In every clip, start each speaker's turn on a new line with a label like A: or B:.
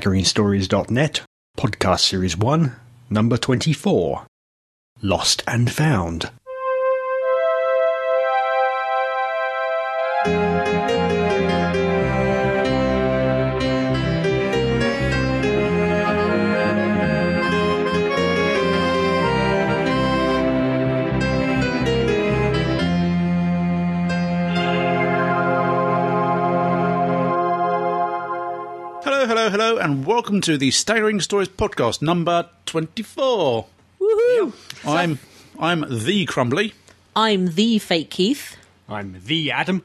A: www.staggeringstories.net, podcast series 1, number 24 Lost and Found.
B: Hello, hello, hello, and welcome to the Staggering Stories podcast number 24.
C: Woohoo!
B: I'm I'm the Crumbly.
C: I'm the fake Keith.
D: I'm the Adam.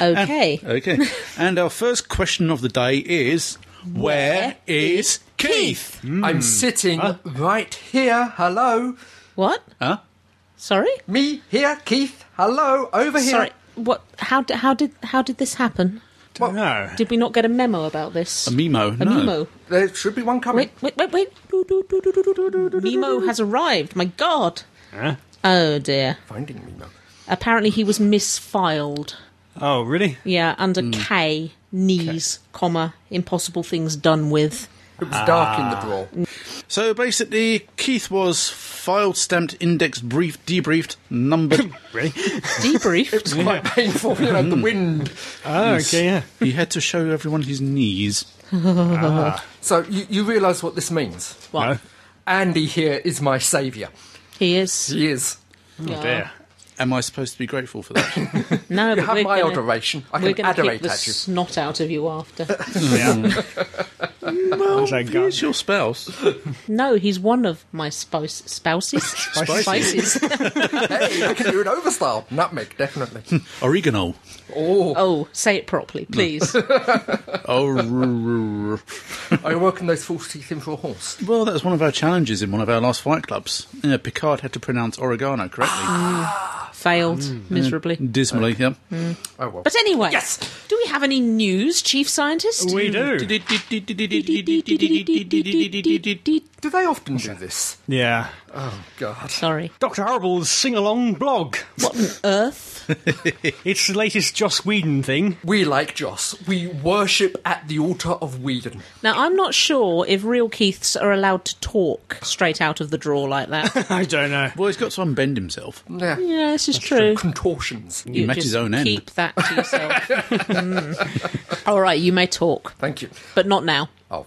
C: Okay.
B: Okay. and our first question of the day is
C: Where
B: Where is Keith?
E: I'm sitting right here. Hello.
C: What?
B: Huh?
C: Sorry?
E: Me here, Keith. Hello. Over here.
C: Sorry. What how did how did how did this happen?
D: No.
C: Did we not get a memo about this?
B: A memo.
C: A
B: no.
C: memo.
E: There should be one coming.
C: Wait, wait, wait, wait. Do, do, do, do, do, do, do, do, do, do. Memo has arrived. My god.
D: Huh?
C: Oh dear.
E: Finding me now.
C: Apparently he was misfiled.
D: Oh, really?
C: Yeah, under
E: Hmm.
C: K knees, comma, impossible things done with.
E: It was dark in the brawl.
B: So basically, Keith was filed, stamped, indexed, briefed, debriefed, numbered.
D: Really?
C: Debriefed.
E: It was quite painful. You know, the wind.
D: Oh, okay, yeah.
B: he had to show everyone his knees.
E: So you, you realise what this means?
C: What?
D: No.
E: Andy here is my saviour.
C: He is.
E: He is.
C: Yeah.
D: Dear.
B: Am I supposed to be grateful for that?
C: No,
E: You
C: but
E: have
C: we're
E: my
C: gonna,
E: adoration. I
C: We're
E: can
C: going to kick
E: adorate
C: the
E: at you.
C: snot out of you after.
D: Oh, Yeah. well,
B: He's your spouse.
C: No, he's one of my spouse, spouses.
B: Spices.
C: Spices.
E: hey, I can do an overstyle. Nutmeg, definitely.
B: Oregano.
E: Oh,
C: oh, say it properly, please.
B: Oh, r- r-
E: I working those false teeth in for a horse.
B: Well, that was one of our challenges in one of our last fight clubs. Yeah, Picard had to pronounce oregano
C: Ah.
B: correctly.
C: Failed miserably.
B: Dismally, yeah.
E: Oh well.
C: But anyway,
E: Yes!
C: Do we have any news, Chief Scientist?
D: We do.
E: do they often do this?
D: Yeah.
E: Oh God.
C: Sorry.
D: Dr. Horrible's sing along blog.
C: What on earth?
D: It's the latest Joss Whedon thing.
E: We like Joss. We worship at the altar of Whedon.
C: Now, I'm not sure if real Keiths are allowed to talk straight out of the drawer like that.
D: I don't know.
B: Well, he's got to unbend himself.
E: Yeah.
C: yeah, this is true.
E: Contortions.
B: He met
C: just
B: his own end.
C: Keep that to yourself. Mm. All right, you may talk,
E: Thank you.
C: but not now.
E: Oh.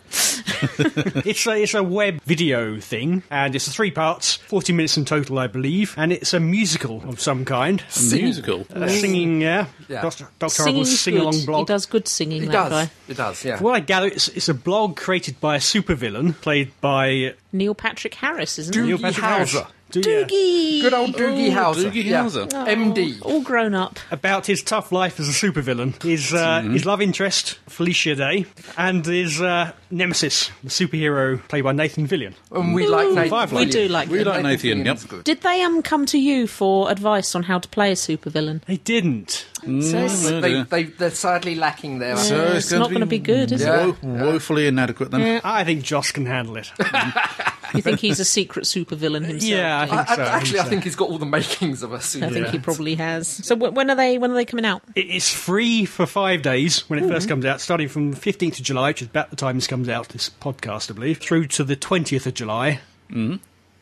D: It's a, it's a web video thing, and it's three parts, 40 minutes in total, I believe, and it's a musical of some kind.
B: Musical.
C: Uh,
D: A singing, yeah.
E: Yeah.
D: Dr. Dr. Horrible's
C: Singing's
D: sing along
C: good. He
D: blog.
C: does good singing,
E: It
C: that
E: does.
C: guy.
E: It does, yeah.
D: Well, I gather it's, it's a blog created by a supervillain, played by
C: Neil Patrick Harris, isn't
E: Do
C: he?
D: Neil
E: Doogie
D: Patrick Harris.
E: Howser.
D: Do ya?
C: Doogie!
E: Good old Doogie Howser.
B: Doogie
E: yeah.
B: Howser.
E: MD.
C: All grown up.
D: about his tough life as a supervillain, his uh,
C: Mm-hmm.
D: his love interest Felicia Day, and his uh, nemesis, the superhero played by Nathan Fillion.
E: And we like Nathan.
D: Five
C: We
D: Like
C: do
D: you.
C: like
B: We
C: them.
B: like Nathan, yep.
E: Fillion's good.
C: Did they um come to you for advice on how to play a supervillain?
D: They didn't.
C: So it's,
B: Mm.
E: They, they, they're sadly lacking
C: Yeah,
E: there.
B: it's
C: it's
B: going
C: not
B: to be
C: going to be good, is
E: Yeah.
C: it?
B: Wo- woefully inadequate then.
C: Yeah.
D: I think Joss can handle it.
C: You think he's a secret supervillain himself?
D: yeah, I
C: do you?
D: think
E: I, I,
D: so.
E: actually, I
D: so.
E: think he's got all the makings of a
C: I
E: super.
C: think he probably has. So wh- when are they? When are they coming out?
D: It- it's free for five days
E: Mm-hmm.
D: when it first comes out, starting from the fifteenth of July, which is about the time this comes out, this podcast, I believe, through to the twentieth of July.
E: Mm-hmm.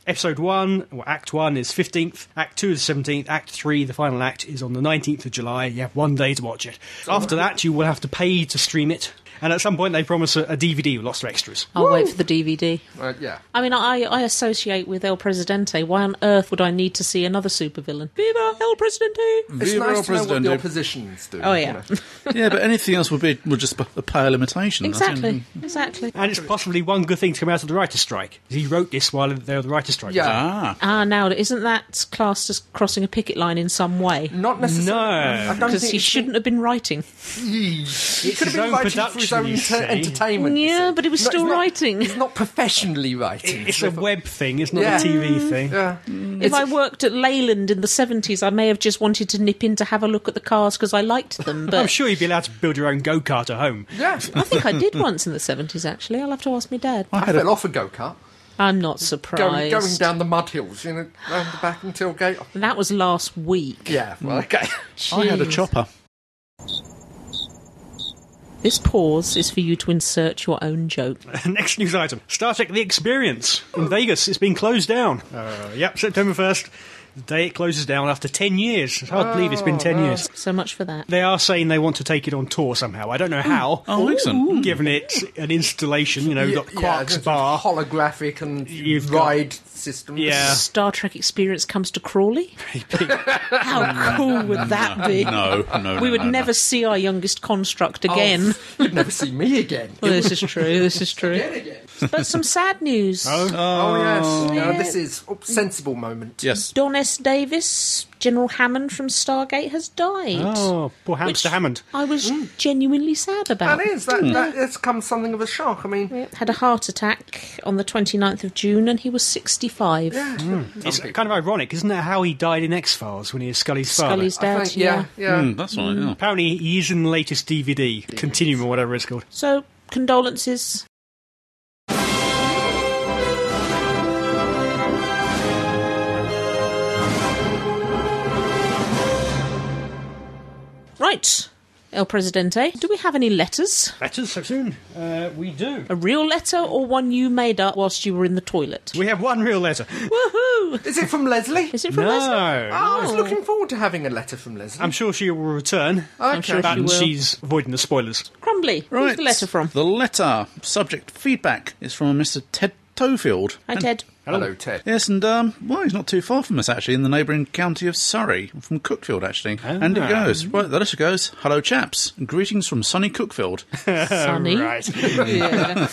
D: Episode one, or Act one, is fifteenth. Act two is seventeenth. Act three, the final act, is on the nineteenth of July. You have one day to watch it. After that, you will have to pay to stream it. And at some point, they promise a, a DVD with lots of extras.
C: I'll wait for the DVD.
E: Uh, yeah.
C: I mean, I, I associate with El Presidente. Why on earth would I need to see another supervillain? Viva El Presidente!
E: It's
B: Viva el
E: nice to know what
B: Presidente.
E: the oppositions do.
C: Oh,
E: you
C: yeah.
E: know.
B: yeah, but anything else would be would just be a pale imitation. That's the only
C: Exactly,
B: thing.
C: exactly.
D: And it's possibly one good thing to come out of the writer's strike. He wrote this while they were the writer's strike.
E: Yeah.
B: Ah.
C: Ah, now isn't that classed as crossing a picket line in some way?
E: Not necessarily.
D: No.
E: I don't
C: Because
E: think
C: he
E: it's-
C: shouldn't have been writing.
E: He could have
D: his
E: been
D: own
E: writing for his
D: production,
E: own
D: you
E: enter-
D: see.
E: entertainment. you
C: Yeah,
E: see.
C: but it was
E: No,
C: still
E: he's not-
C: writing.
E: He's not professionally writing.
D: It's a web thing, it's not
E: Yeah.
D: a TV thing.
E: Yeah.
C: If I worked at Leyland in the 70s, I may have just wanted to nip in to have a look at the cars because I liked them.
D: I'm
C: But
D: sure you'd be allowed to build your own go kart at home.
E: Yeah.
C: I think I did once in the 70s, actually. I'll have to ask my dad.
E: I fell off a go kart.
C: I'm not
E: Going,
C: surprised.
E: going down the mud hills, you know, round the back and tailgate. Oh,
C: That was last week.
E: Yeah, well, okay.
B: I had a
C: Jeez.
B: chopper.
C: This pause is for you to insert your own joke.
D: Next news item Star Trek The Experience in Vegas. It's been closed down. Uh, yep, September 1st. The day it closes down after 10 years. It's hard to believe it's been 10 years.
C: So much for that.
D: They are saying they want to take it on tour somehow. I don't know how.
B: Oh, excellent.
D: Given it's an installation, you know, you've got Quark's
E: just
D: bar.
E: holographic and
D: You've got-
E: ride systems.
D: Yeah.
C: Star Trek experience comes to Crawley? How cool would that be?
B: No, no,
C: We
B: no,
C: would
B: no, no.
C: never see our youngest construct
E: Oh,
C: again.
E: you'd never see me again.
C: Well, this is true. This is true.
E: Again, again.
C: But some sad news.
E: Oh, yes.
C: Yeah.
E: No, this is a sensible moment.
B: Yes.
C: Don S. Davis, General Hammond from Stargate, has died.
D: Oh, poor hamster
C: Which
D: Hammond.
C: I was genuinely sad about.
E: That is. That, that has come something of a shock. I mean,
C: Yeah, Had a heart attack on the 29th of June and he was 65.
D: It's kind of ironic, isn't that how he died in X Files when he was Scully's father?
C: Scully's
E: I
C: dad,
E: think,
C: yeah.
E: yeah, yeah.
B: Mm, that's right. Yeah.
D: Apparently, he is in the latest DVD, Continuum or whatever it's called.
C: So, condolences. Right, El Presidente, do we have any letters?
D: Letters so soon? Uh, we do.
C: A real letter or one you made up whilst you were in the toilet?
D: We have one real letter.
C: Woohoo!
E: Is it from Leslie?
C: Is it from
D: No.
C: Leslie?
E: Oh, I was looking forward to having a letter from Leslie.
D: I'm sure she will return.
C: I'm sure
D: but
C: she will.
D: she's avoiding the spoilers.
C: Crumbly, where's the letter from?
B: The letter subject feedback is from a Mr. Ted Tofield.
C: Hi,
B: And-
C: Ted.
E: Hello, Ted.
B: Yes, and um, well, he's not too far from us actually, in the neighbouring county of Surrey, from Cookfield actually. And it goes right. The letter goes, "Hello, chaps. Greetings from sunny Cookfield.
C: Sunny.
D: Right.
C: Yeah.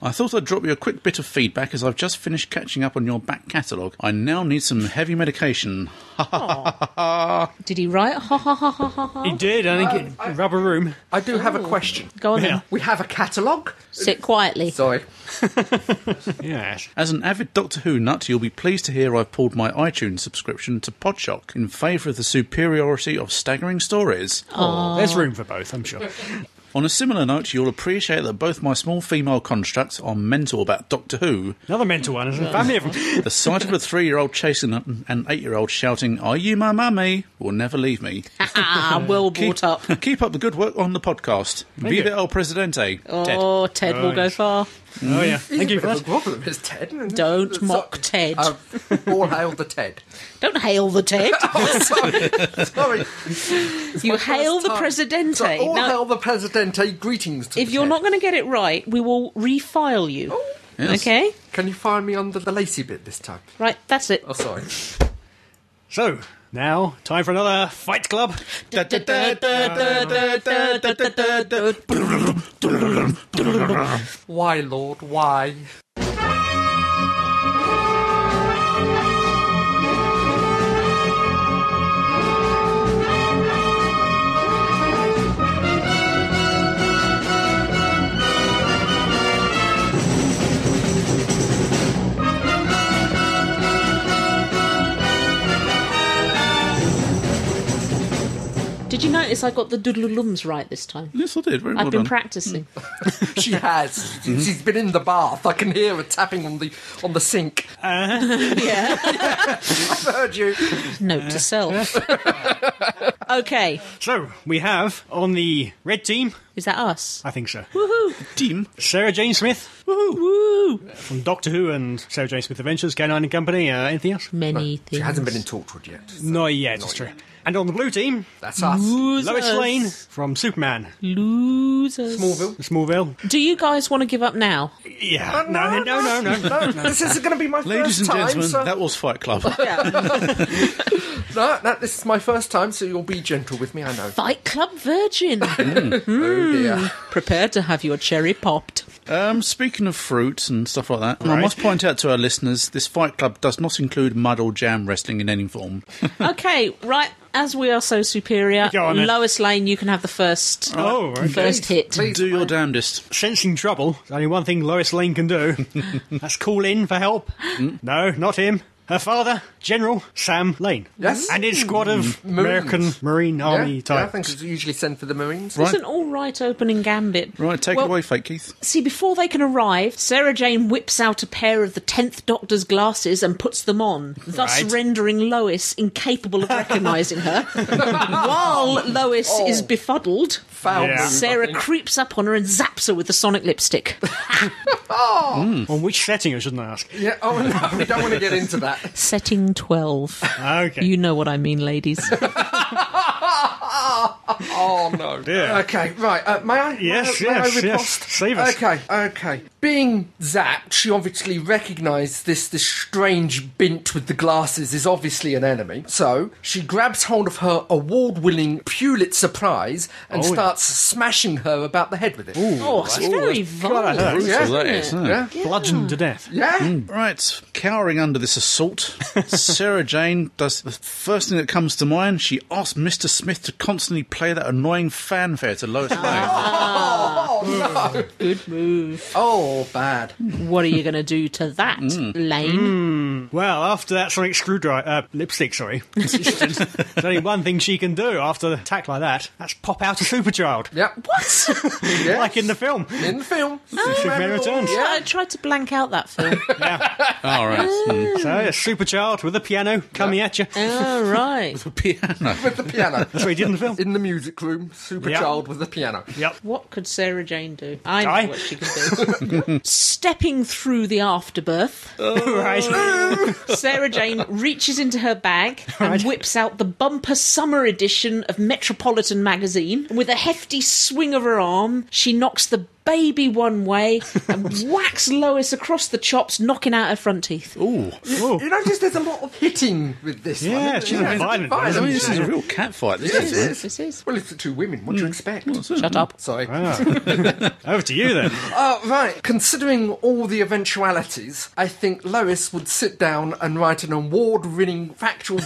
B: I thought I'd drop you a quick bit of feedback as I've just finished catching up on your back catalogue. I now need some heavy medication.
C: Did he write? Ha ha ha ha ha
D: He
C: ha.
D: did, I think, it, Rubber Room.
E: I do have a
D: Oh.
E: question.
C: Go on then.
E: We have a catalogue.
C: Sit quietly.
E: Sorry.
D: Yes.
B: As an avid Doctor Who nut, you'll be pleased to hear I've pulled my iTunes subscription to Podshock in favour of the superiority of staggering stories.
C: Oh.
D: There's room for both, I'm sure.
B: On a similar note, you'll appreciate that both my small female constructs are mental about Doctor Who.
D: Another mental one, isn't it? Family of them.
B: The sight of a three year old chasing an an eight year old shouting, Are you my mummy? will never leave me.
C: Ah, well brought up.
B: Keep up the good work on the podcast. Viva
D: you.
B: el Presidente. Dead.
C: Oh, Ted will go far.
D: Oh, yeah.
E: He's
D: Thank
E: a
D: you
E: bit
D: for
E: of
D: that.
E: a problem, is Ted. isn't he?
C: Don't
E: So-
C: mock Ted.
E: Uh, all hail the Ted.
C: Don't hail the Ted.
E: Oh, sorry. sorry.
C: you
E: My first
C: hail the
E: time.
C: Presidente.
E: So all
C: Now,
E: hail the Presidente. Greetings to
C: if
E: the
C: you're
E: Ted. Oh.
C: not going to get it right, we will refile you.
B: Yes.
C: Okay?
E: Can you find me under the lacy bit this time?
C: Right, that's it.
E: Oh, sorry.
D: So, now, time for another Fight Club.
E: Why, Lord? Why?
C: Did you notice I got the doodle-lums right this time?
B: Yes, I did. Very well
C: I've been
B: done.
C: practicing.
E: She has. She's been in the bath. I can hear her tapping on the on the sink.
C: yeah.
E: I've heard you.
C: Note to self. okay.
D: So, we have on the red team,
C: Is that us?
D: I think so,
B: Team.
D: Sarah Jane Smith
C: Woo!
D: from Doctor Who and Sarah Jane Smith Adventures, Canine and Company. Uh, anything else?
C: Many things.
E: She hasn't been in Torchwood yet.
D: No, yeah, it's true. And on the blue team,
E: That's us.
C: Losers.
D: Lois Lane from Superman,
C: Losers.
E: Smallville.
D: Smallville.
C: Do you guys want to give up now?
D: Yeah. No, no, no, no. no.
E: This is going to be my
B: Ladies
E: first
B: and
E: time.
B: gentlemen,
E: so-
B: that was Fight Club.
E: No, no, this is my first time, so you'll be gentle with me, I know.
C: Fight Club Virgin.
E: Oh dear.
C: Prepare to have your cherry popped.
B: Um, speaking of fruits and stuff like that, I must point out to our listeners this Fight Club does not include mud or jam wrestling in any form.
C: Okay, right. As we are so superior,
D: Go on then.
C: Lois Lane, you can have the first
D: Oh, right.
C: first hit.
E: Please,
B: Do your damnedest.
D: Sensing trouble, there's only one thing Lois Lane can do. That's call in for help. No, not him. Her father, General Sam Lane.
E: Yes. Mm.
D: And his squad of
E: Marines.
D: American Marine Army
E: yeah, yeah, I
D: types.
E: think it's usually sent for the Marines.
B: Right.
C: It's an all right opening gambit.
B: Right, take
C: Well,
B: it away, Fake Keith.
C: See, before they can arrive, Sarah Jane whips out a pair of the Tenth Doctor's glasses and puts them on, thus
D: Right.
C: rendering Lois incapable of recognising her. While Lois is befuddled,
E: Found
D: Yeah.
E: them, I
C: Sarah
E: think.
C: creeps up on her and zaps her with the sonic lipstick.
D: On which setting, I shouldn't ask.
E: Yeah, oh no, we don't want to get into that.
C: Setting 12.
D: Okay.
C: You know what I mean, ladies.
E: Oh no.
D: Yeah.
E: Okay, right. Uh, may I? may
D: Yes,
E: I- may I
D: yes, yes.
E: riposte?
D: Save us.
E: Okay, okay. Being zapped, she obviously recognised this this strange bint with the glasses is obviously an enemy. So she grabs hold of her award-winning Pulitzer Prize and
D: Oh, yeah.
E: starts smashing her about the head with it.
C: oh, it's very
E: hurt.
C: violent.
B: Brutal,
E: yeah.
B: that is, isn't it?
E: Yeah.
D: Bludgeoned to death.
E: Yeah.
B: Right, cowering under this assault, Sarah Jane does the first thing that comes to mind. She asks Mr. Smith to constantly play that annoying fanfare to Lois Lane.
D: Hmm.
C: Good move.
E: Oh, bad.
C: What are you going to do to that,
D: Mm.
C: Lane?
D: Well, after that sonic screwdriver, uh, lipstick, sorry. There's only one thing she can do after an attack like that. That's pop out a superchild.
E: Yep.
C: What?
E: Yeah.
D: Like in the film.
E: in the film.
D: Superman Returns.
E: Yeah.
C: I tried to blank out that film.
B: All right, mm.
D: So, a superchild with a piano coming at you. That's
C: All right.
B: piano.
E: With the piano.
D: what he did in the film.
E: in the music room, Superchild with the piano.
D: Yep.
C: What could Sarah Jane do? I know
D: Die.
C: what she can do. Stepping through the afterbirth,
D: right.
C: Sarah Jane reaches into her bag and whips out the bumper summer edition of Metropolitan magazine. With a hefty swing of her arm, she knocks the baby one way and whacks Lois across the chops, knocking out her front teeth.
E: You notice there's a lot of hitting with this one.
D: Yeah,
E: isn't
D: she's
E: there?
D: a violent
E: Violent,
D: one,
B: I
D: isn't
B: mean,
D: she?
B: this is a real cat fight. This
E: Yes,
B: is.
E: it is.
C: This is.
E: Well, it's the two women. What do you
D: Mm.
E: expect?
C: Shut up.
E: Sorry.
D: Ah. Over to you then.
E: Uh, right. Considering all the eventualities, I think Lois would sit down and write an award winning factual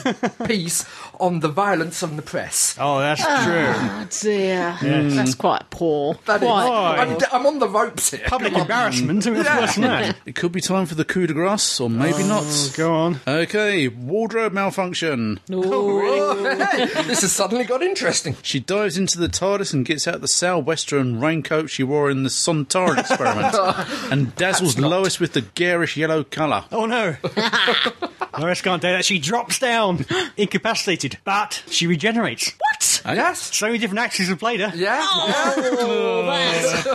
E: piece on the violence of the press.
D: Oh, that's true.
C: Oh dear. That's quite poor.
E: That is-
C: quite
D: Oh,
E: I'm, d- I'm on the ropes here.
D: Public embarrassment. I mean, that's worse than that.
B: It could be time for the coup de grace, or maybe not.
D: Go on.
B: Okay, wardrobe malfunction.
E: Hey, this has suddenly got interesting.
B: She dives into the TARDIS and gets out the sou'western raincoat she wore in the Sontaran experiment and dazzles Lois with the garish yellow colour.
D: Oh no. Lois can't do that. She drops down, incapacitated, but she regenerates. What?
E: Yes.
D: So many different actors have played her.
E: Yeah.
C: Oh, that's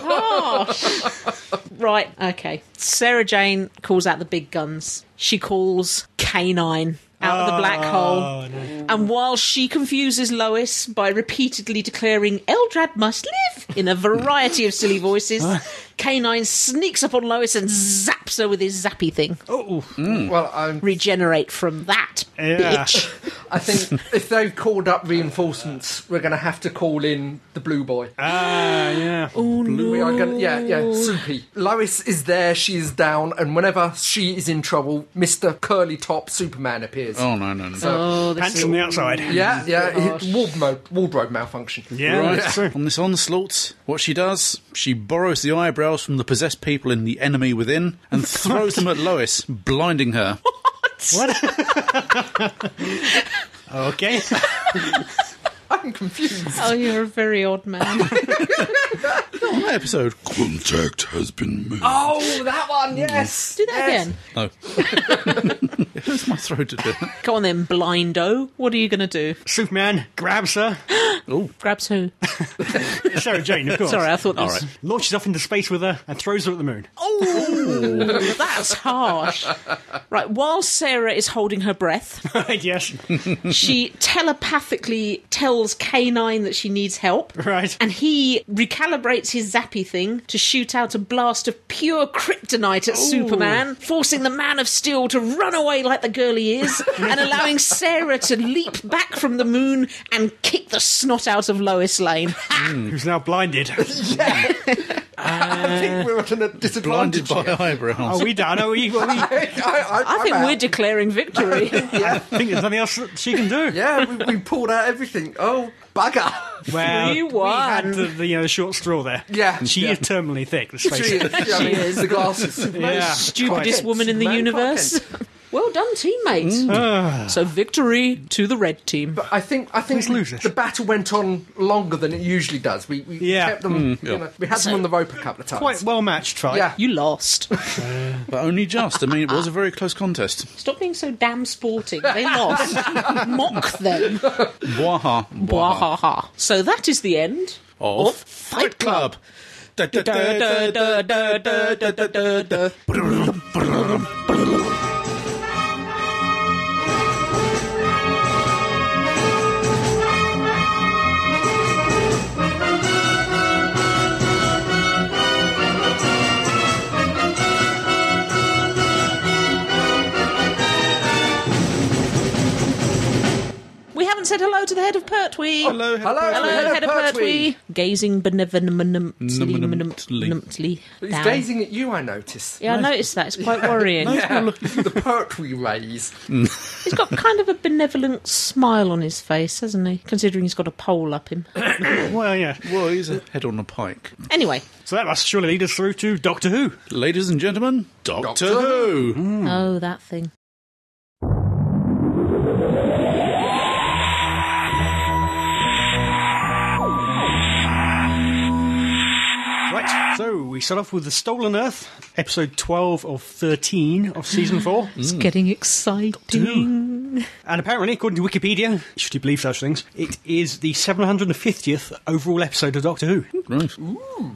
C: harsh. Oh, right, okay. Sarah Jane calls out the big guns. She calls Canine out of the black
D: Ah. Oh,
C: hole. And while she confuses Lois by repeatedly declaring Eldrad must live in a variety of silly voices, Canine sneaks up on Lois and zaps her with his zappy thing.
E: yeah. Well, I'm
C: Regenerate from that,
D: Yeah.
C: bitch.
E: I think if they've called up reinforcements, we're going to have to call in the Blue Boy.
D: Ah, yeah.
E: We are going. to Yeah, yeah. Soupy. Lois is there. She is down, and whenever she is in trouble, Mister Curly Top Superman appears.
B: Oh, no, no, no.
C: Oh, this
D: Pants
C: is
D: from the outside.
E: Yeah, yeah. he- Wardrobe, wardrobe malfunction.
D: Yeah,
B: Right.
D: that's true.
B: On this onslaught, what she does, she borrows the eyebrows from the possessed people in The Enemy Within and throws them at Lois, blinding her.
D: What? okay.
E: I'm confused.
C: Oh, you're a very odd man.
B: What episode?
F: Contact has been moved.
E: Oh, that one. Yes.
C: Do that
E: yes.
C: again.
B: No. it hurts my throat to do it.
C: Go on then, blindo. What are you going to do?
D: Superman grabs her.
C: Grabs who?
D: Sarah Jane, of course.
C: Sorry, I thought that was.
D: Launches off into space with her and throws her at the moon.
C: Oh, that's harsh. Right, while Sarah is holding her breath,
D: Right, yes.
C: she telepathically tells K9 that she needs help.
D: Right.
C: And he recalibrates his zappy thing to shoot out a blast of pure kryptonite at Superman, forcing the Man of Steel to run away like the girl he is, and allowing Sarah to leap back from the moon and kick the snot out of Lois Lane.
D: Who's now blinded.
E: I think we're at a
B: Blinded
E: disadvantage.
B: by
E: here.
B: eyebrows.
D: Are we done? Are we? Are we? I
E: I, I,
C: I
E: I'm
C: think
E: out.
C: we're declaring victory.
D: think there's nothing else that she can do.
E: Yeah, we, we pulled out everything. Oh, bugger.
D: Well,
C: We
D: had
C: won.
D: the, the you know, short straw there.
E: Yeah.
D: She is terminally thick. Let's face
E: She
D: it.
E: is. Yeah, I mean,
C: is.
E: The glasses.
D: Yeah.
E: Superman's
C: Stupidest
E: quite-
C: woman in the
E: Superman quite
C: universe.
E: dense.
C: Well done, teammates. so victory to the red team.
E: I think I think
D: Please lose this.
E: the battle went on longer than it usually does. We, we
D: Yeah.
E: kept them.
B: yeah.
E: you know, we had them on the rope a couple of times.
D: Quite well matched, right?
E: yeah.
C: You lost.
B: But only just. I mean, it was a very close contest.
C: Stop being so damn sporting. They lost. Mock them.
B: Waha.
C: Wahaha. So that is the end
B: Of
C: Fight
B: Club.
C: Da, da, da, da, da, da, da, da, da. We haven't said hello to the head of Pertwee.
B: Hello,
E: Hello,
C: Hello,
E: head of
C: head of Pertwee. Gazing
B: Numbenumptly.
C: benevolently.
E: He's
C: down.
E: gazing at you. I notice.
C: Yeah, I noticed that. It's quite worrying.
E: the Pertwee rays.
C: He's got kind of a benevolent smile on his face, hasn't he? Considering he's got a pole up him.
D: Well, yeah.
B: Well, he's a head on a pike.
C: Anyway,
D: So that must surely lead us through to Doctor Who.
B: Ladies and gentlemen, Doctor,
E: Doctor
B: Who.
C: oh, that thing.
D: Right, so we start off with The Stolen Earth, episode 12 of 13 of season 4.
C: It's getting exciting.
D: and apparently, according to Wikipedia, should you believe such things, it is the 750th overall episode of Doctor Who.
B: Right.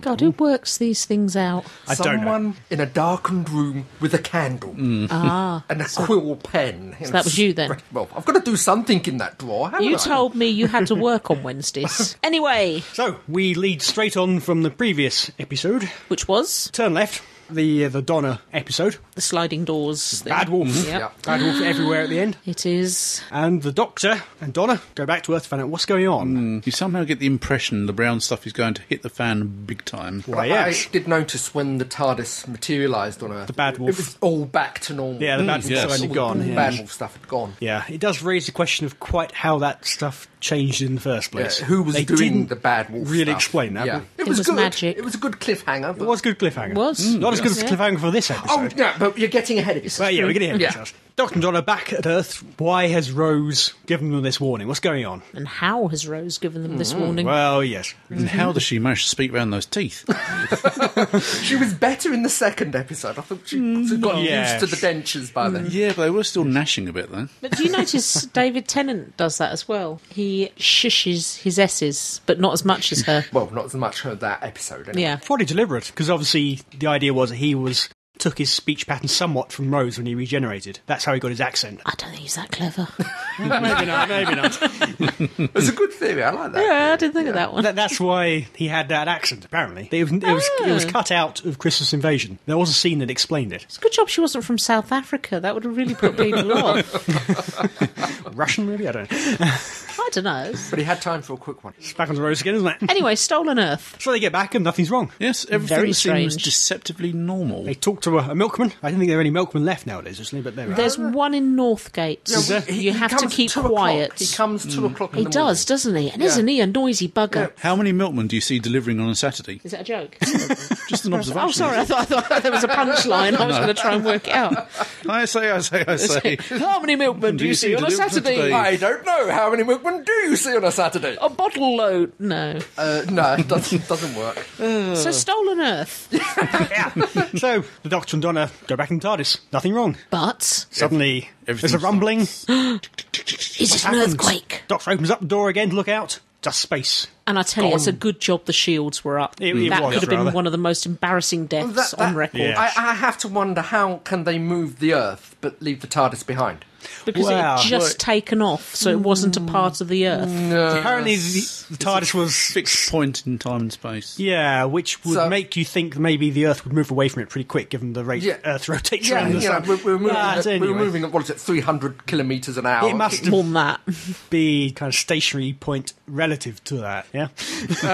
C: God, who works these things out?
D: I don't know.
E: Someone in a darkened room with a candle
C: Ah.
E: and a quill pen. So
C: that was you then?
E: Well, I've got to do something in that drawer. haven't
C: You
E: I?
C: told me you had to work on Wednesdays. Anyway,
D: So, we lead straight on from the previous episode.
C: which was
D: Turn left, the uh, the Donna episode.
C: the sliding doors. Thing.
D: Bad wolf.
C: Yeah.
E: Yeah. Mm-hmm.
D: Bad wolf everywhere at the end.
C: It is.
D: And the Doctor and Donna go back to Earth to find out what's going
E: Hmm.
D: on.
B: You somehow get the impression the brown stuff is going to hit the fan big time.
D: Why, yes.
E: I did notice when the TARDIS materialised on Earth. The
D: bad wolf.
E: It was all back to normal.
D: Yeah, the bad
C: Mm,
D: wolf's
B: yes.
D: finally
E: All
D: gone.
E: The
D: yeah.
E: bad wolf stuff had gone.
D: Yeah, it does raise the question of quite how that stuff changed in the first place.
E: Yeah, who was
D: They
E: doing
D: didn't
E: the bad wolf?
D: Really
E: stuff.
D: explain that.
E: Yeah.
D: but
E: It,
C: It
E: was,
C: was
E: good.
C: magic.
E: It was a good cliffhanger. But
D: It was good cliffhanger. Hmm.
C: Was. Mm,
D: not as good as
C: yeah.
D: cliffhanger for this episode.
E: Oh yeah, but you're getting ahead of
D: Well,
E: yourself.
D: yeah, we're going to hear
E: Yeah.
D: ourselves. Doctor and Donna back at Earth. Why has Rose given them this warning? What's going on?
C: And how has Rose given them this warning?
D: Hmm. Well, yes.
B: And how does she manage to speak round those teeth?
E: She was better in the second episode. I thought she she'd got
D: Mm, Yes. Mm,
E: used to the dentures by then.
B: yeah, but they were still gnashing a bit then.
C: But do you notice David Tennant does that as well? He shushes his S's, but not as much as her.
E: Well, not as much her that episode. Anyway.
C: Yeah.
D: Probably deliberate, because obviously the idea was that he was took his speech pattern somewhat from Rose when he regenerated. That's how he got his accent.
C: I don't think he's that clever.
D: maybe not, maybe not.
E: it's a good theory. I like that.
C: yeah, I didn't think of that one.
D: That, that's why he had that accent, apparently. It was, it, was, it was
C: Oh.
D: cut out of Christmas Invasion. There was a scene that explained it.
C: It's a good job she wasn't from South Africa. That would have really put people off.
D: Russian, really? I don't know.
C: I don't know.
E: But he had time for a quick one.
D: It's back on the road again, isn't it?
C: Anyway, Stolen Earth.
D: So they get back and nothing's wrong.
B: Yes, everything
C: Very
B: seems
C: strange.
B: deceptively normal.
D: They talk to a, a milkman. I don't think there are any milkmen left nowadays, actually, but there are.
C: There's one in Northgate.
E: Yeah, we- he-
C: you
E: he
C: have to
E: comes
C: keep
E: two o'clock.
C: quiet.
E: He comes two
D: Mm.
E: o'clock. In
C: He
E: the
C: does, doesn't he? And isn't he a noisy bugger?
B: How many milkmen do you see delivering on a Saturday?
C: Is that a joke?
B: Just an observation.
C: oh, sorry. I thought, I thought there was a punchline. I was going to try and work it out.
B: I say, I say, I say.
C: How many milkmen do you see on a
B: delivery
C: Saturday?
B: today?
E: I don't know how many milkmen do you see on a Saturday.
C: A bottle load. No.
E: Uh, no, it doesn't, doesn't work.
C: So Stolen Earth.
D: so the Doctor and Donna go back in TARDIS. Nothing wrong.
C: But
D: Suddenly,
B: everything
D: there's a rumbling.
C: is it an
D: happens?
C: earthquake?
D: Doctor opens up the door again to look out. Just space.
C: And I tell you, it's a good job the shields were up.
D: It- it
C: that
D: was,
C: could have been
D: rather.
C: one of the most embarrassing deaths
E: That- that-
C: on record.
D: Yeah.
E: I, I have to wonder how can they move the Earth but leave the TARDIS behind?
C: Because it
D: Wow.
C: had just taken off, so it wasn't a part of the Earth.
E: Uh,
D: Apparently, the, the TARDIS was
B: Fixed point in time and space.
D: Yeah, which would
E: So-
D: make you think maybe the Earth would move away from it pretty quick, given the rate
E: Yeah.
D: Earth rotates
E: Yeah,
D: around the
E: you know,
D: sun.
E: we're, we're moving.
D: But
E: At,
D: anyway,
E: We're moving at what is it, three hundred kilometers an hour?
D: It must
C: More than that.
D: be kind of stationary point relative to that. Yeah,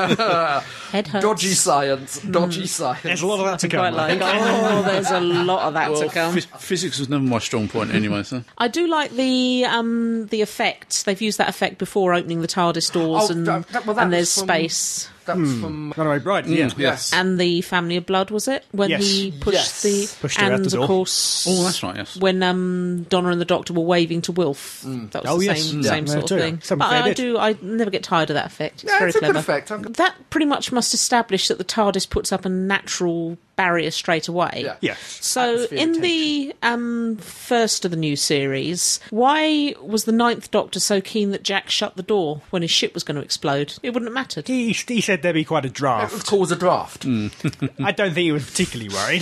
C: Head hurts.
E: Dodgy science. Dodgy science.
D: there's a lot of that to
C: Quite
D: come.
C: like, oh, there's a lot of that to come.
B: Phys- physics was never my strong point anyway, so.
C: I do like the um, the effect. They've used that effect before opening the TARDIS doors,
E: Oh,
C: and,
E: that- that- well, that
C: and there's
E: was from-
C: space.
E: That's from.
D: Runaway Bride. Yeah.
B: Yes.
C: And the Family of Blood was it when
D: Yes.
C: he pushed
E: Yes.
C: the
D: Pushed her out
C: and
D: the door.
C: of course
B: Oh, that's right, yes.
C: when um, Donna and the Doctor were waving to Wilf that was
D: Oh,
C: the
D: yes.
C: same,
D: Yeah.
C: same
D: Yeah,
C: sort
D: too.
C: of thing
D: Some
C: but I,
D: fair
C: I
D: bit.
C: do I never get tired of that effect it's
E: Yeah,
C: very
E: it's a
C: clever
E: good effect. I can-
C: that pretty much must establish that the TARDIS puts up a natural barrier straight away
E: Yeah.
D: Yeah.
C: So,
E: Atmosphere
C: in
E: of
C: the um, first of the new series, why was the Ninth Doctor so keen that Jack shut the door when his ship was going to explode? It wouldn't have mattered.
D: He, he said there'd be quite a
E: It would
D: draft.
E: cause a draft.
D: I don't think he was particularly worried.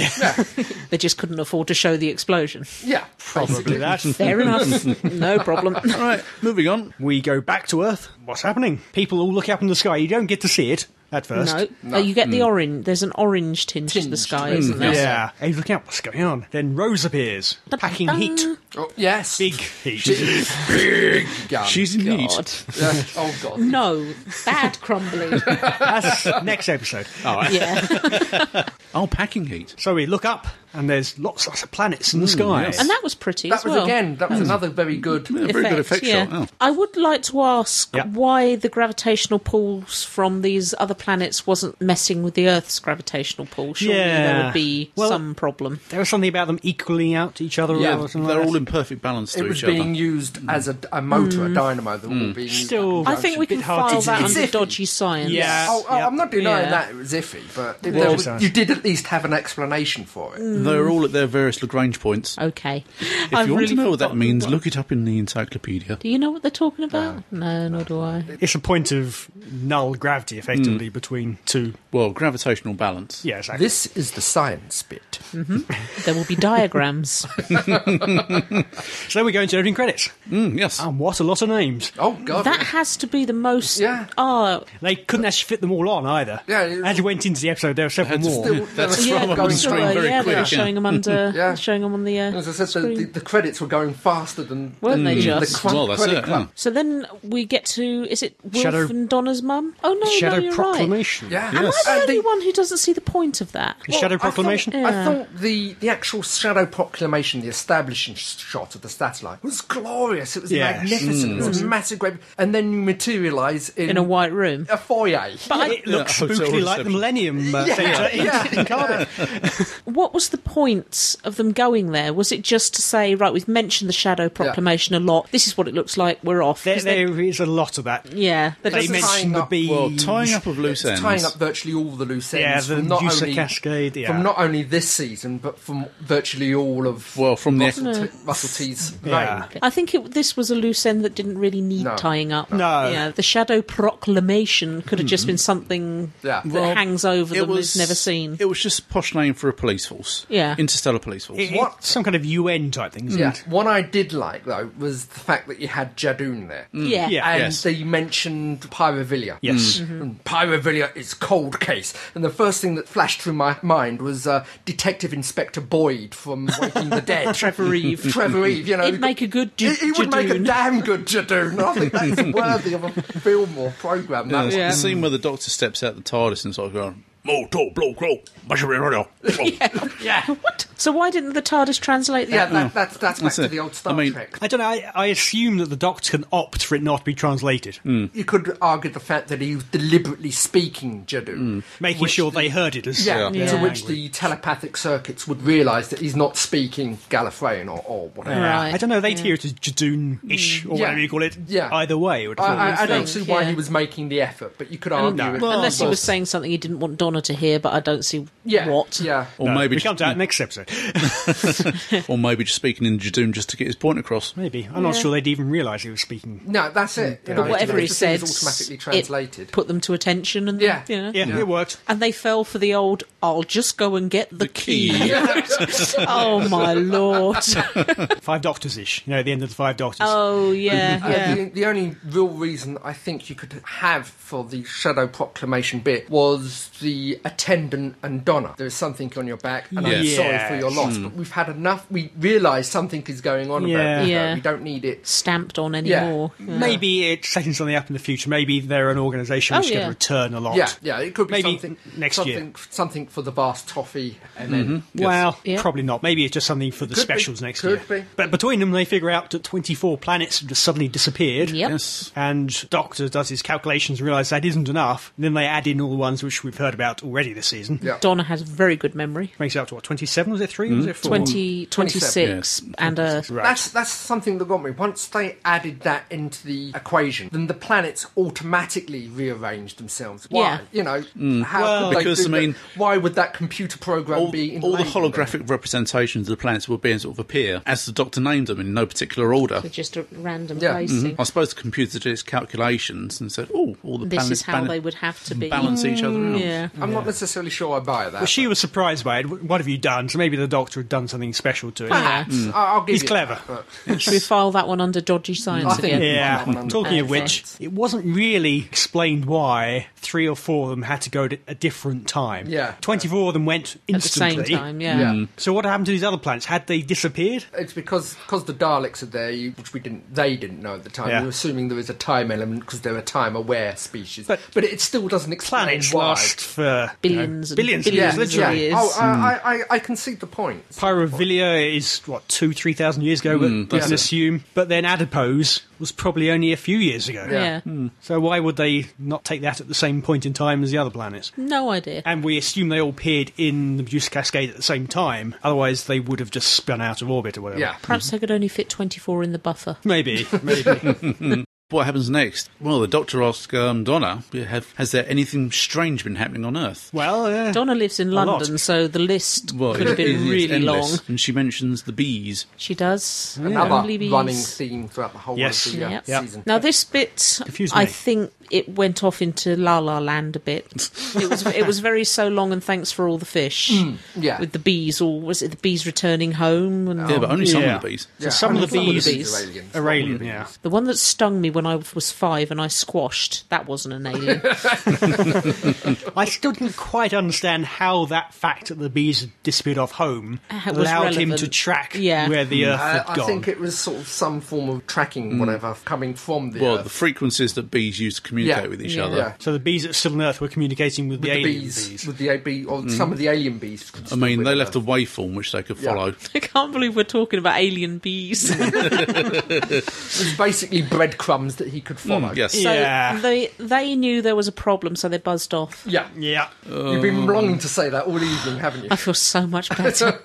C: They just couldn't afford to show the explosion.
E: Yeah.
D: Probably that.
C: Fair enough. No problem.
B: All right, moving on.
D: We go back to Earth. What's happening? People all look up in the sky. You don't get to see it at first.
C: No. Oh, you get
E: Hmm.
C: the orange. There's an orange tinge to the
E: Tinged,
C: sky,
E: mm,
C: isn't there?
D: Yeah. He's looking up. What's going on? Then Rose appears, packing heat.
E: Oh, yes.
D: Big heat.
E: gun.
B: She's in need.
C: God.
E: Yeah. Oh god.
C: No. Bad crumbling.
D: That's next episode.
C: Yeah.
B: Oh, packing heat.
D: So we look up, and there's lots, lots of planets in the sky.
B: yes.
C: And that was pretty
E: That
C: as
E: was
C: well.
E: again. That was another very good.
B: Yeah, very good effect
C: yeah.
B: shot. Oh.
C: I would like to ask
D: Yeah.
C: why the gravitational pulls from these other planets wasn't messing with the Earth's gravitational pull. Surely there
D: Yeah.
C: would be
D: Well-
C: some problem.
D: There was something about them equaling out each other.
E: Yeah,
D: or something like
B: They're
D: that.
B: all in perfect balance to
E: It was
B: each
E: being
B: other.
E: used as a, a motor, a dynamo. That were all being used.
D: Still-
C: I think we can
D: hard
C: file
D: to
C: that
D: do.
C: under
E: It's iffy.
C: dodgy science.
D: Yeah.
E: Oh, oh,
D: Yeah.
E: I'm not denying
C: Yeah.
E: that it was iffy, but if there was,
D: Yes.
E: you Mm. did at least have an explanation for it.
B: They're all at their various Lagrange points.
C: Okay.
B: If you want to know what that means, look it up in the encyclopedia.
C: Do you know what they're talking about? No, nor do I.
D: It's a point of null gravity, effectively, between two.
B: Well, gravitational balance.
D: Yeah, exactly.
E: This is the science bit.
C: There will be diagrams.
D: So we go into opening credits.
B: Mm, yes.
D: And what a lot of names.
E: Oh god.
C: that has to be the most.
E: Yeah.
C: Oh,
D: They couldn't actually fit them all on either.
E: Yeah, it-
D: As we went into the episode, there were several
B: Had to
D: more.
E: Still, there
B: That's
E: was
B: Throw
C: yeah,
B: them
E: stuff
B: on
E: going
B: screen
E: through.
B: very
C: yeah, they
B: quick,
C: were
B: yeah.
C: showing them under,
E: Yeah.
C: showing them on the. Uh,
E: As I said, the,
C: screen.
E: the, the credits were going faster than
C: Weren't they
E: than
C: just?
E: the clunk,
B: Well, that's
E: credit
B: it,
E: clunk.
C: So then we get to is it Wolf
D: Shadow-
C: and Donna's mum? Oh no,
D: Shadow
C: no, you're right.
D: Proclamation.
E: Yeah.
B: Yes.
C: Am I the
E: And
C: only
E: they-
C: one who doesn't see the point of that?
D: The Shadow
E: I thought-
D: Proclamation.
E: I thought, the, the actual Shadow Proclamation, the establishing sh- shot of the satellite, was glorious. It was
D: Yes.
E: magnificent. It was massive, great. And then you materialise in,
C: Mm. In a white room.
E: a foyer.
D: it looks
B: Yeah, hotel
D: spookily like the
B: reception.
D: Millennium uh, Centre in-
E: yeah.
D: in Cardiff.
C: What was the point of them going there? Was it just to say, right, we've mentioned the Shadow Proclamation a lot. This is what it looks like. We're off.
D: There,
C: 'Cause they-
D: there is a lot of that.
C: yeah, they're
D: They
E: Just
C: just-
E: tying
D: mentioned the
E: up-
D: bees.
B: Well, tying up of loose
E: It's
B: ends.
E: tying up virtually all the loose ends
D: Yeah, the
E: from not
D: use of
E: only
D: Cascade, yeah.
E: from not only this season, but from virtually all of
B: Well, from the-
E: Russell, T- Russell T's
D: Yeah.
E: reign.
C: I think it, this was a loose end that didn't really need
E: No.
C: tying up.
D: No.
C: Yeah, the Shadow Proclamation could have just been something
E: Yeah.
C: that
E: Well,
C: hangs over
B: It
C: them we've never seen.
B: It was just a posh name for a police force.
C: Yeah.
B: Interstellar police force.
D: It-
E: What?
D: it's Some kind of UN type thing, isn't
E: Yeah,
D: it?
E: one I did like though was the fact that you had Jadoon there,
C: yeah.
D: Yeah.
E: and
B: Yes.
E: they mentioned Pyrovilia.
D: Yes.
C: Mm-hmm.
E: And Pyrovilia is cold case, and the first thing that flashed through my mind was uh, Detective Inspector Boyd from Waking the Dead,
C: Trevor Eve.
E: Trevor Eve. You know,
C: He'd make a good
E: He,
C: J-
E: he would make a
C: Jadoon.
E: damn good Jadoon. I think that's worthy of a film or program. That
B: It's
E: one.
B: The scene where the doctor steps out the TARDIS and starts going, Motor, blow, crow, machinery, radio.
C: What? So why didn't the TARDIS translate
E: Yeah,
C: that?
E: that, that's that's back
B: That's
E: to
B: it.
E: the old Star
B: I mean-
E: Trek.
D: I don't know. I, I assume that the Doctor can opt for it not to be translated,
E: You could argue the fact that he was deliberately speaking Jadoo.
D: making sure they heard it as
E: Mm. Yeah,
D: their
E: to which
D: language.
E: the telepathic circuits would realise that he's not speaking Gallifreyan or, or whatever.
D: Yeah.
C: Right.
D: I don't know. They'd hear it as Jadoon-ish or
E: Mm. Yeah.
D: whatever you call it.
E: Yeah.
D: Either way, I would
E: I,
D: have thought.
E: I, I don't
C: think,
E: see why
C: yeah.
E: he was making the effort, but you could argue.
D: No.
E: it-
C: Unless he was saying something he didn't want Donna to hear, but I don't see
E: yeah,
C: what.
E: Yeah,
B: Or
D: No,
B: maybe
D: we come to that next episode.
B: or maybe just speaking in Jadoon just to get his point across.
D: Maybe I'm not sure they'd even realise he was speaking.
E: no, that's it. You know,
C: Whatever he
E: it's the thing
C: said,
E: is automatically
C: it
E: translated.
C: put them to attention, and
E: Yeah.
C: you know.
D: Yeah, it worked.
C: And they fell for the old "I'll just go and get the, key."
E: Yeah.
C: Oh my lord!
D: Five Doctors ish. You know, at the end of the Five Doctors.
C: Oh yeah,
E: Uh,
C: yeah.
E: the, the only real reason I think you could have for the Shadow Proclamation bit was the the attendant and Donna. There is something on your back, and I'm sorry for your
D: Yes. Hmm.
E: loss, but we've had enough. We realise something is going on
D: Yeah.
E: about this. now.
C: Yeah.
E: We don't need it.
C: stamped on
E: Yeah.
C: anymore.
D: Maybe it's setting something up in the future. Maybe they're an organisation which
C: Oh,
D: is going
C: yeah.
D: to return a lot.
E: Yeah, yeah, it could be
D: Maybe
E: something
D: next
E: something,
D: year. Mm-hmm.
E: something for the vast toffee, and then
D: Well,
C: Yeah.
D: probably not. Maybe it's just something for the
E: Could be.
D: specials next
E: Could
D: year.
E: be.
D: But between them, they figure out that 24 planets have just suddenly disappeared.
C: Yep.
B: Yes.
D: And Doctor does his calculations and realises that isn't enough. And then they add in all the ones which we've heard about already this season.
E: Yeah.
C: Donna has very good memory.
D: Makes it up to what, 27? Was it 3?
C: Hmm.
D: Was it 4?
C: 20, 26
B: Yes.
C: and uh, a
D: Right.
E: That's that's something that got me. Once they added that into the equation, then the planets automatically rearranged themselves. Why?
C: Yeah.
E: You know, how
D: Well-
E: could they
B: Hmm. Because,
E: do
B: I
E: that?
B: mean-
E: why would that computer program
B: all,
E: be in
B: all the holographic representations of the planets were being sort of appear as the Doctor named them in no particular order.
C: just a random
E: Yeah.
C: placing.
B: I suppose the computer did its calculations and said, "Oh, all the
C: This
B: planets
C: is how
B: bal-
C: they would have to be.
B: balance each other out."
C: Yeah.
E: I'm not necessarily sure I buy that.
D: Well, she was surprised by it. Wh- What have you done? So maybe the Doctor had done something special to it.
C: Ah, Yeah.
E: Perhaps.
B: Hmm.
E: I- I'll give
D: He's
E: you
D: clever.
E: that, but-
C: Should we file that one under dodgy science
E: I think-
C: again?
D: Yeah.
E: Mm.
D: Talking of which,
E: Excellent.
D: it wasn't really explained why three or four of them had to go at a different time.
E: Yeah.
D: 24 of them went
C: At the
D: instantly.
C: same time, yeah.
E: yeah.
D: So what happened to these other planets? Had they disappeared?
E: It's because because the Daleks are there, you- which we didn't, they didn't know at the time.
D: Yeah.
E: We were assuming there was a time element because they're a time-aware species,
D: But-
E: but, it still doesn't explain
D: Planets
E: why.
D: last for you know,
C: Billions and
D: billions, of
C: billions
D: years,
E: yeah,
C: of
D: literally.
C: years.
E: yeah. Oh,
B: Hmm.
E: I, I, I, I concede the point.
D: Pyrovilia is what two, three thousand years ago. we
E: Mm, that's
D: can
E: it.
D: assume, but then adipose was probably only a few years ago. Hmm.
C: Yeah.
B: Hmm.
D: So why would they not take that at the same point in time as the other planets?
C: No idea.
D: And we assume they all appeared in the Medusa Cascade at the same time. Otherwise, they would have just spun out of orbit or whatever.
E: Yeah.
C: Perhaps they could only fit 24 in the buffer.
D: Maybe, maybe.
B: What happens next? Well, the Doctor asks um, Donna, have, "Has there anything strange been happening on Earth?"
D: well, uh,
C: Donna lives in
D: lot.
C: London, so the list could have
B: it-
C: been
B: it- it's
C: really
B: endless.
C: long.
B: And she mentions the bees.
C: She does.
E: another
C: Only bees.
E: running theme throughout the whole
D: Yes.
E: of the uh,
C: Yep.
D: Yep.
E: season.
C: Now this bit,
D: Confused me.
C: I think it went off into La La Land a bit. it was it was very so long and thanks for all the fish
E: Hmm. yeah.
C: with the bees, or was it the bees returning home? And
B: Yeah, but only some
D: Yeah.
B: of the bees.
E: Oh, Yeah,
D: some of
E: I
D: the
E: mean,
D: bees-
E: are aliens.
D: Aurelian, yeah.
C: the one that stung me when I was five and I squashed that wasn't an alien.
D: I still didn't quite understand how that fact that the bees had disappeared off home
C: How it Uh, was
D: allowed him
C: relevant.
D: to track
C: Yeah.
D: where the Earth
E: Uh,
D: had
E: I
D: gone. Mm.
E: think it was sort of some form of tracking, whatever, coming from the
B: Well,
E: Earth.
B: the frequencies that bees use to communicate
E: Yeah.
B: with each
C: Yeah.
B: other.
E: yeah.
D: So the bees that are still on Earth were communicating with, the
E: the
D: alien
E: bees,
D: bees. Mm.
E: with the AB, or some of the alien bees. could
B: I
E: still
B: mean,
E: be
B: they
E: with
B: left a
E: us.
B: waveform which they could follow.
C: I can't believe we're talking about alien bees.
E: It was basically breadcrumbs that he could follow.
B: Yes.
C: So
D: Yeah.
C: they they knew there was a problem, so they buzzed off.
E: Yeah.
D: Yeah.
E: You've been longing to say that all evening, haven't you?
C: I feel so much better.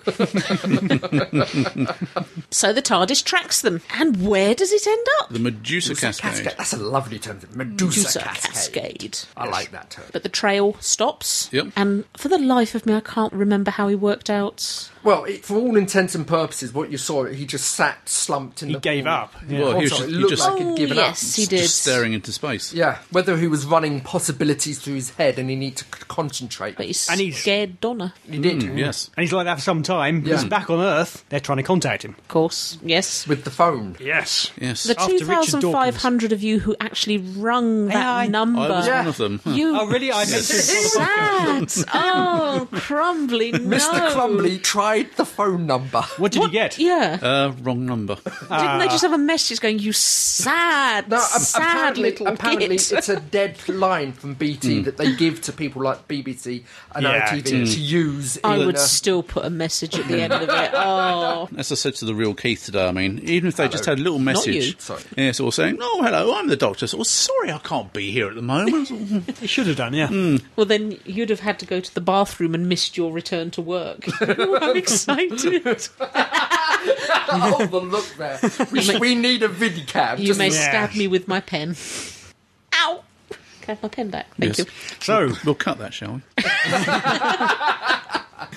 C: so the TARDIS tracks them, and where does it end up?
B: The Medusa, Cascade.
E: Cascade. That's a lovely term. Medusa,
C: Medusa
E: cascade.
C: Cascade.
E: I like that term.
C: But the trail stops.
B: Yep.
C: And for the life of me, I can't remember how he worked out.
E: Well, it, for all intents and purposes, what you saw, he just sat slumped in
D: He
E: the
D: gave
E: pool.
D: up. Yeah.
B: Well, he was
E: Also,
B: just-
E: it
B: he
E: looked
B: just-
E: like
C: oh,
E: he'd given up.
C: yes, he did.
B: Just staring into space.
E: Yeah, whether he was running possibilities through his head and he needed to c- concentrate.
C: But he
D: And he's-
C: scared Donna,
E: he did.
D: Mm,
B: Yes.
D: And he's like that for some time. Because
E: Yeah.
D: back on Earth, they're trying to contact him.
C: of course. Yes.
E: With the phone.
D: Yes.
B: Yes.
C: The
D: After Richard Dawkins.
C: 2,500 of you who actually rung that
D: I- I
C: number.
B: Oh, I was
E: Yeah.
B: one of them. huh.
C: You
D: Oh, really? I meant to.
C: sad. oh, Crumbly, no.
E: Mr. Crumbly tried the phone number.
D: What did he get? Ah.
C: Yeah.
B: Uh, wrong number.
C: Didn't they just have a message going, you sad,
E: No, a-
C: sad
E: apparently,
C: little
E: apparently
C: git."
E: it's a dead line from BT that they give to people like BBC and
D: Mm. Yeah,
E: RTV to use.
C: I
E: in
C: would
E: a-
C: still put a message at the end of it. Oh,
B: As I said to the real Keith today, I mean, even if they just had a little
C: Not
B: message,
C: you.
E: Sorry.
B: yeah, sort of saying, "Oh, hello, I'm the doctor." Sort of, sorry, I can't be here at the moment. Oh,
D: He should have done, yeah.
C: well, then you'd have had to go to the bathroom and missed your return to work. Oh, I'm excited.
E: oh, the look there. We, sh- we need a vidcam.
C: You
E: Just
C: may
D: Yeah.
C: stab me with my pen. Ow! Can I have my pen back? Thank
B: Yes.
C: you.
D: So,
B: we'll cut that, shall we?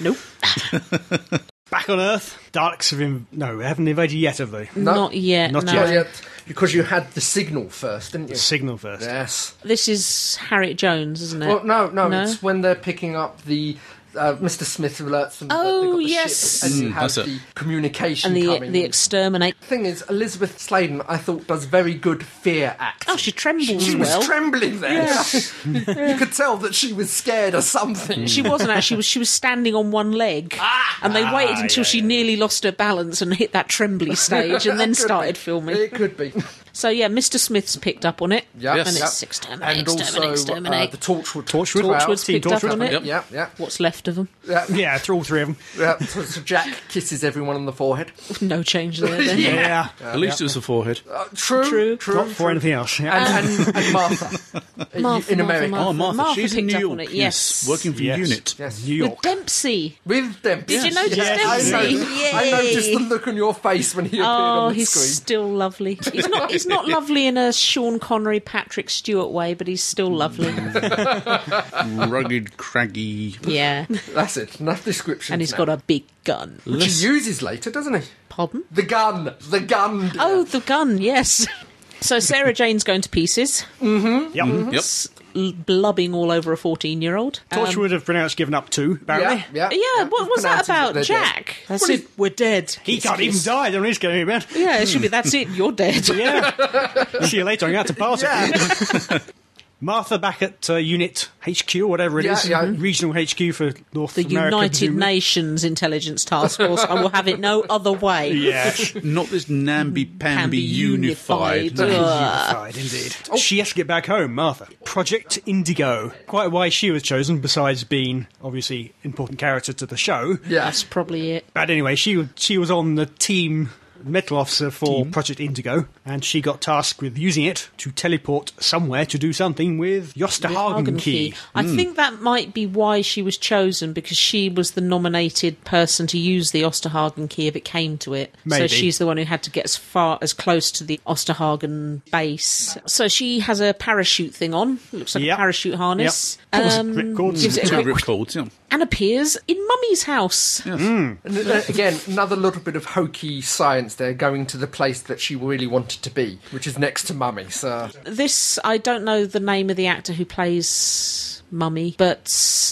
C: Nope.
D: back on Earth, Daleks have inv- No, they haven't invaded yet, have they?
C: Not yet.
D: Not
C: no.
E: Not yet, because you had the signal first, didn't you?
D: Signal first.
E: Yes.
C: This is Harriet Jones, isn't it?
E: Well, no, no,
C: No?
E: It's when they're picking up the uh, Mr. Smith alerts them. that
C: Oh,
E: they've got the
C: yes.
E: ship, and you
B: Mm,
E: have
B: that's
E: the
B: it.
E: communication
C: and the
E: coming.
C: the exterminate.
E: The thing is, Elizabeth Sladen, I thought, does very good fear acting.
C: Oh, she trembles
E: She was
C: well.
E: trembling there. you could tell that she was scared of something.
C: she wasn't actually. She was, she was standing on one leg,
E: Ah,
C: and they waited until she nearly lost her balance and hit that trembly stage, and then
E: Could be.
C: started filming.
E: It could be.
C: So yeah, Mr. Smith's picked up on it.
E: Yeah,
B: Yes.
C: and
B: Yep.
C: it's exterminate,
E: And
C: exterminate,
E: also,
C: exterminate.
E: uh, the Torchwood.
D: Torchwood.
E: Torchwood.
C: Torchwood's
D: Team
C: picked up
D: Torchwood.
C: on it.
B: Yep.
E: Yeah, yeah,
C: What's left of them?
E: yeah.
D: Yeah, through all three of them.
E: yeah. So, so Jack kisses everyone on the forehead.
C: No change there. Then.
E: Yeah.
D: Uh, Yeah.
B: At least it was a forehead.
E: Uh, true, true,
C: True.
E: true.
D: Not for anything else. Yeah.
E: And, and, and Um, Martha. in-
C: Martha,
E: in
C: Martha,
E: America.
C: Martha.
B: Oh, Martha, she's in
C: picked
B: New
C: up
B: York.
C: on it,
B: yes.
C: yes.
B: working for
D: Yes.
B: UNit.
E: Yes.
D: New
C: With
D: York.
C: Dempsey.
E: With them.
C: Did you notice
D: Yes.
E: I, know,
C: Dempsey?
E: I
C: Yay.
E: noticed the look on your face when he appeared
C: Oh,
E: on the
C: he's
E: screen.
C: still lovely. He's not. He's not lovely in a Sean Connery, Patrick Stewart way, but he's still lovely.
E: Mm.
B: Rugged, craggy.
C: yeah,
E: That's it. Enough description.
C: and he's
E: now.
C: got a big gun.
E: Which he uses later, doesn't he?
C: Pardon?
E: The gun. The gun. dear.
C: Oh, the gun. Yes. So Sarah Jane's going to pieces,
D: Yep.
B: Yep.
C: l- blubbing all over a fourteen-year-old.
D: Torchwood have pronounced given up two, apparently.
E: yeah, yeah.
C: um, yeah, what was that
E: pronounces
C: about,
E: they're dead.
C: Jack? That's
E: Well,
C: it. We're dead.
D: He
C: Kiss,
D: can't even
C: kiss.
D: die. They're just going to be
C: Yeah, it should be. That's it. You're dead.
D: Yeah. See you later. I'm going to have to pass it.
E: Yeah.
D: Martha back at uh, Unit HQ, whatever it
E: Yeah,
D: is,
E: yeah.
D: regional HQ for North
C: The
D: America.
C: United
D: presumably.
C: Nations Intelligence Task Force. I will have it no other way.
D: Yeah.
B: Not this
C: Can
B: namby-pamby unified.
C: Ugh.
D: Unified, indeed. She has to get back home, Martha. Project Indigo. Quite why she was chosen, besides being obviously important character to the show.
E: yeah.
C: That's probably it.
D: But anyway, she she was on the team metal officer for Project Indigo, and she got tasked with using it to teleport somewhere to do something with Jostahagen
C: Argan
D: key. Hmm.
C: key. I think that might be why she was chosen because she was the nominated person to use the Osterhagen key if it came to it.
D: Maybe.
C: So she's the one who had to get as far as close to the Osterhagen base. So she has a parachute thing on. Looks like
D: Yep.
C: a parachute harness.
D: Yep. Pulls
C: Um,
D: ripcords.
C: gives it
B: Two
C: a quick,
B: ripcords, yeah.
C: and appears in Mummy's house.
E: And, uh, again, another little bit of hokey science there, going to the place that she really wanted to be, which is next to Mummy. So
C: This I don't know the name of the actor who plays Mummy, but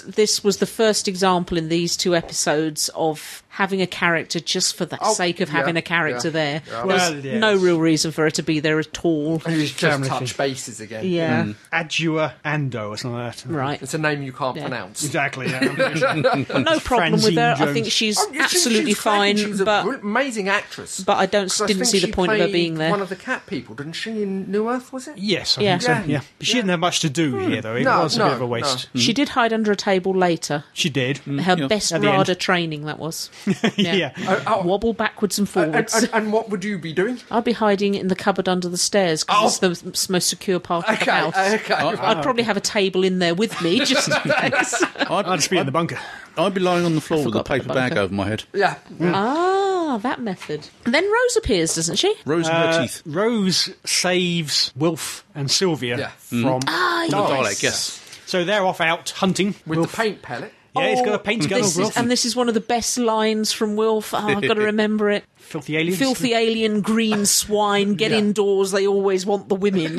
C: this was the first example in these two episodes of having a character just for the
E: Oh,
C: sake of
E: yeah,
C: having a character
E: yeah,
C: there.
E: yeah. Mm.
C: There's
D: Well, yes.
C: no real reason for her to be there at all.
E: and he's just
D: Family
E: touch bases again.
C: Yeah,
D: Adua Ando or something like that.
C: right.
E: It's a name you can't
C: Yeah.
E: pronounce.
D: Exactly. Yeah.
C: No problem with
D: Francine
C: her. I
D: Jones.
C: think she's
E: Oh, yeah, she-
C: absolutely
E: she's
C: fine,
E: cracking. She's a
C: but
E: br- amazing actress.
C: but I don't
E: 'Cause I
C: didn't
E: think
C: see the
E: she
C: point of her
E: played
C: being there.
E: One of the cat people, didn't she? In New Earth, was it?
D: yes, I
C: Yeah.
D: think so.
E: Yeah. Hmm.
D: Yeah. But she didn't have much to do here, though. It
E: No,
D: was a
E: no,
D: bit of a waste.
C: she
E: Hmm.
C: did hide under a table later.
D: She did.
C: Her best
D: At the end.
C: RADA training that was.
D: Yeah.
E: oh.
C: Wobble backwards and
E: And,
C: forwards.
E: and- and what would you be doing?
C: I'd be hiding in the cupboard under the stairs because
E: Oh.
C: it's the s- most secure part of
E: Okay,
C: the house.
E: okay.
C: I'd probably have a table in there with me just in case.
B: I'd,
D: I'd just be in the bunker.
B: I'd be lying on the floor with a
C: forgot about
B: paper
C: the
B: bag
C: bunker.
B: over my head.
E: Yeah.
C: ah, that method. And then Rose appears, doesn't she?
B: Rose in her
D: Uh,
B: teeth.
D: Rose saves Wilf and Sylvia
E: Yeah.
D: from.
B: The
C: Oh,
E: nice.
B: Dalek, yes.
D: So they're off out hunting.
E: With
D: Wilf-
E: the paint palette.
D: Yeah, he's got a
C: Oh,
D: paint gun on
C: this is,
D: Wilf.
C: and this is one of the best lines from Wilf. Oh, I've got to remember it.
D: Filthy aliens.
C: Filthy alien, green swine, get indoors. They always want the women.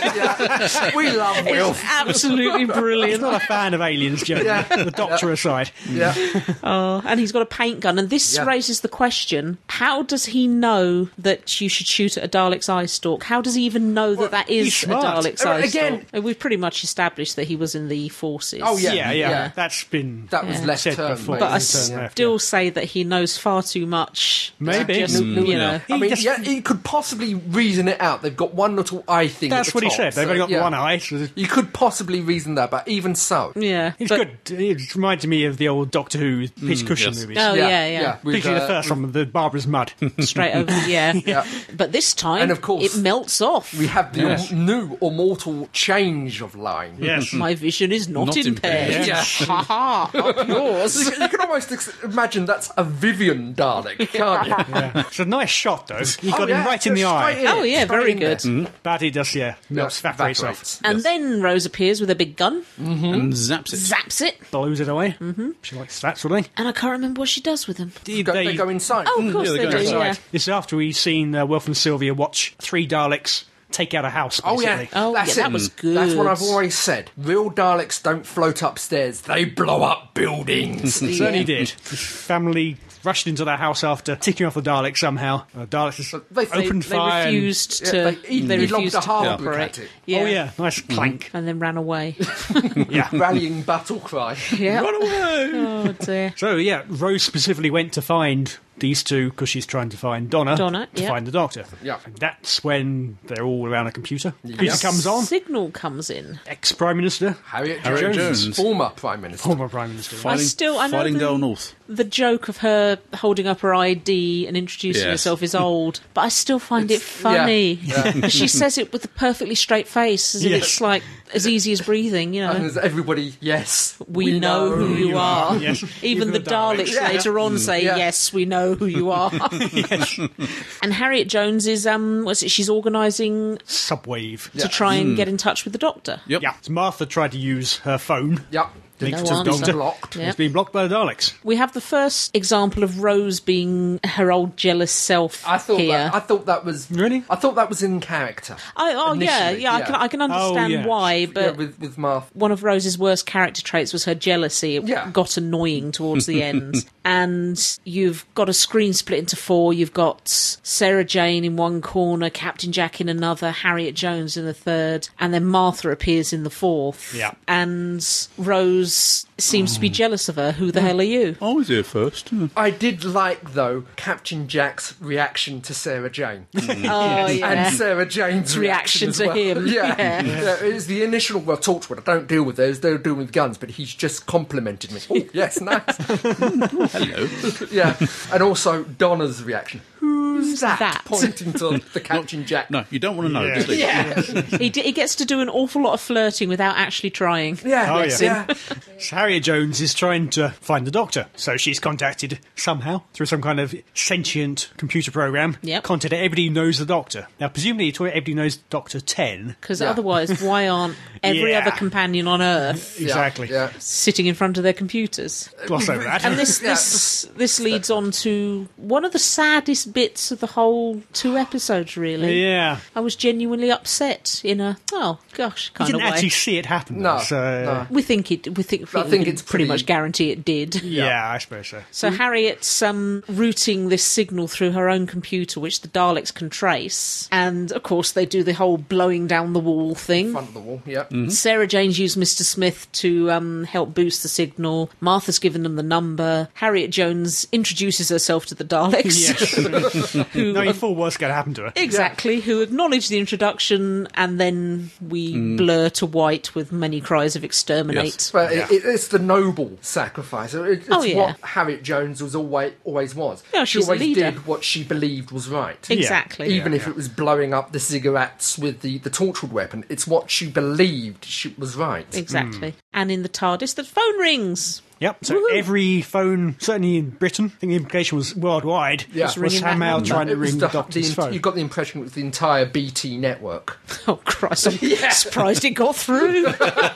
E: we love Will.
C: It's absolutely
D: He's
C: brilliant.
D: not a fan of aliens, Joe.
E: Yeah.
D: The doctor aside.
E: Yeah.
C: Oh, and he's got a paint gun. And this
E: Yeah.
C: raises the question how does he know that you should shoot at a Dalek's eye stalk? How does he even know that that
D: he's
C: is a
D: smart.
C: Dalek's
E: Uh,
C: eye
E: again-
C: stalk? Uh, We've pretty much established that he was in the forces.
E: Oh, yeah.
D: Yeah, yeah.
E: Yeah.
D: That's been.
E: That was
C: Yeah.
E: less
D: Said
E: term.
D: before.
E: mate.
C: But I
D: Turn left,
C: still say that he knows far too much.
D: Maybe.
C: Just,
D: Mm,
C: you
B: yeah.
C: know.
E: I
D: He
E: mean,
D: just-
E: yeah, he could possibly reason it out. They've got one little eye thing. at
D: That's
E: the
D: what he
E: top,
D: said. They've
E: so,
D: only got
E: yeah.
D: one eye. So
E: You could possibly reason that, but even so,
C: Yeah.
D: It's
C: but-
D: good. It reminded me of the old Doctor Who pitch cushion
B: yes.
D: movies.
C: Oh, yeah, yeah.
E: with,
D: Particularly
E: uh,
D: the first one, the Barbara's Mud.
C: Straight over, yeah. But this time,
E: And of course-
C: it melts off.
E: We have the im- new immortal change of line.
D: yes.
C: My vision is not,
B: Not impaired.
C: impaired.
E: Yeah.
C: Ha ha. Applause.
E: You can almost ex- imagine that's a Vivian Dalek, can't you?
D: Yeah. It's a nice shot, though. He
E: Oh,
D: got
E: yeah,
D: him right in the
E: straight
D: eye. Mm-hmm.
E: it,
C: Oh, yeah,
E: straight
C: very
E: in
C: good.
E: there.
D: But he does, yeah. Melts,
E: Yeah,
D: evaporates off.
E: evaporates.
C: And then Rose appears with a big gun,
B: And zaps it.
C: zaps it,
D: Blows it away. Mm-hmm. She likes that sort of thing.
C: and I can't remember what she does with him.
D: Did
E: Go,
D: they-
E: they go inside.
C: Oh, of course
B: yeah, they
C: they,
B: go
C: do.
B: inside.
C: Yeah.
D: This is after we've seen uh, Wilf and Sylvia watch three Daleks take out a house.
E: Oh yeah,
D: Basically.
C: Oh,
E: that's
C: yeah,
E: it.
C: that was
E: That's what
C: good.
E: I've always said. Real Daleks don't float upstairs; they blow up buildings.
D: It certainly did. His family rushed into their house after ticking off the Daleks somehow. Uh, Daleks just
E: They- they-
D: opened
C: They
D: fire. and-
C: refused
E: Yeah,
C: to.
E: they- he-
C: they
E: he lobbed
C: refused
E: a
C: to
E: hard brick
C: cooperate.
E: at it.
D: Oh yeah, nice clank.
C: And then ran away.
D: Yeah.
E: Rallying battle cry.
C: yeah.
D: Run away!
C: Oh dear.
D: So yeah, Rose specifically went to find these two because she's trying to find Donna,
C: Donna,
D: to
C: yeah.
D: find the doctor.
E: Yeah.
D: And that's when they're all around a computer. Computer
E: Yeah.
D: comes on.
C: Signal comes in.
D: Ex Prime Minister,
E: Harriet,
B: Harriet
E: Jones,
B: Jones.
E: former Prime Minister.
D: former Prime Minister.
B: Fighting,
C: still- I know
B: fighting
C: the-
B: Dale North.
C: The joke of her holding up her ID and introducing
B: Yes.
C: herself is old, but I still find it
E: It's-
C: funny.
E: yeah,
C: she says it with a perfectly straight face, as if
D: Yes.
C: it's like as easy as breathing. You
E: And
C: know,
E: there's everybody, yes,
C: we, know, who you are.
D: Yes.
C: Even, the, Daleks later on say,
E: Yeah.
C: "Yes, we know who you are." and Harriet Jones is um, what's it? She's organising
D: Subwave.
C: to try
D: Mm.
C: and get in touch with the Doctor.
B: Yep.
D: Yeah. So Martha tried to use her phone.
E: Yep.
D: Links
C: No
D: to the
C: answer.
D: doctor.
E: Blocked.
C: Yeah.
D: It's been blocked by the Daleks.
C: We have the first example of Rose being her old jealous self
E: I thought
C: here.
E: that, I thought that was
D: Really?
E: I thought that was in character.
C: oh, oh yeah,
E: initially,
C: yeah, I
E: yeah.
C: can I can understand
D: Oh, yeah.
C: why, but
E: yeah, with with Martha.
C: one of Rose's worst character traits was her jealousy. It
E: Yeah.
C: got annoying towards the end. And you've got a screen split into four. You've got Sarah Jane in one corner, Captain Jack in another, Harriet Jones in the third, and then Martha appears in the fourth.
D: Yeah.
C: And Rose seems
E: Mm.
C: to be jealous of her. Who the hell are you?
B: I was here first. Yeah.
E: I did like though Captain Jack's reaction to Sarah Jane
C: Oh,
E: and Sarah Jane's
C: Reaction
E: reaction, as
C: to
E: well.
C: him.
E: Yeah,
C: Yeah.
E: Yeah, it was the initial. Well, Torchwood. I don't deal with those. They'll deal with guns, but he's just complimented me. Oh, yes, nice.
B: Hello.
E: Yeah, and also Donna's reaction. Who's that?
C: that?
E: Pointing to the Captain Jack.
B: No, you don't want to know.
D: Yeah.
B: do you?
E: Yeah.
C: he, d- he gets to do an awful lot of flirting without actually trying.
E: Yeah.
D: Oh, yeah.
E: yeah.
D: So Harriet Jones is trying to find the doctor. So she's contacted somehow through some kind of sentient computer program.
C: Yep.
D: Contacted everybody who knows the doctor. Now, presumably, you're talking- everybody knows Doctor 10.
C: Because
E: Yeah.
C: otherwise, why aren't every
D: Yeah.
C: other companion on Earth
D: Exactly.
E: Yeah.
C: sitting in front of their computers?
D: Gloss over that.
C: And this
E: Yeah.
C: this this leads on to one of the saddest bits of the whole two episodes. Really,
D: yeah.
C: I was genuinely upset in a oh gosh
D: You
C: kind of
D: didn't
C: way.
D: actually see it happen.
E: No,
D: though, so,
E: no.
C: We think it. We think.
E: I
C: we
E: think
C: can
E: it's
C: pretty
E: pretty-
C: much guarantee it did.
D: Yeah, I suppose so.
C: So Harriet's um, routing this signal through her own computer, which the Daleks can trace, and of course they do the whole blowing down the wall thing.
E: Front of the wall. Yeah.
D: Mm.
C: Sarah Jane's used Mr. Smith to um, help boost the signal. Martha's given them the number. Harriet Jones introduces herself to the Daleks.
D: no, you thought what's going to happen to her.
C: Exactly, who acknowledge the introduction, and then we blur to white with many cries of exterminate.
B: Yes.
E: But it, it, it's the noble sacrifice. It- it's
C: Oh, yeah.
E: what Harriet Jones was always always was.
C: Yeah,
E: she
C: she's a
E: always
C: leader.
E: did what she believed was right.
C: Exactly.
E: Even if it was blowing up the cigarettes with the, the tortured weapon, it's what she believed she was right.
C: Exactly. And in the TARDIS, the phone rings.
D: Yep. So every phone, certainly in Britain, I think the implication was worldwide,
E: Yeah. Just
D: was
C: ringing that
D: somehow
C: number.
D: trying to
E: It was
D: ring
E: the,
D: the doctor's
E: the-
D: phone.
E: You got the impression it was the entire BT network.
C: Oh, Christ, I'm surprised it got through.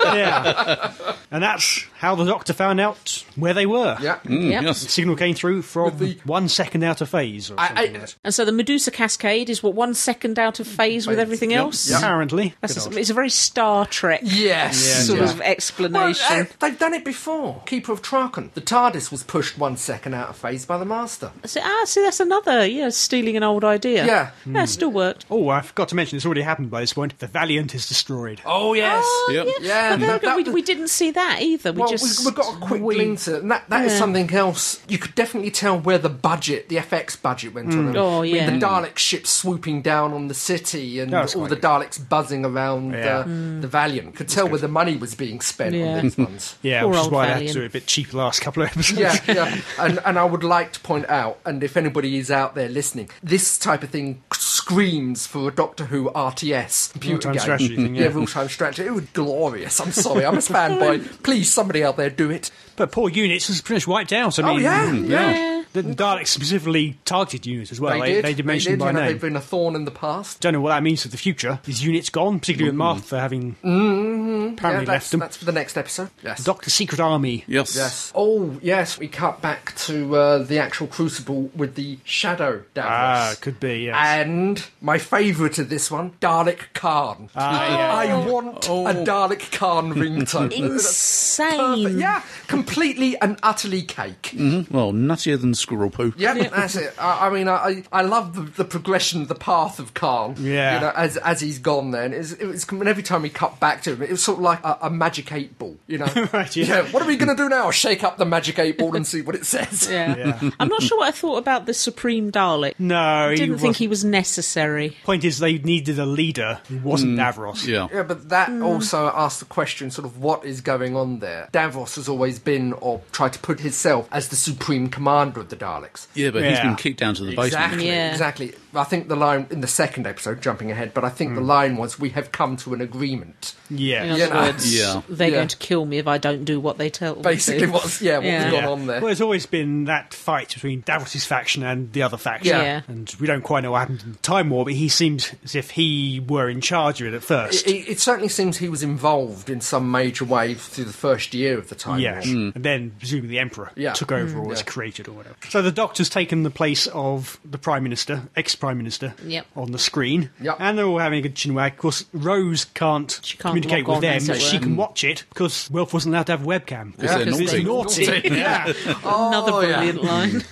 D: yeah. And that's how the doctor found out where they were.
E: Yeah.
C: Yep.
D: The
B: Mm, Yes.
D: signal came through from
E: With the-
D: one second out of phase or
E: I-
D: something.
E: I-
D: like that.
C: And so the Medusa Cascade is, what, one second out of phase with everything else?
D: Apparently.
C: That's
D: Good
C: a,
D: old-
C: it's a very Star Trek
E: Yes.
C: sort
E: Yeah.
C: of
E: Well,
C: explanation.
E: uh, they've done it before. Keeper of Traken. The TARDIS was pushed one second out of phase by the Master.
C: So, ah, see, that's another, yeah, stealing an old idea.
E: Yeah.
C: Yeah, it still worked.
D: Oh, I forgot to mention, it's already happened by this point. The Valiant is destroyed.
E: Oh, yes.
B: Yep.
E: Yeah,
C: Ah, But there we,
E: that-
C: go.
E: that
C: we,
E: was-
C: we didn't see that either. We
E: Well,
C: just
E: we've, we've got a uh, quick glimpse at it, and that, that is
C: Yeah.
E: something else. You could definitely tell where the budget, the FX budget went on.
C: Oh,
E: I mean,
C: yeah.
E: the Dalek ship swooping down on the city and
D: That was
E: all
D: quite
E: the
D: good.
E: Daleks buzzing around
D: Yeah.
E: uh, the Valiant. Could tell where the money was being spent
C: Mm. Yeah.
E: on these ones.
D: Yeah,
C: Poor
D: which is
C: old
D: why they had
C: Valiant.
D: to do it a bit cheap last couple of episodes.
E: yeah, yeah. And, and I would like to point out, and if anybody is out there listening, this type of thing screams for a Doctor Who RTS computer
D: Real-time
E: game.
D: strategy thing, yeah.
E: real time strategy. It was glorious. I'm sorry, I'm a fanboy. Please, somebody out there, do it.
D: But poor units was pretty much wiped out. I mean,
E: Oh yeah, yeah.
D: The Daleks specifically targeted units as well.
E: They, did.
D: mention
E: did,
D: by
E: you know,
D: name.
E: They've been a thorn in the past. Mm.
D: Don't know what that means for the future. Is units gone, particularly with Martha having Apparently
E: yeah, that's,
D: left them.
E: That's for the next episode. Yes.
D: Doctor Secret Army.
B: Yes.
E: Yes. Oh, yes. We cut back to uh, the actual Crucible with the Shadow Davros.
D: Ah, could be, yes.
E: And my favourite of this one, Dalek Khan.
D: Ah,
E: I want
D: Oh.
E: a Dalek Khan ringtone.
C: Insane.
E: yeah, completely and utterly cake.
B: Well, nuttier than squirrel poo.
E: Yeah, that's it. I, I mean, I, I- I love the, the progression, the path of Khan.
D: Yeah.
E: you know, as as he's gone, then it's, it was, and every time we cut back to him, it was sort of like a, a magic eight ball. You know,
D: Right, yeah.
E: What are we going to do now? Shake up the magic eight ball and see what it says.
C: Yeah. I'm not sure what I thought about the Supreme Dalek.
D: No,
C: I
D: he
C: didn't think
D: wasn't.
C: he was necessary.
D: Point is, they needed a leader who wasn't Davros.
B: Yeah.
E: Mm. Yeah, but that also asks the question sort of what is going on there? Davros has always been, or tried to put himself as the supreme commander of the Daleks.
B: Yeah, but he's
D: Yeah.
B: been kicked down to the basement.
E: Exactly,
C: Yeah.
E: exactly. I think the line in the second episode, jumping ahead, but I think
D: Hmm.
E: the line was, "We have come to an agreement."
C: In
D: Yeah.
C: other
E: Yeah, no.
C: words,
B: Yeah.
C: they're
E: Yeah.
C: going to kill me if I don't do what they tell me. to.
E: Basically, what's yeah, what's
C: Yeah.
E: gone
D: Yeah.
E: on there?
D: Well, there's always been that fight between Davros' faction and the other faction.
E: Yeah.
C: Yeah.
D: And we don't quite know what happened in the Time War, but he seems as if he were in charge of it at first.
E: it, it- it certainly seems he was involved in some major way through the first year of the time.
D: yeah.
E: War.
D: And then, presumably, the Emperor
E: Mm. Yeah.
D: took
C: Mm.
D: over or was
E: Yeah.
D: created or whatever. So the Doctor's taken the place of the Prime Minister, ex Prime Minister,
C: Yep.
D: on the screen.
E: Yep.
D: And they're all having a good chinwag. Of course, Rose can't,
C: She can't
D: communicate with
C: log on,
D: them,
C: as
D: but
C: it
D: she
C: were.
D: can watch it because Wilf wasn't allowed to have a webcam.
B: Yeah. they're
E: Because
D: It's
B: naughty.
D: naughty. yeah.
C: Another
E: Oh, yeah.
C: brilliant line.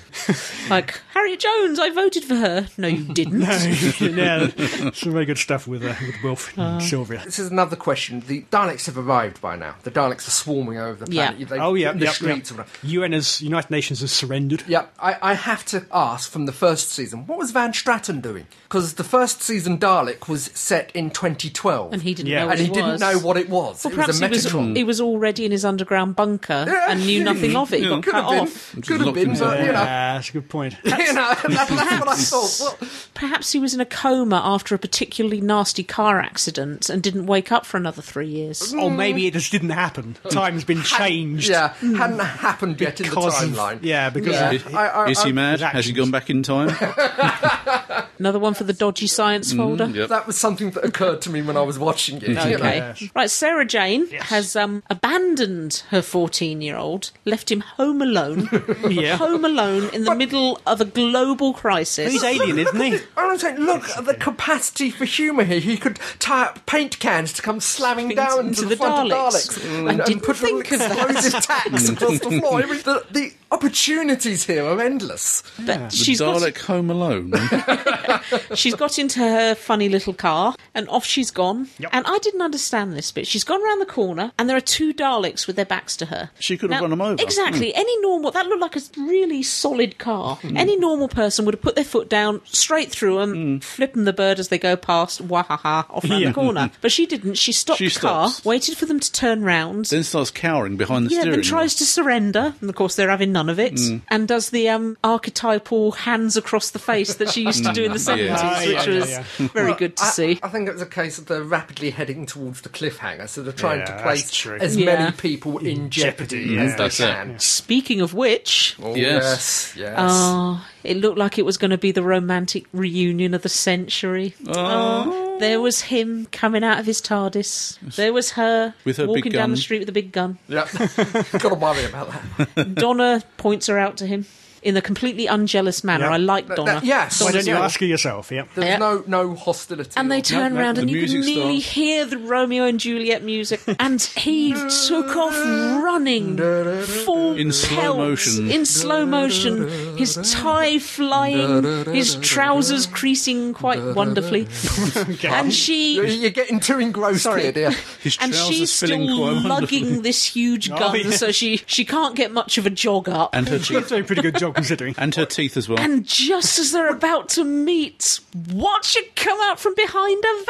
C: like, Harriet Jones, I voted for her. No, you didn't.
D: yeah, some very good stuff with uh, with Wilf and Sylvia.
E: This is another question. The Daleks have arrived by now. The Daleks are swarming over the
C: Yeah.
E: planet. They've
D: Oh yeah,
E: in the
D: yeah,
E: streets. or
D: yeah.
E: whatever.
D: UN has United Nations has surrendered.
E: Yeah, I, I have to ask from the first season, what was Van Stratton doing? Because the first season Dalek was set in 2012.
C: And he didn't
D: Yeah.
C: know what
E: And he
C: it
E: didn't
C: was.
E: know what it was.
C: Well,
E: it was
C: perhaps
E: a
C: he, was,
E: Metatron.
C: he was already in his underground bunker and knew nothing of it. He got
E: Could
C: cut
E: have been.
C: off.
E: Could have
B: locked
E: been,
B: himself
E: but you know.
D: Yeah, Uh, that's a good point.
E: You know, that's what I thought. Well,
C: Perhaps he was in a coma after a particularly nasty car accident and didn't wake up for another three years.
D: or maybe it just didn't happen. Time's been changed.
E: Yeah, hadn't happened yet in the
D: because of-
E: timeline.
D: yeah, because of-
B: Is,
E: I- I-
B: is he
E: I-
B: mad?
D: his
B: Has he
D: actions.
B: gone back in time?
C: Another one for the dodgy
E: Mm,
C: science folder.
B: yep.
E: That was something that occurred to me when I was watching it. you know.
C: Okay.
D: Yes.
C: Right, Sarah Jane
D: Yes.
C: has um, abandoned her 14 year old, left him home alone,
D: yeah.
C: home alone in the middle of a global crisis.
D: He's alien, isn't he?
E: And I'm saying, look at the capacity for humour here. He could tie up paint cans to come slamming
C: Into-
E: down
C: into
E: into the,
C: the
E: front
C: Daleks.
E: of Daleks
C: Mm.
E: and,
C: I
E: and
C: didn't
E: put
C: think of
E: little
C: that.
E: explosive tacks across the floor. I mean, the, the opportunities here are endless.
B: The
C: But she's
B: Dalek Home Alone.
C: got, she's got into her funny little car and off she's gone. And I didn't understand this bit. She's gone round the corner and there are two Daleks with their backs to her.
B: She could have run 'em over.
C: Exactly. Any normal, that looked like a really solid car.
B: Hmm.
C: Any normal person would have put their foot down straight through them, flipping the bird as they go past, wahaha, off round
D: Yeah.
C: the corner. But she didn't. She stopped
B: She
C: the car,
B: stops.
C: waited for them to turn round.
B: then starts cowering behind the
C: yeah,
B: steering
C: then tries to surrender, and of course they're having none of it,
B: Mm.
C: and does the um, archetypal hands across the face that she used to do in the
B: Mm.
C: seventies,
D: Ah, yeah,
C: which
D: yeah,
C: was very good to
E: I,
C: see.
E: I think it was a case of they're rapidly heading towards the cliffhanger, so they're trying
D: Yeah,
E: to
D: that's
E: place
D: true.
E: as
C: Yeah.
E: many people in
D: jeopardy,
E: jeopardy,
D: yeah.
E: as they
B: That's it.
E: can.
C: Speaking of which,
E: Oh,
B: Yes.
E: yes, yes.
C: oh, it looked like it was going to be the romantic reunion of the century. Oh. There was him coming out of his TARDIS. There was her,
B: With her big
C: walking down
B: gun.
C: the street with a big gun.
E: Yep. Gotta worry about that.
C: Donna points her out to him in a completely unjealous manner.
D: Yeah.
C: I like Donna.
E: that- yes.
D: Why
C: Donna's
D: don't you
C: like-
D: ask her yourself? Yeah.
E: There's
C: Yeah.
E: no no hostility.
C: And they
E: or-
C: turn
B: no,
C: round
B: the
C: and you can
B: music
C: nearly
B: starts.
C: hear the Romeo and Juliet music. And he took off running full
B: In slow
C: pelt,
B: motion.
C: In slow motion, his tie flying, his trousers creasing quite wonderfully. And
E: You're,
C: she.
E: you're getting too engrossed
C: Sorry.
E: here, dear.
B: His
C: And
B: trousers
C: she's still
B: filling quite wonderfully. Oh,
C: lugging this huge gun,
D: yeah.
C: so she, she can't get much of a jog up.
B: And her
D: She's
B: teeth.
D: doing a pretty good job considering.
B: And her teeth as well.
C: And just as they're about to meet, what should come out from behind a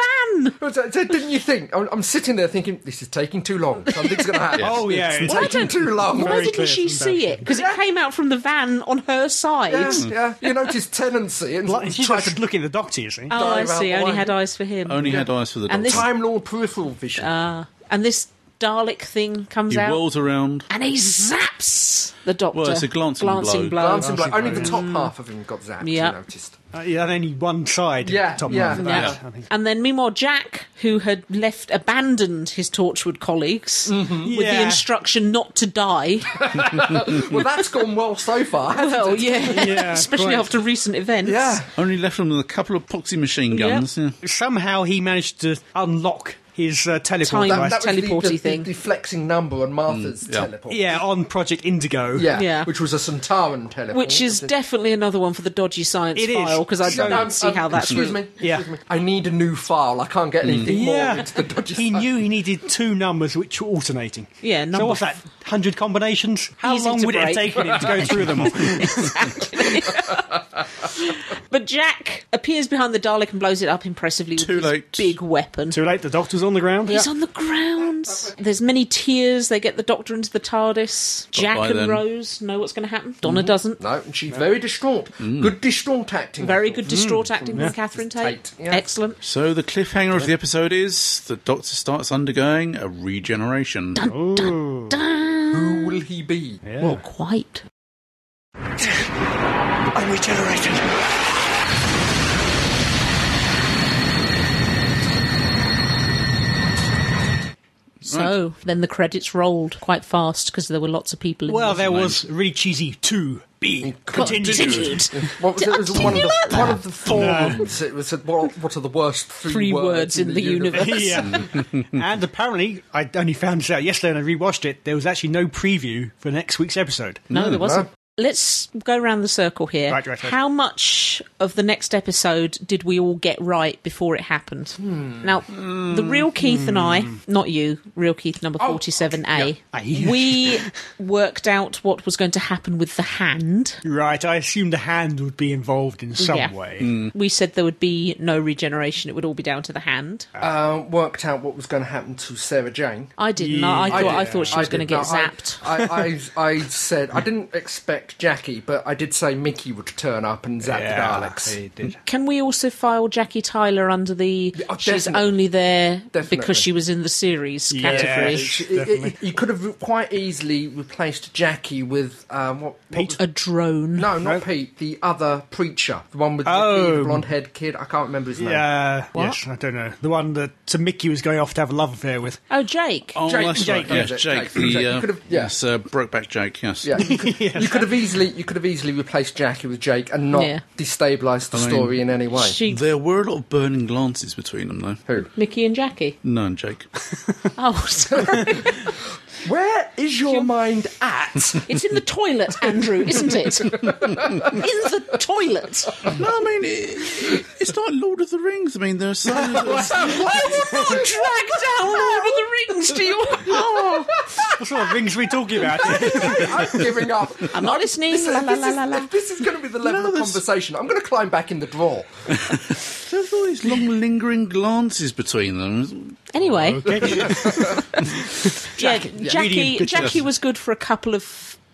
C: van?
E: So- uh, so didn't you think? I'm, I'm sitting there thinking this is taking too long. Something's going to happen.
D: Oh, yeah, it's
E: it's taking
C: don't-
E: too long.
C: Why
D: Very
C: didn't
D: clear
C: she
D: from
C: see it? Because it came out from the van on her side.
E: Yeah, yeah. You notice tenancy and
D: Like, she's
E: try
D: just
E: to
D: looking at the doctor, you see.
C: Oh, I
E: Dive out
C: see.
E: the
C: Only
E: way.
C: had eyes for him.
B: Only had eyes for the
C: And
B: doctor.
C: this-
E: time lord peripheral vision.
C: and this Dalek thing comes
B: He
C: out.
B: whirls around.
C: And he zaps the doctor.
B: Well, it's a glancing blow.
E: Glancing
D: Glancing
E: blow. Only the
D: blow.
E: top half of him got zapped,
C: Yeah.
E: you noticed.
D: Uh, yeah, and only one side.
E: Yeah,
D: Tom
E: yeah,
D: half of
C: Yeah.
D: that, I think.
C: And then meanwhile, Jack, who had left abandoned his Torchwood colleagues with the
D: Yeah.
C: instruction not to die.
E: Well, that's gone well so far, hasn't
C: well,
E: it?
C: yeah,
D: Yeah,
C: especially
D: quite.
C: after recent events.
E: Yeah.
B: Only left him with a couple of poxy machine guns. Yeah.
D: Somehow he managed to unlock his uh, teleport
C: Time.
E: That,
D: device.
E: that was the-
C: Teleporty
E: the, the,
C: thing.
E: The flexing number on Martha's
B: yeah.
E: teleport.
D: Mm, Yeah, on Project Indigo.
E: yeah.
C: Yeah.
E: Which was a Centauran teleport.
C: Which is
E: It-
C: definitely another one for the dodgy science
D: It is.
C: file because I
D: So-
C: don't
E: Um,
C: see
E: um,
C: how that's
E: Excuse me.
D: Yeah.
E: Excuse me. I need a new file. I can't get anything
C: Mm.
E: more
D: Yeah,
E: into the dodgy
D: he
E: side.
D: knew he needed two numbers which were alternating.
C: Yeah, number
D: so what's that? Hundred combinations. How
C: Easy
D: long
C: to
D: would it have
C: break.
D: taken him to go through them all?
C: But Jack appears behind the Dalek and blows it up impressively
B: Too
C: with
B: late.
C: his big weapon.
D: Too late. The doctor's on the ground.
C: He's on the ground. There's many tears. They get the Doctor into the TARDIS. Jack
B: by
C: and
B: then- Mm-hmm.
C: Rose know what's going to happen. Donna doesn't.
E: No, and she's very distraught.
C: Mm.
E: Good distraught acting.
C: Very
E: I
C: good distraught
E: Mm-hmm.
C: acting from Catherine Tate.
E: Tate, yeah.
C: Excellent.
B: So the cliffhanger of the episode is the Doctor starts undergoing a regeneration.
E: thought. Who will he be?
C: Well, quite.
A: I'm regenerated.
C: So then the credits rolled quite fast because there were lots of people. In
D: Well,
C: the
D: there was really cheesy to be
C: continued.
D: continued.
E: What was it? It was
C: Did
E: one of,
C: you
E: the,
C: like
E: one of the forums. Um, It was at, what, what are the worst three,
C: Three words in the universe.
D: yeah. and apparently, I only found this out yesterday and I rewatched it. There was actually no preview for next week's episode.
C: No, there wasn't.
E: no.
C: Let's go around the circle here.
D: Right, right, right.
C: How much of the next episode did we all get right before it happened?
E: Hmm.
C: Now, the real Keith and I, not you, real Keith number
E: Oh,
C: 47A,
D: Aye.
C: we worked out what was going to happen with the hand.
D: Right, I assumed the hand would be involved in some
C: Yeah.
D: way.
E: Hmm.
C: We said there would be no regeneration, it would all be down to the hand.
E: Uh, worked out what was going to happen to Sarah Jane.
C: I didn't. I, I,
D: Yeah.
C: thought,
E: did.
C: I thought she was going to
E: did.
C: get
E: No, I-
C: zapped.
E: I, I, I, said I didn't expect Jackie, but I did say Mickey would turn up and zap the Daleks.
D: he did.
C: Can we also file Jackie Tyler under the
E: Oh,
C: she's
E: definitely.
C: only there
E: Definitely.
C: because she was in the series
D: Yeah.
C: category?
E: It- it-
D: Definitely.
E: you could have quite easily replaced Jackie with um, what, what
D: Pete?
E: was-
C: A drone.
E: no, not Pete. The other preacher, the one with the,
D: Oh.
E: blonde-haired kid. I can't remember his name.
D: Yeah, yes, I don't know. The one that to Mickey was going off to have a love affair with.
C: Oh, Jake.
B: Oh,
E: Jake-
B: that's
E: Jake,
B: right. Yes,
E: Jake,
B: Jake.
E: Jake, Jake.
B: The,
E: You
B: uh,
E: could have- yeah.
B: yes, uh, Brokeback Jake. Yes.
E: Yeah, you could, you could have easily you could have easily replaced Jackie with Jake and not
C: Yeah.
E: destabilised the
B: mean,
E: story in any way.
C: She,
B: There were a lot of burning glances between them, though.
E: Who?
C: Mickey and Jackie.
B: No, and Jake.
C: Oh, sorry.
E: Where is your mind at?
C: it's in the toilet, Andrew, isn't it? in the toilet.
B: no, I mean, it, it's not Lord of the Rings. I mean, there's some.
C: I will not drag down Lord of the Rings to your heart.
D: What sort of things are we talking about?
E: I'm giving up.
C: I'm not listening.
E: This,
C: La, la,
E: this
C: la, la,
E: is,
C: la.
E: this is going to be the level
B: No,
E: of
B: this-
E: conversation. I'm going to climb back in the drawer.
B: there's all these long, lingering glances between them.
C: Anyway,
B: Oh,
C: yeah,
D: Medium
C: Jackie,
D: pictures.
C: Jackie was good for a couple of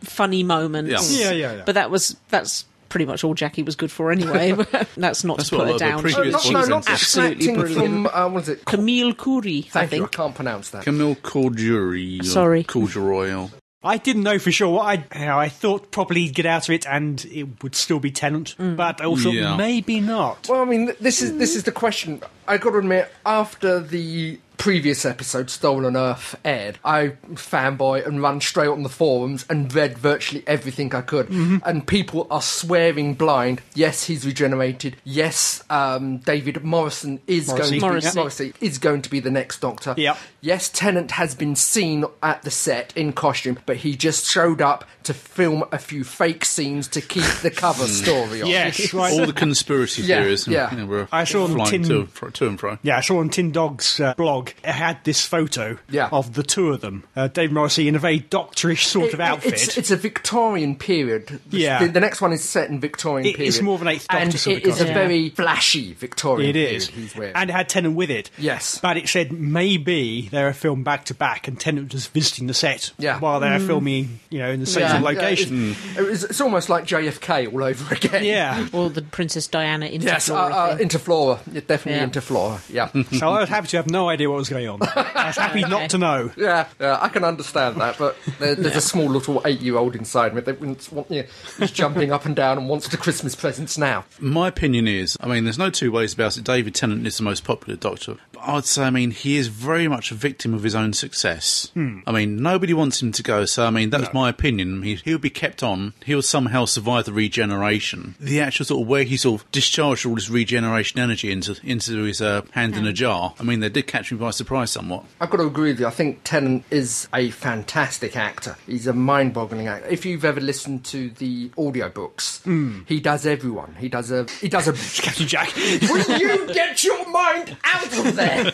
C: funny moments.
B: Yeah.
D: Yeah, yeah, yeah.
C: But that was that's pretty much all Jackie was good for anyway. that's not
B: That's
C: to
B: what a
C: put her
B: lot of
C: down.
B: the previous
E: Oh, not,
B: She
E: no,
B: was
E: not
C: absolutely
E: distracting
C: brilliant.
E: from uh, what is it?
C: Camille Curie, I
E: Thank you. I
C: think.
E: can't pronounce that.
B: Camille Corduroy. or
C: Sorry.
B: Corduroy. or-
D: I didn't know for sure. What I you know, I thought probably he'd get out of it and it would still be Tenant, but I also
B: Yeah.
D: maybe not.
E: Well, I mean, th- this is
D: Mm-hmm.
E: this is the question. I got to admit, after the previous episode, Stolen Earth, aired, I fanboy and ran straight on the forums and read virtually everything I could.
D: Mm-hmm.
E: And people are swearing blind. Yes, he's regenerated. Yes, um, David Morrison is
D: Morrissey.
E: going to
C: Morrissey.
E: Be, Morrissey is going to be the next Doctor.
D: Yep.
E: Yes, Tennant has been seen at the set in costume, but he just showed up to film a few fake scenes to keep the cover story on.
D: Yes, right.
B: All the conspiracy
E: Yeah,
B: theories. and,
E: yeah.
B: you know, were
D: I saw them
B: flying
D: tin-
B: to, and fro- to and fro.
D: Yeah, I saw on Tin Dog's uh, blog, it had this photo
E: Yeah.
D: of the two of them. Uh, Dave Morrissey in a very doctorish sort
E: It-
D: of
E: it-
D: outfit.
E: It's, it's a Victorian period. The-
D: Yeah.
E: The, the next one is set in Victorian
D: It-
E: period.
D: it's more of an Eighth Doctor
E: And
D: sort of
E: it is a
D: costume.
E: very flashy Victorian
D: it is.
E: period he's wearing.
D: And it had Tennant with it.
E: Yes.
D: But it said maybe they were filmed back to back and Tennant was visiting the set
E: Yeah.
D: while they were filming, you know, in the same
E: Yeah,
D: location.
E: yeah, Uh, it's, it was- it's almost like JFK all over again.
D: Yeah.
C: Or the Princess Diana
E: Yes,
C: interflora
E: uh, uh,
C: thing.
E: Interflora. Yeah, definitely
C: Yeah.
E: Interflora. Yeah.
D: So I was happy to have no idea what was going on. I was happy
C: Okay.
D: not to know.
E: Yeah, yeah, I can understand that, but there, there's a small little eight-year-old inside me that wouldn't want you. He's jumping up and down and wants the Christmas presents now.
B: My opinion is, I mean, there's no two ways about it. David Tennant is the most popular Doctor, but I'd say, I mean, he is very much a victim of his own success. I mean, nobody wants him to go, so I mean, that's my opinion. He, he'll be kept on. He'll somehow survive the regeneration. The actual sort of where he sort of discharged all his regeneration energy into into his uh, hand in a jar. I mean, they did catch me by surprise somewhat.
E: I've got to agree with you. I think Tennant is a fantastic actor. He's a mind-boggling actor. If you've ever listened to the audiobooks,
D: Hmm.
E: he does everyone. He does a he does a.
D: Captain Jack.
E: Will you get your mind out of there?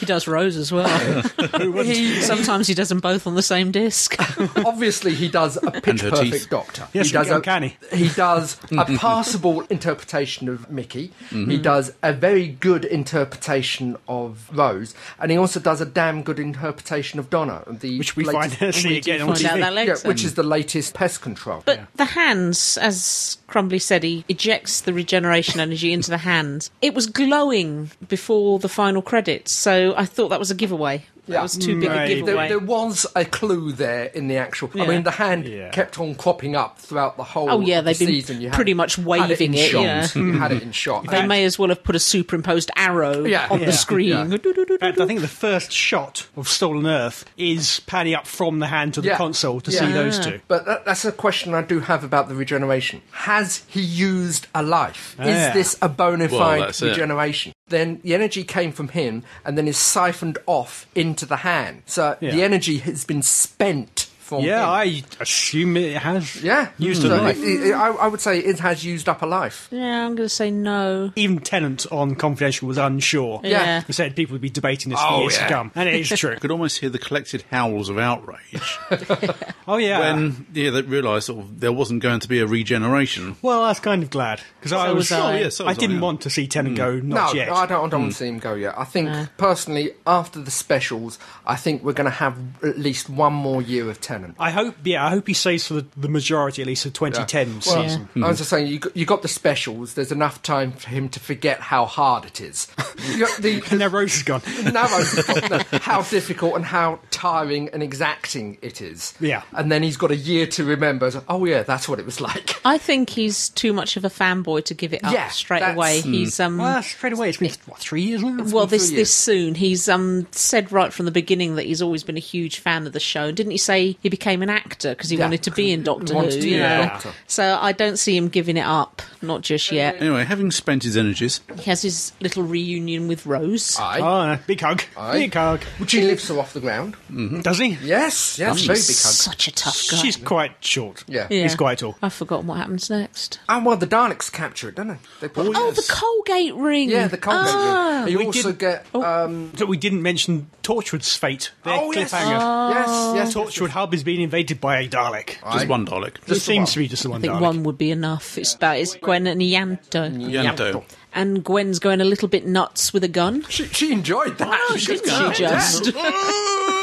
C: He does Rose as well.
E: He-
C: Sometimes he does them both on the same disc.
E: obviously he does a pitch
B: her
E: perfect
B: teeth.
E: doctor.
D: Yes,
E: he does
D: it's uncanny.
E: A, he does a passable interpretation of Mickey. He
D: Mm-hmm.
E: does a very good interpretation of Rose, and he also does a damn good interpretation of Donna. The
D: Which we
E: latest-
D: find see again on
C: Find out that
D: TV.
E: yeah,
C: later.
E: which is the latest pest control.
C: But the hands, as Crumbly said, he ejects the regeneration energy into the hands. It was glowing before the final credits, so I thought that was a giveaway.
E: Yeah.
C: That was too big
D: Right.
C: a
E: there,
C: giveaway.
E: there was a clue there in the actual. I
C: Yeah.
E: mean, the hand
D: Yeah.
E: kept on cropping up throughout the whole.
C: Oh, yeah,
E: of the
C: they've been
E: season. You had-
C: pretty much
E: had it.
C: waving
E: In
C: it,
E: shot.
C: yeah. Mm.
E: You had it in shot.
C: they may as well have put a superimposed arrow
E: Yeah.
C: on
E: Yeah.
C: the screen.
E: Yeah.
D: In fact, I think the first shot of Stolen Earth is panning up from the hand to the
E: Yeah.
D: console to
E: Yeah.
D: see those two.
E: But that, that's a question I do have about the regeneration. Has he used a life? Is
D: Ah, Yeah.
E: this a bona
B: Well,
E: fide
B: that's it.
E: regeneration? Then the energy came from him and then is siphoned off into the hand. So
D: Yeah.
E: the energy has been spent from
D: Yeah,
E: him.
D: I assume it has.
E: yeah.
D: used
E: so
D: a life.
E: it- it- I, I would say it has used up a life.
C: Yeah, I'm going to say no.
D: Even Tennant on Confidential was unsure.
E: Yeah.
C: Yeah.
D: He said people would be debating this for
E: Oh,
D: years
E: yeah.
D: to come, and it is true.
B: I could almost hear the collected howls of outrage
D: oh yeah.
B: when yeah they realised sort of there wasn't going to be a regeneration.
D: well, I was kind of glad because I
C: So
D: was.
C: was I.
B: Oh, yeah, so
D: I
B: was I,
D: didn't
B: yeah.
D: want to see Tennant go. Not
E: Mm. no,
D: yet.
E: no, I don't, I don't want to see him go yet. I think, personally, after the specials, I think we're going to have at least one more year of Tennant.
D: I hope, yeah, I hope he stays for the, the majority at least of 2010
E: Well,
D: season.
E: I was just saying, you got, you got the specials. There's enough time for him to forget how hard it is. You got the,
D: And their rose is gone.
E: the narrow- no, how difficult and how tiring and exacting it is.
D: Yeah.
E: And then he's got a year to remember. So, oh yeah, that's what it was like.
C: I think he's too much of a fanboy to give it up
E: Yeah,
C: straight
E: that's- Hmm.
C: away. He's um
D: Well, straight away, it's been what three years now.
C: well
E: been
C: this
E: three
C: this soon. He's um said right from the beginning that he's always been a huge fan of the show. And didn't he say he became an actor because he
E: Yeah.
C: wanted to be in Doctor Who?
E: Wanted to be
C: you
E: a
C: know?
E: doctor.
C: So I don't see him giving it up, not just yet.
B: Anyway, having spent his energies,
C: He has his little reunion with Rose.
E: Aye.
D: Oh, no, big hug.
E: Aye. Mm-hmm.
D: Big hug.
E: she lifts her off the ground.
D: Does he?
E: Yes, yes, very big hug.
C: Such a tough guy.
D: She's quite short.
E: Yeah.
C: Yeah.
D: He's quite tall.
C: I've forgotten what happens next.
E: And Ah, well, the Daleks capture it, don't they? They put
B: Oh,
C: Oh,
B: Yes.
C: the Colgate ring.
E: yeah, the Colgate.
C: Ah.
E: You
D: We
E: also
D: didn't- Oh,
E: get um,
D: But we didn't mention Torchwood's fate. Their
E: oh yes,
D: cliffhanger.
E: yes, yes, yes,
D: Torchwood Hub is being invaded by a Dalek.
B: just one Dalek.
D: it
E: Oh, the
D: seems
E: one.
D: to be just the
C: I
D: one
C: think
D: Dalek.
C: one would be enough. It's that it's Gwen and Yanto.
B: Yanto.
C: And Gwen's going a little bit nuts with a gun.
E: She, she enjoyed that.
C: Oh,
E: She
C: didn't
E: just-
C: she
E: yeah.
C: just?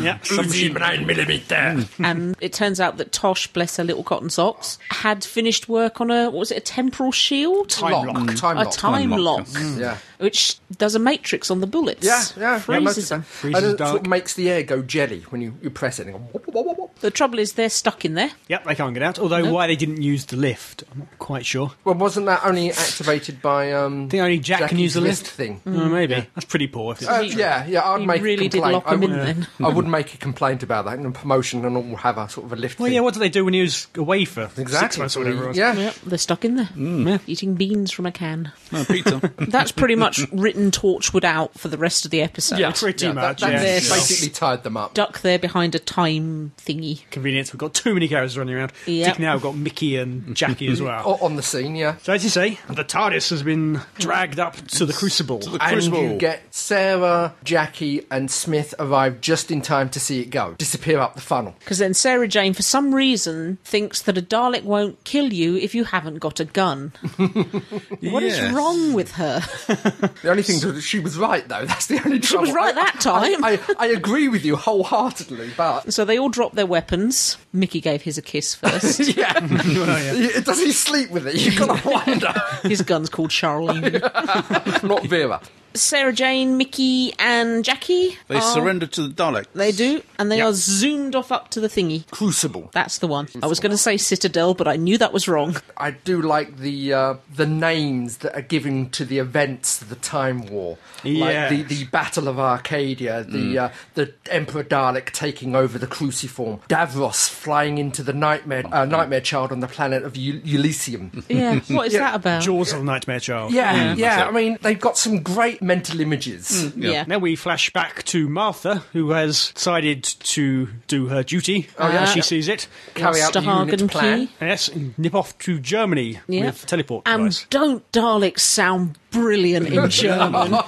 D: Yeah,
B: Hmm.
C: and it turns out that Tosh, bless her little cotton socks, had finished work on a what was it, a temporal shield?
E: Lock, Time
C: a
E: lock.
C: time
B: Time
C: lock.
B: lock.
E: Yeah.
C: Which does a matrix on the bullets.
E: Yeah, yeah, yeah, most of
C: Freezes
E: the time.
C: them.
D: Freezes
E: and that's what
D: dark.
E: makes the air go jelly when you, you press it. And it go, wop, wop, wop, wop.
C: The trouble is they're stuck in there.
D: Yep, they can't get out. Although why they didn't use the lift, I'm not quite sure.
E: Well, wasn't that only activated by? Um, I
D: think only Jack can use the lift.
E: thing.
D: Oh, maybe that's pretty poor. If it's
E: Uh,
C: Mm. He-
E: yeah, yeah, I'd
C: he
E: make
C: really
E: a
C: did
E: complaint.
C: lock
E: I
C: them in
E: would,
C: then.
E: I would make a complaint about that in a promotion, and all have a sort of a lift.
D: Well,
E: thing.
D: yeah, what did they do when he was away for
E: exactly.
D: six months or whatever? it was?
E: Yeah,
C: Yep, they're stuck in there. Eating beans from a can.
B: No, Peter.
C: That's pretty much written Torchwood out for the rest of the episode.
E: yeah,
D: pretty
E: yeah,
D: much,
E: That, that's
C: yeah.
E: basically tied them up.
C: Duck there behind a time thingy.
D: Convenience. We've got too many characters running around.
C: Yep.
D: Particularly now we've got Mickey and Jackie as well.
E: O- on the scene, yeah.
D: So as you say, the TARDIS has been dragged up to the crucible.
E: And you
B: Crucible.
E: get Sarah, Jackie, and Smith arrive just in time to see it go disappear up the funnel.
C: Because then Sarah Jane, for some reason, thinks that a Dalek won't kill you if you haven't got a gun. What is
B: Yes.
C: wrong with her?
E: The only thing that she was right though. That's the only
C: She
E: trouble.
C: was right
E: I-
C: that time.
E: I, I agree with you wholeheartedly, but
C: so they all drop their weapons. Mickey gave his a kiss first.
E: yeah.
D: Oh,
E: Yeah, Does he sleep with it? You've got to wonder.
C: his gun's called Charlene.
E: Not Vera.
C: Sarah Jane, Mickey, and Jackie.
B: They
C: are-
B: surrender to the Daleks.
C: Oh. They do, and they are zoomed off up to the thingy.
E: Crucible.
C: That's the one. I was going to say Citadel, but I knew that was wrong.
E: I do like the uh, the names that are given to the events of the Time War,
D: Yes. Mm.
E: like the, the Battle of Arcadia, the uh, the Emperor Dalek taking over the Cruciform, Davros flying into the Nightmare
D: Mm.
E: uh, Nightmare Child on the planet of U- Elysium.
C: Yeah. What is that about?
D: Jaws of the Nightmare Child.
E: Yeah, yeah.
B: it.
E: I mean, they've got some great mental images.
C: yeah.
D: Now we flash back to Martha, who has decided to do her duty
E: Oh,
D: as she sees it.
E: Carry out the
C: Osterhagen
E: unit plan.
C: key.
D: Yes, and nip off to Germany
C: Yeah.
D: with teleport
C: And
D: device.
C: don't Daleks sound brilliant in German?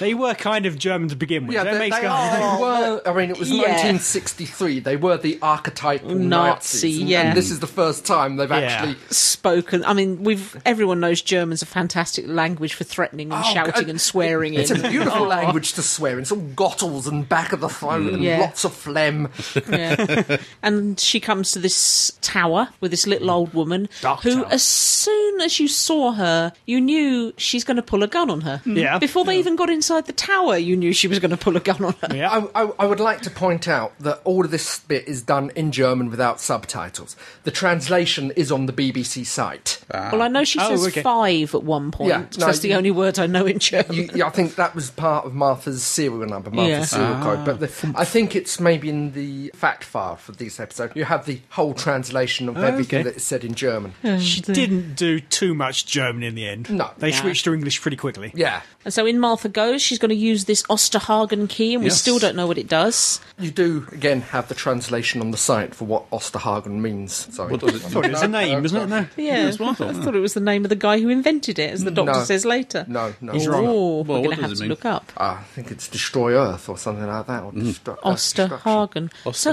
D: they were kind of German to begin with.
E: Yeah,
D: that
E: they,
D: makes
E: they
D: sense. Oh,
E: are- they were. I mean, it was
C: Yeah.
E: 1963. They were the archetypal
C: Nazi,
E: Nazis, and-
C: yeah.
E: and this is the first time they've
D: Yeah.
E: actually
C: Spoken. I mean, we've everyone knows German's a fantastic language for threatening and
E: Oh,
C: shouting
E: God.
C: and swearing
E: It's
C: in. Oh,
E: a beautiful language to swear in. It's all gottles and back of the throat and
C: Yeah.
E: lots of phlegm.
C: Yeah. and she comes to this tower with this little old woman
D: Dark
C: who,
D: tower.
C: as soon as you saw her, you knew she's going to pull a gun on her.
E: Hmm.
D: Yeah.
C: Before they even got inside the tower, you knew she was going to pull a gun on her.
D: Yeah.
E: I, I, I would like to point out that all of this bit is done in German without subtitles. The translation is on the BBC site.
C: Well, I know she
D: Oh,
C: says
D: okay.
C: five at one point.
E: Yeah,
C: 'cause
E: no,
C: that's the
E: you-
C: only word I know in German.
E: You, yeah, I think that was part of Martha's serial number, Martha's
C: Yeah.
E: serial code. But the,
B: Ah.
E: I think it's maybe in the fact file for this episode. You have the whole translation
B: Ah,
E: of everything
D: okay.
E: that is said in German.
D: she didn't do too much German in the end.
E: No.
D: They
C: Nah.
D: switched to English pretty quickly.
E: Yeah,
C: and so in Martha Goes, she's going to use this Osterhagen key, and we
B: Yes.
C: still don't know what it does.
E: you do again have the translation on the site for what Osterhagen means. Sorry.
B: What does it
D: Sorry, it's a name, isn't it? No.
C: Yeah,
B: that's what I thought,
C: I
B: yeah.
C: thought it was the name of the guy who invented it, as the doctor
E: No.
C: says later.
E: No, no.
D: He's wrong.
C: Oh,
B: Well,
C: we're
B: what
C: going to
B: does
C: have
B: it
C: to
B: mean?
C: look up.
E: Uh, I think it's destroy Earth or something like that,
D: Hmm.
E: or destru- uh, destruction.
C: Osterhagen. So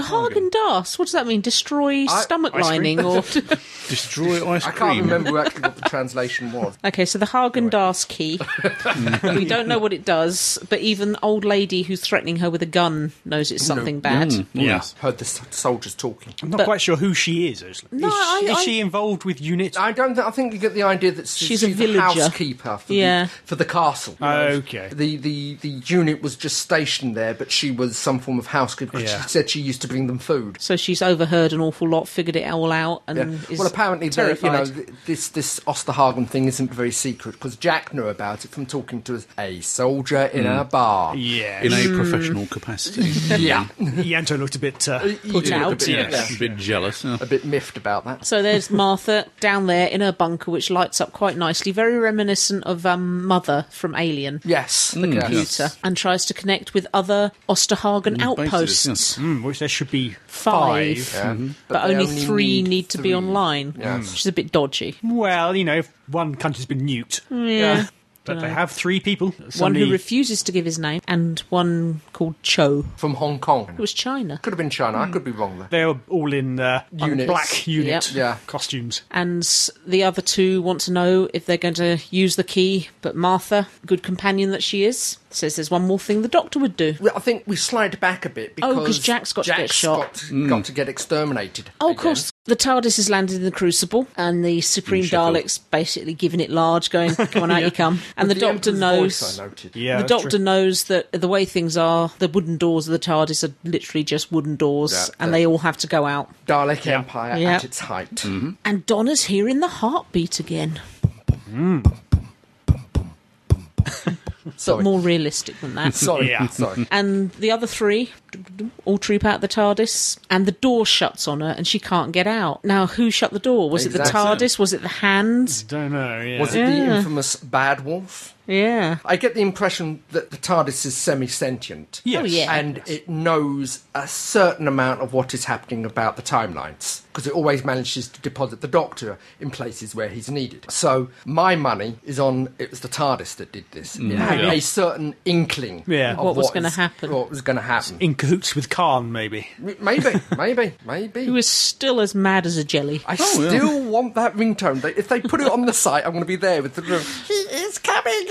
B: Osterhagen.
C: Hagen Dars, what does that mean? Destroy stomach
D: ice cream?
C: lining or
B: Destroy ice
E: I
B: cream.
E: can't remember actually what the translation was.
C: Okay, so the Hagen Dazs key. we don't know what it does, but even old lady who's threatening her with a gun knows it's something bad.
B: Hmm, Mm. Yes.
E: Heard the s- soldiers talking.
D: I'm not
C: But-
D: quite sure who she is. actually.
C: No,
D: is, she,
C: I-
D: is
C: I-
D: she involved with units?
E: I don't. Th- I think you get the idea that she's,
C: She's a villager.
E: housekeeper for
C: Yeah.
E: the for the castle.
D: Okay.
E: The the the unit was just stationed there, but she was some form of housekeeper.
D: Yeah.
E: She said she used to bring them food.
C: So she's overheard an awful lot, figured it all out, and
E: Yeah.
C: Mm, is
E: Well, apparently, the, you know,
C: terrified.
E: th- this this Osterhagen thing isn't very secret because Jack knew about it from talking to a soldier in a bar.
D: Hmm. yeah.
B: In a professional capacity.
E: Yeah,
D: Yanto looked a bit. Uh,
C: Put
E: Yeah, a
C: out.
E: bit-
B: yes.
E: yeah.
B: A bit jealous. Hmm. yeah.
E: a bit miffed about that.
C: So there's Martha down there in her bunker, which lights up quite nicely, very reminiscent of um, Mother from Alien.
E: Yes, the gas.
B: Hmm, yes.
C: Computer, and tries to connect with other Osterhagen
B: bases,
C: outposts.
B: yes.
D: mm, which there should be
C: Five,
E: Yeah.
C: but,
E: they
C: only, three need, to be
E: three.
C: online, which is a bit dodgy.
D: Well, you know, if one country's been nuked,
E: Yeah.
D: but they have three people.
C: Hmm. One
D: Somebody-
C: who refuses to give his name, and one called Cho.
E: From Hong Kong.
C: It was China.
E: Could have been China. I could be wrong there.
D: they're all in uh,
E: Units.
D: black unit
C: Yep.
E: Yeah.
D: costumes.
C: And the other two want to know if they're going to use the key, but Martha, good companion that she is, says there's one more thing the doctor would do.
E: Well, I think we slide back a bit because
C: Oh, 'cause Jack's got to get shot.
E: Got, got to get exterminated.
C: Oh, of
E: again.
C: course. The TARDIS has landed in the Crucible, and the Supreme
B: Sheffield.
C: Dalek's basically giving it large, going, Come on out, you come. And the,
E: With
C: Doctor
E: Emperor's
C: knows.
E: Voice, I noted.
D: Yeah,
C: the
D: that's
C: doctor knows that the way things are, the wooden doors of the TARDIS are literally just wooden doors,
E: Yeah,
C: and
E: that-
C: they all have to go out.
E: Dalek Empire
C: Yeah. Mm-hmm.
E: at its height.
C: And Donna's hearing the heartbeat again, but
E: Sorry.
C: more realistic than that.
E: Sorry.
D: Yeah.
E: Sorry.
C: and the other three all troop out the TARDIS, and the door shuts on her, and she can't get out. Now, who shut the door? Was it
E: Exactly.
C: the TARDIS? Was it the hand?
D: true. Don't know. Yeah.
E: Was it the infamous Bad Wolf?
C: Yeah.
E: I get the impression that the TARDIS is semi sentient.
D: Yes.
C: Oh, yeah.
E: And it knows a certain amount of what is happening about the timelines because it always manages to deposit the Doctor in places where he's needed. So my money is on it was the TARDIS that did this. It had
B: Yeah.
E: a certain inkling
D: Yeah.
E: of
D: What
C: was gonna
E: is-
C: happen.
E: What was going to happen?
D: in cahoots with Khan? Maybe.
E: maybe, maybe, maybe.
C: Who is still as mad as a jelly.
E: I
B: Oh, yeah.
E: still want that ringtone. They- If they put it on the site, I'm going to be there with the. It's coming.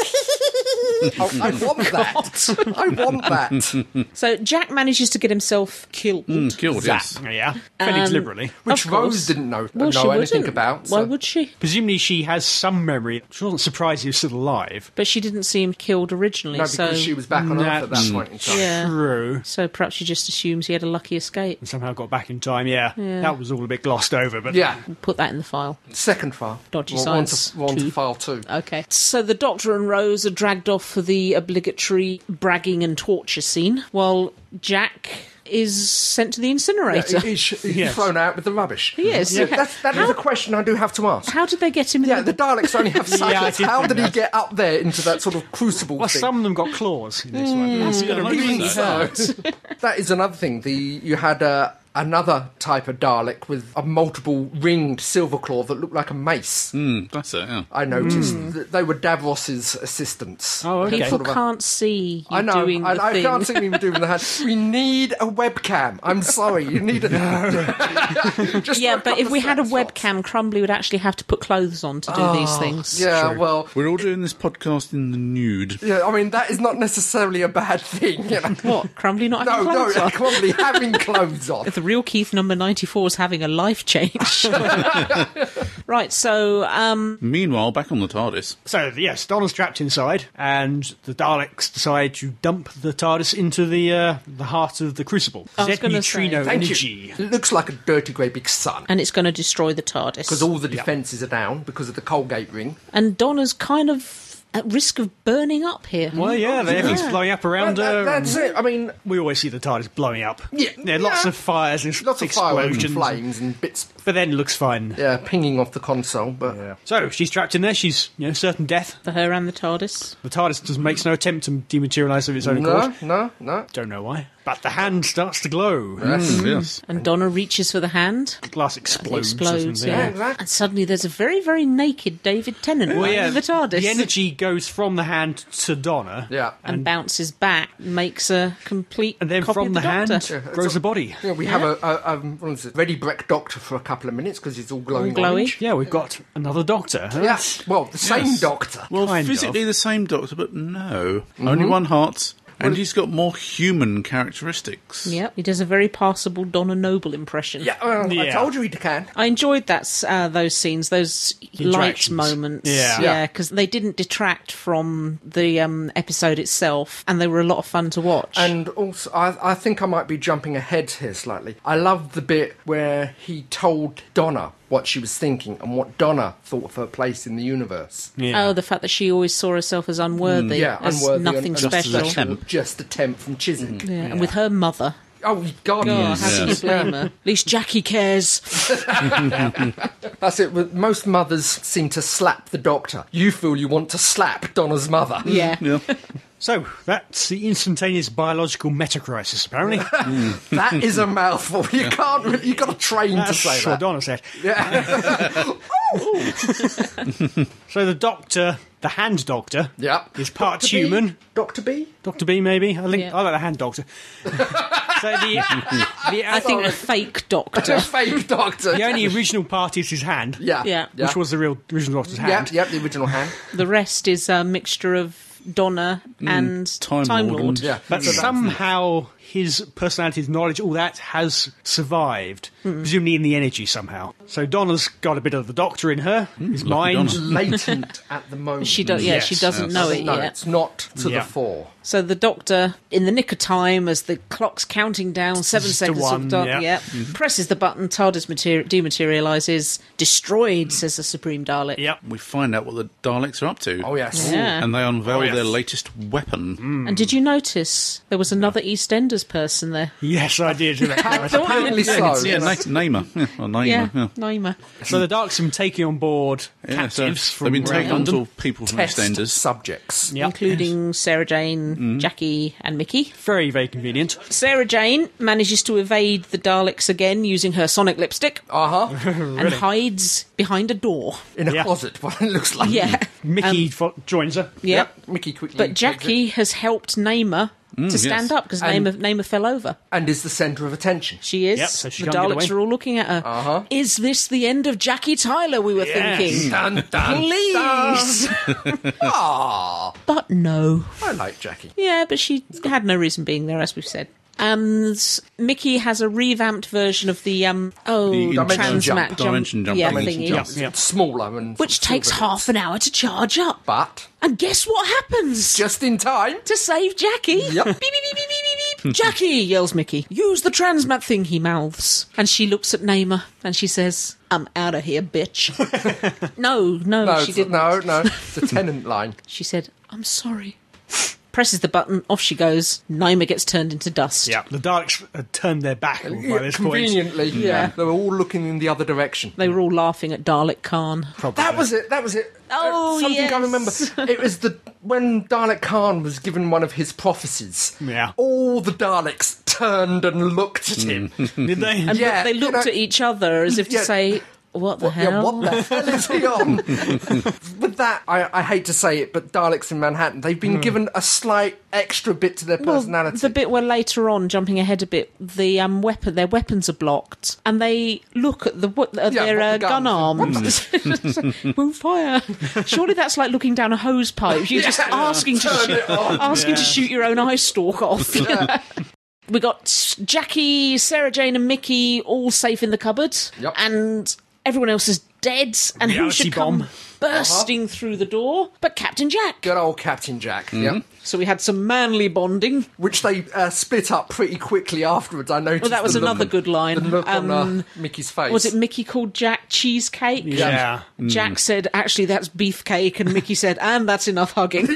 E: I want that. I want that.
C: So Jack manages to get himself killed.
E: Hmm,
B: Killed, yes.
D: Yeah, fairly deliberately.
E: Which
C: Of course.
E: Rose didn't know,
C: Well, she
E: know anything
C: wouldn't.
E: about.
C: Why
E: so-
C: would she?
D: Presumably, she has some memory. She wasn't surprised he was still alive.
C: But she didn't see him killed originally.
E: no, because
C: so
E: she was back on Earth at
D: that's
E: that point in time.
C: yeah.
D: True.
C: So perhaps she just assumes he had a lucky escape.
D: And somehow got back in time. Yeah. that was all a bit glossed over. But
E: Yeah.
C: Put that in the file.
E: Second file.
C: Dodgy
E: We're on to-
C: science Uh,
E: we're on to
C: two.
E: file two.
C: Okay. So the Doctor and Rose are dragged off for the obligatory bragging and torture scene, while Jack is sent to the incinerator.
E: Yeah, he's, he's
D: Yes.
E: thrown out with the rubbish.
C: Yes. Yeah.
E: That's, that is a question I do have to ask.
C: How did they get him in
E: Yeah,
C: the
E: the Daleks only have silence.
D: did
E: How
D: think
E: did he
D: that.
E: get up there into that sort of crucible
D: well,
E: thing?
D: some of them got claws in this one.
B: Yeah, I
E: Even
B: think so.
E: so. that is another thing. The you had uh, another type of Dalek with a multiple ringed silver claw that looked like a mace.
B: Mm, that's it, yeah.
E: I noticed that they were Davros's assistants.
D: Hmm. Oh, okay.
C: People
E: Sort of a-
C: can't see you
E: I know.
C: doing
E: I,
C: the
E: I
C: thing.
E: can't see him doing the hand. We need a webcam. I'm sorry. You need a. Just
C: yeah,
E: for
C: but
E: a couple
C: if we
E: of
C: had a
E: snapshots.
C: webcam, Crumbly would actually have to put clothes on to do these things.
E: Oh, Yeah, well.
B: We're all doing this podcast in the nude.
E: Yeah, I mean that is not necessarily a bad thing. You know?
C: What? Crumbly not
E: No,
C: having
E: no,
C: clothes on?
E: probably having clothes on.
C: The real Keith number 94 is having a life change. right, so um,
B: Meanwhile, back on the TARDIS.
D: So yes, Donald's trapped inside, and the Daleks decide to dump the TARDIS into the uh, the heart of the crucible.
C: I was
D: Z
C: gonna
D: neutrino
C: say.
E: Thank
D: energy.
E: you. It looks like a dirty grey big sun.
C: and it's going to destroy the TARDIS.
E: Because all the defences are down because of the Colgate ring.
C: and Donna's kind of at risk of burning up here.
D: Well, yeah, they everything's blowing up around.
E: That-
D: uh,
E: that's it. I mean,
D: We always see the TARDIS blowing up.
E: Yeah,
D: There are lots
E: yeah.
D: of fires and
E: lots of fireworks and
D: explosions.
E: flames and bits
D: But then it looks fine.
E: yeah, pinging off the console. But
D: So she's trapped in there. She's you know certain death.
C: For her and the TARDIS.
D: The TARDIS just makes no attempt to dematerialise of its own
E: no,
D: accord.
E: no, no.
D: Don't know why. But the hand starts to glow.
B: Mm, yes.
C: And Donna reaches for the hand.
D: The glass explodes.
C: explodes,
D: doesn't it?
C: yeah.
E: Yeah, exactly.
C: And suddenly there's a very, very naked David Tennant
D: Well,
C: lying
D: yeah,
C: in the TARDIS.
D: The energy goes from the hand to Donna.
E: Yeah.
C: and bounces back, makes a complete
D: And then
C: copy
D: from
C: of
D: the,
C: the,
D: hand
C: Doctor.
D: grows the body.
E: Yeah, we have a, a, a what is it, ready Breck doctor for a couple of minutes because he's all glowing
C: glowy.
E: orange.
D: Yeah, we've got another doctor. Huh?
E: Yeah, well, the same doctor.
B: Well,
D: Kind of.
B: physically the same doctor, but no. Only one heart, and he's got more human characteristics.
C: Yep, he does a very passable Donna Noble impression.
E: Yeah, well, I
D: Yeah.
E: told you he can.
C: I enjoyed that s- uh, those scenes, those light
D: Interactions.
C: moments.
D: Yeah.
E: Yeah.
C: because they didn't detract from the um, episode itself, and they were a lot of fun to watch.
E: And also, I, I think I might be jumping ahead here slightly. I love the bit where he told Donna what she was thinking and what Donna thought of her place in the universe.
C: Oh, the fact that she always saw herself as unworthy,
E: Mm. Yeah,
C: as
E: unworthy.
C: nothing
E: and,
B: as
C: special.
B: a temp.
E: Just a temp from Chiswick.
C: Yeah, And with her mother,
E: Oh, God.
C: oh, how can you
B: Yes.
C: blame her? At least Jackie cares.
E: That's it. with- Most mothers seem to slap the doctor. You feel you want to slap Donna's mother.
C: Yeah,
B: Yeah.
D: So that's the instantaneous biological metacrisis, apparently.
E: That is a mouthful. You can't really, you've got to train to
D: That's
E: say
D: what
E: that.
D: Donna said.
E: Yeah.
D: So the doctor, the hand doctor,
E: Yep.
D: is part
E: Dr. B?
D: human.
E: Dr. B?
D: Doctor B, maybe. I think
C: Yeah.
D: I like the hand doctor. so the, the,
C: I think a fake doctor.
E: The fake doctor.
D: the only original part is his hand,
E: Yeah.
C: Yeah.
D: which was the real original doctor's
E: Yeah,
D: hand.
E: yeah, the original hand.
C: The rest is a mixture of Donna and
B: Time
C: Time,
B: Lord
C: Lord.
B: and-
E: Yeah.
D: But somehow his personality, his knowledge, all that has survived, presumably in the energy somehow. So Donna's got a bit of the doctor in her, his
B: Hmm, lucky
D: mind.
B: Donna.
E: Latent at the moment.
C: She does, yeah, oh,
D: Yes.
C: she doesn't know it
E: no,
C: yet.
E: it's not to
D: Yeah.
E: the fore.
C: So the doctor, in the nick of time, as the clock's counting down seven seconds
D: one,
C: of dark,
D: yeah. Mm-hmm.
C: yeah, presses the button. TARDIS materi- dematerializes, destroyed, says the Supreme Dalek.
D: Mm. Yep.
B: We find out what the Daleks are up to.
E: Oh, yes. Mm.
C: Yeah.
B: And they unveil their latest weapon.
C: And did you notice there was another EastEnders person there?
D: Yes, I did.
E: Apparently so.
B: Yeah,
E: you know.
B: Na- Namer. Yeah, or Namer.
C: Yeah,
B: Yeah.
C: Naima.
D: so the Darks have been taking on board
B: Yeah, so
D: captives from
B: they've been
D: around
B: taking on
D: London.
B: all people from
E: Test
B: extenders.
E: subjects.
D: Yep. Mm-hmm.
C: Including Sarah Jane, Jackie, and Mickey.
D: Very, very convenient.
C: Sarah Jane manages to evade the Daleks again using her sonic lipstick
E: Uh huh.
C: and hides behind a door.
E: In a
D: Yeah.
E: closet, what it looks like.
C: Yeah.
D: Mickey fo- joins her.
C: Yeah.
E: Mickey quickly.
C: But
E: takes it.
C: Jackie has helped Naima
D: Mm,
C: to
B: yes.
C: stand up because
E: And-
C: Naima, Naima fell over.
E: and is the centre of attention.
C: She is.
D: Yep, so she
C: the
D: can't get
C: Daleks
D: away.
C: are all looking at her.
E: Uh-huh.
C: Is this the end of Jackie Tyler? We were
D: Yes.
C: thinking.
E: Dun, dun,
C: Please. but no.
E: I like Jackie.
C: Yeah, but she had no reason being there, as we've said. And Mickey has a revamped version of the um oh
B: Dimension
C: transmat
E: jump.
C: jump,
B: Dimension jump
C: yeah,
B: Dimension
C: thingy.
B: jump.
E: It's
D: Yeah.
E: Smaller and
C: which takes half an hour to charge up.
E: but
C: And guess what happens?
E: just in time.
C: to save Jackie.
E: Yep.
C: Beep, beep, beep, beep, beep, beep, beep. Jackie yells Mickey. Use the transmat thing he mouths. And she looks at Naima and she says, I'm out of here, bitch. no, no,
E: No,
C: she
E: it's-
C: didn't.
E: no, no. It's a tenant line.
C: She said, I'm sorry. Presses the button, off she goes. Naima gets turned into dust.
D: Yeah, the Daleks had turned their back by
E: Yeah,
D: this point.
E: conveniently,
C: Mm. Yeah.
E: they were all looking in the other direction.
C: They were all laughing at Dalek Khan.
E: That was it. That was it.
C: Oh,
E: Uh, something I remember.
C: yes.
E: It was the when Dalek Khan was given one of his prophecies.
D: Yeah.
E: All the Daleks turned and looked
C: Mm.
E: at him.
D: Did they?
C: And
E: Yeah,
C: they
E: you
C: looked
E: know-
C: at each other as if to
E: Yeah.
C: say, What the hell?
E: Yeah, what the hell is he on? With that, I, I hate to say it, but Daleks in Manhattan, they've been given a slight extra bit to their
C: Hmm. Well,
E: personality.
C: the bit where later on, jumping ahead a bit, the um, weapon, their weapons are blocked, and they look at the wo- at
E: Yeah,
C: their
E: what
C: uh,
E: the
C: gun
E: guns-
C: arms. We're on fire. Surely that's like looking down a hose pipe. You're just
E: Yeah.
C: asking to
E: Turn
C: shoot,
E: it on.
C: asking to shoot your own eye stalk off. We got Jackie, Sarah Jane, and Mickey all safe in the cupboard,
E: Yep.
C: and everyone else is dead. And who
D: Reality
C: should come
D: bomb.
C: bursting
E: Uh-huh.
C: through the door? But Captain Jack.
E: Good old Captain Jack.
C: Hmm.
E: Yep.
C: So we had some manly bonding.
E: Which they uh, split up pretty quickly afterwards. I noticed.
C: Well, that was
E: the look-
C: another good line.
E: The look on uh,
C: Um,
E: Mickey's face. Mm.
C: Was it Mickey called Jack cheesecake? Mm.
D: Yeah.
C: Jack said, actually, that's beefcake. And Mickey said, and that's enough hugging.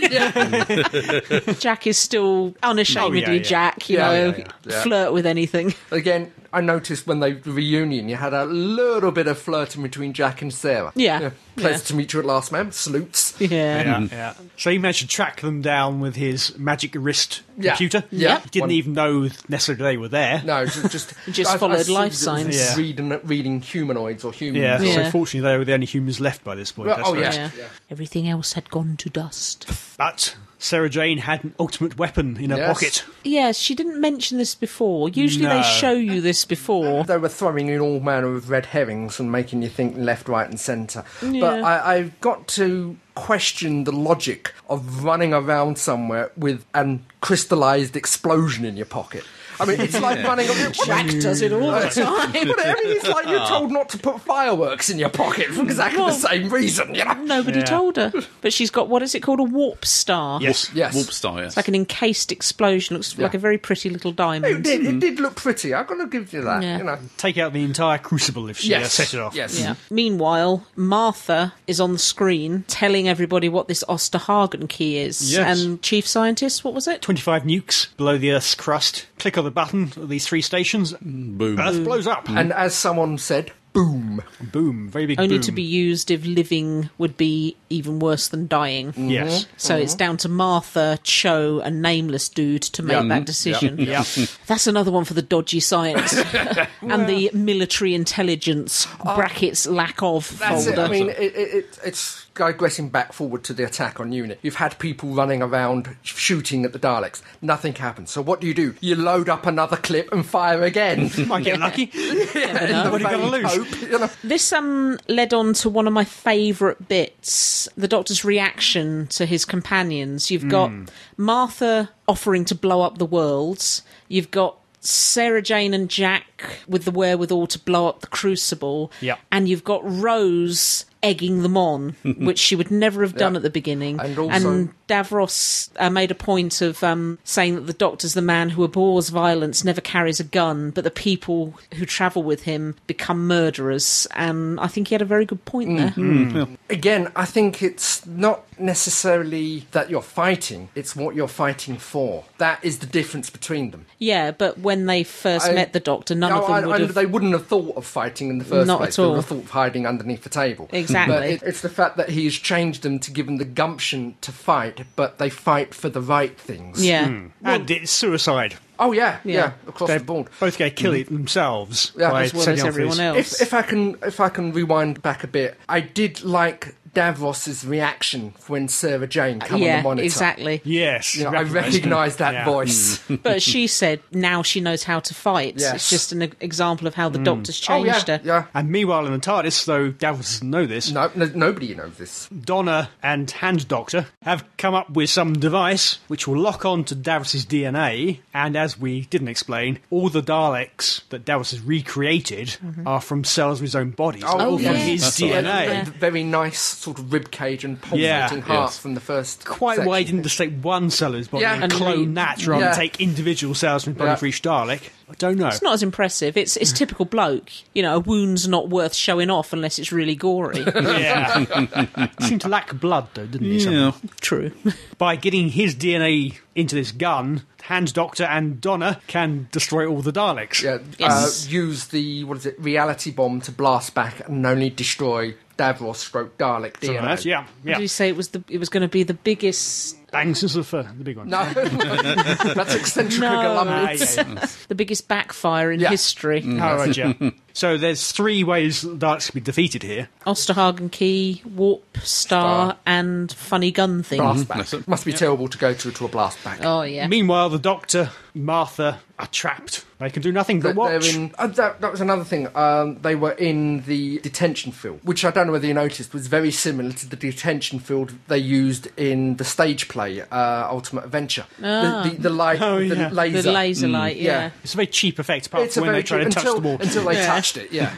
C: Jack is still unashamedly
D: Oh, yeah, yeah.
C: Jack, you
E: Yeah,
C: know,
E: yeah, yeah, yeah.
C: flirt with anything.
E: Again, I noticed when they the reunion, you had a little bit of flirting between Jack and Sarah.
C: Yeah.
E: Pleasure
C: Yeah.
E: to meet you at last, ma'am. Salutes.
C: Yeah.
E: Mm,
D: Yeah, yeah. So he managed to track them down with his magic wrist
E: Yeah.
D: computer.
E: Yeah.
D: He didn't
E: One-
D: even know necessarily they were there.
E: No, ju- just
C: Just followed life
E: seen that
C: signs.
D: Yeah.
E: Reading, reading humanoids or humans.
D: Yeah,
C: Yeah.
D: so fortunately they were the only humans left by this point.
E: Well,
D: that's
E: oh,
D: right.
E: yeah.
C: Yeah. Everything else had gone to dust.
D: But Sarah Jane had an ultimate weapon in her
E: Yes.
D: pocket.
C: Yes, she didn't mention this before. Usually
D: No.
C: they show you this before.
E: They were throwing in all manner of red herrings and making you think left, right, and centre. But
C: Yeah.
E: I, I've got to question the logic of running around somewhere with an crystallised explosion in your pocket. I mean, it's like running a real
C: Jack does it all the time.
E: But I mean, it's like you're told not to put fireworks in your pocket for exactly
C: Well-
E: the same reason, you know?
C: Nobody
D: Yeah.
C: told her. But she's got, what is it called? A warp star.
D: Yes.
E: Yes.
B: Warp star, yes.
C: Like an encased explosion. Looks like a very pretty little diamond.
E: It did, it did look pretty. I've got to give you that,
C: Yeah.
E: you know.
D: Take out the entire crucible if she uh,
E: Yes.
D: set it off.
E: Yes.
C: Yeah. Meanwhile, Martha is on the screen telling everybody what this Osterhagen key is.
D: Yes.
C: And Chief Scientist, what was it?
D: 25 nukes below the Earth's crust. Click on the button at these three stations.
B: Boom.
D: Earth blows up.
E: And as someone said, boom.
D: boom. Very big
C: Only
D: boom.
C: to be used if living would be even worse than dying.
E: Mm.
D: Yes.
C: So
E: Uh-huh.
C: it's down to Martha, Cho, and nameless dude to make that decision.
D: Yeah.
C: That's another one for the dodgy science and the military intelligence brackets lack of
E: Oh. That's
C: folder.
E: it. I mean, it, it, it, it's digressing back forward to the attack on unit. You've had people running around shooting at the Daleks. Nothing happens. So what do you do? You load up another clip and fire again.
D: Might get lucky.
E: In the
D: What have you got to
E: vain
D: lose?
E: hope, you know.
C: This um led on to one of my favourite bits: the Doctor's reaction to his companions. You've got
E: Hmm.
C: Martha offering to blow up the worlds. You've got Sarah Jane and Jack with the wherewithal to blow up the Crucible.
D: Yeah.
C: and you've got Rose egging them on, which she would never have done
E: Yeah.
C: at the beginning.
E: And also-
C: Davros uh, made a point of um, saying that the Doctor's the man who abhors violence, never carries a gun, but the people who travel with him become murderers. And I think he had a very good point there.
E: Again, I think it's not necessarily that you're fighting, it's what you're fighting for. That is the difference between them.
C: Yeah, but when they first
E: I-
C: met the Doctor, none
E: No,
C: of them
E: I-
C: would
E: I-
C: have.
E: They wouldn't have thought of fighting in the first
C: Not
E: place.
C: at
E: They would
C: all.
E: have thought of hiding underneath the table.
C: Exactly.
E: But it, it's the fact that he has changed them to give them the gumption to fight, but they fight for the right things.
C: Yeah.
D: and it's suicide.
E: Oh yeah, yeah,
C: Yeah.
E: across
D: They're
E: the board. Mm-hmm.
D: both going to kill it themselves
E: Yeah,
D: by
E: as
C: Well, as
D: setting off
C: everyone
D: these-
C: else.
E: If, if I can, if I can rewind back a bit, I did like Davros's reaction when Sarah Jane came on the
C: yeah,
E: monitor.
C: exactly.
D: Yes.
E: You know, I
D: recognised
E: recognise
D: it.
E: that
D: Yeah.
E: voice.
C: But she said now she knows how to fight.
E: Yes.
C: It's just an e- example of how the doctor's
E: Oh, yeah,
C: changed her.
E: yeah.
D: And meanwhile, in the TARDIS, though Davos doesn't know this,
E: No, no, nobody knows this.
D: Donna and Hand Doctor have come up with some device which will lock on to Davos's DNA. And as we didn't explain, all the Daleks that Davos has recreated are from cells of his own body. So
E: Mm-hmm. Oh,
D: all from
E: yeah.
D: his
B: That's
D: DNA.
B: right.
E: A very nice sort of rib cage and pulsating
D: Yeah.
E: heart
B: Yes.
E: from the first.
D: Quite
E: section.
D: why he didn't just take one cell of his body
E: Yeah.
D: and
E: And
D: clone
C: re-
D: that rather
E: Yeah.
D: than take individual cells from his body
E: Yeah.
D: for each Dalek? I don't know.
C: It's not as impressive. It's it's typical bloke. You know, a wound's not worth showing off unless it's really gory.
D: Yeah. Seemed to lack blood, though, didn't he? somehow?
B: Yeah.
C: True.
D: By getting his DNA into this gun, Hand Doctor and Donna can destroy all the Daleks.
E: Yeah,
C: Yes.
E: uh, use the what is it? Reality bomb to blast back and only destroy Davros stroke Dalek
D: Something
E: DNA.
D: like that, yeah, yeah.
C: Did you say it was the it was going to be the biggest
D: Bangs is the, fir- the big one.
E: No, that's eccentric
C: No.
E: Galumbi.
D: Ah, yeah, yeah.
C: the biggest backfire in
E: Yeah.
C: history?
D: All right, yeah. So there's three ways the Daleks can be defeated here.
C: Osterhagen Key, Warp Star,
E: Star.
C: and Funny Gun thing.
E: Blast
B: That's
E: back.
B: it.
E: Must be terrible to go to to a blast back.
C: Mm-hmm. Oh yeah.
D: Meanwhile, the Doctor, Martha are trapped. They can do nothing but
E: That they're
D: watch.
E: in- uh, that, that was another thing. Um, they were in the detention field, which I don't know whether you noticed was very similar to the detention field they used in the stage play uh, Ultimate Adventure. The, the, the light,
D: Oh,
E: the
D: yeah.
E: laser.
C: Ah. The laser light,
E: yeah.
C: yeah.
D: It's a very cheap effect, apart
E: It's a
D: from when
E: very
D: they try
E: cheap-
D: to touch
E: until,
D: the wall.
E: until they
C: Yeah.
E: touched it. Yeah,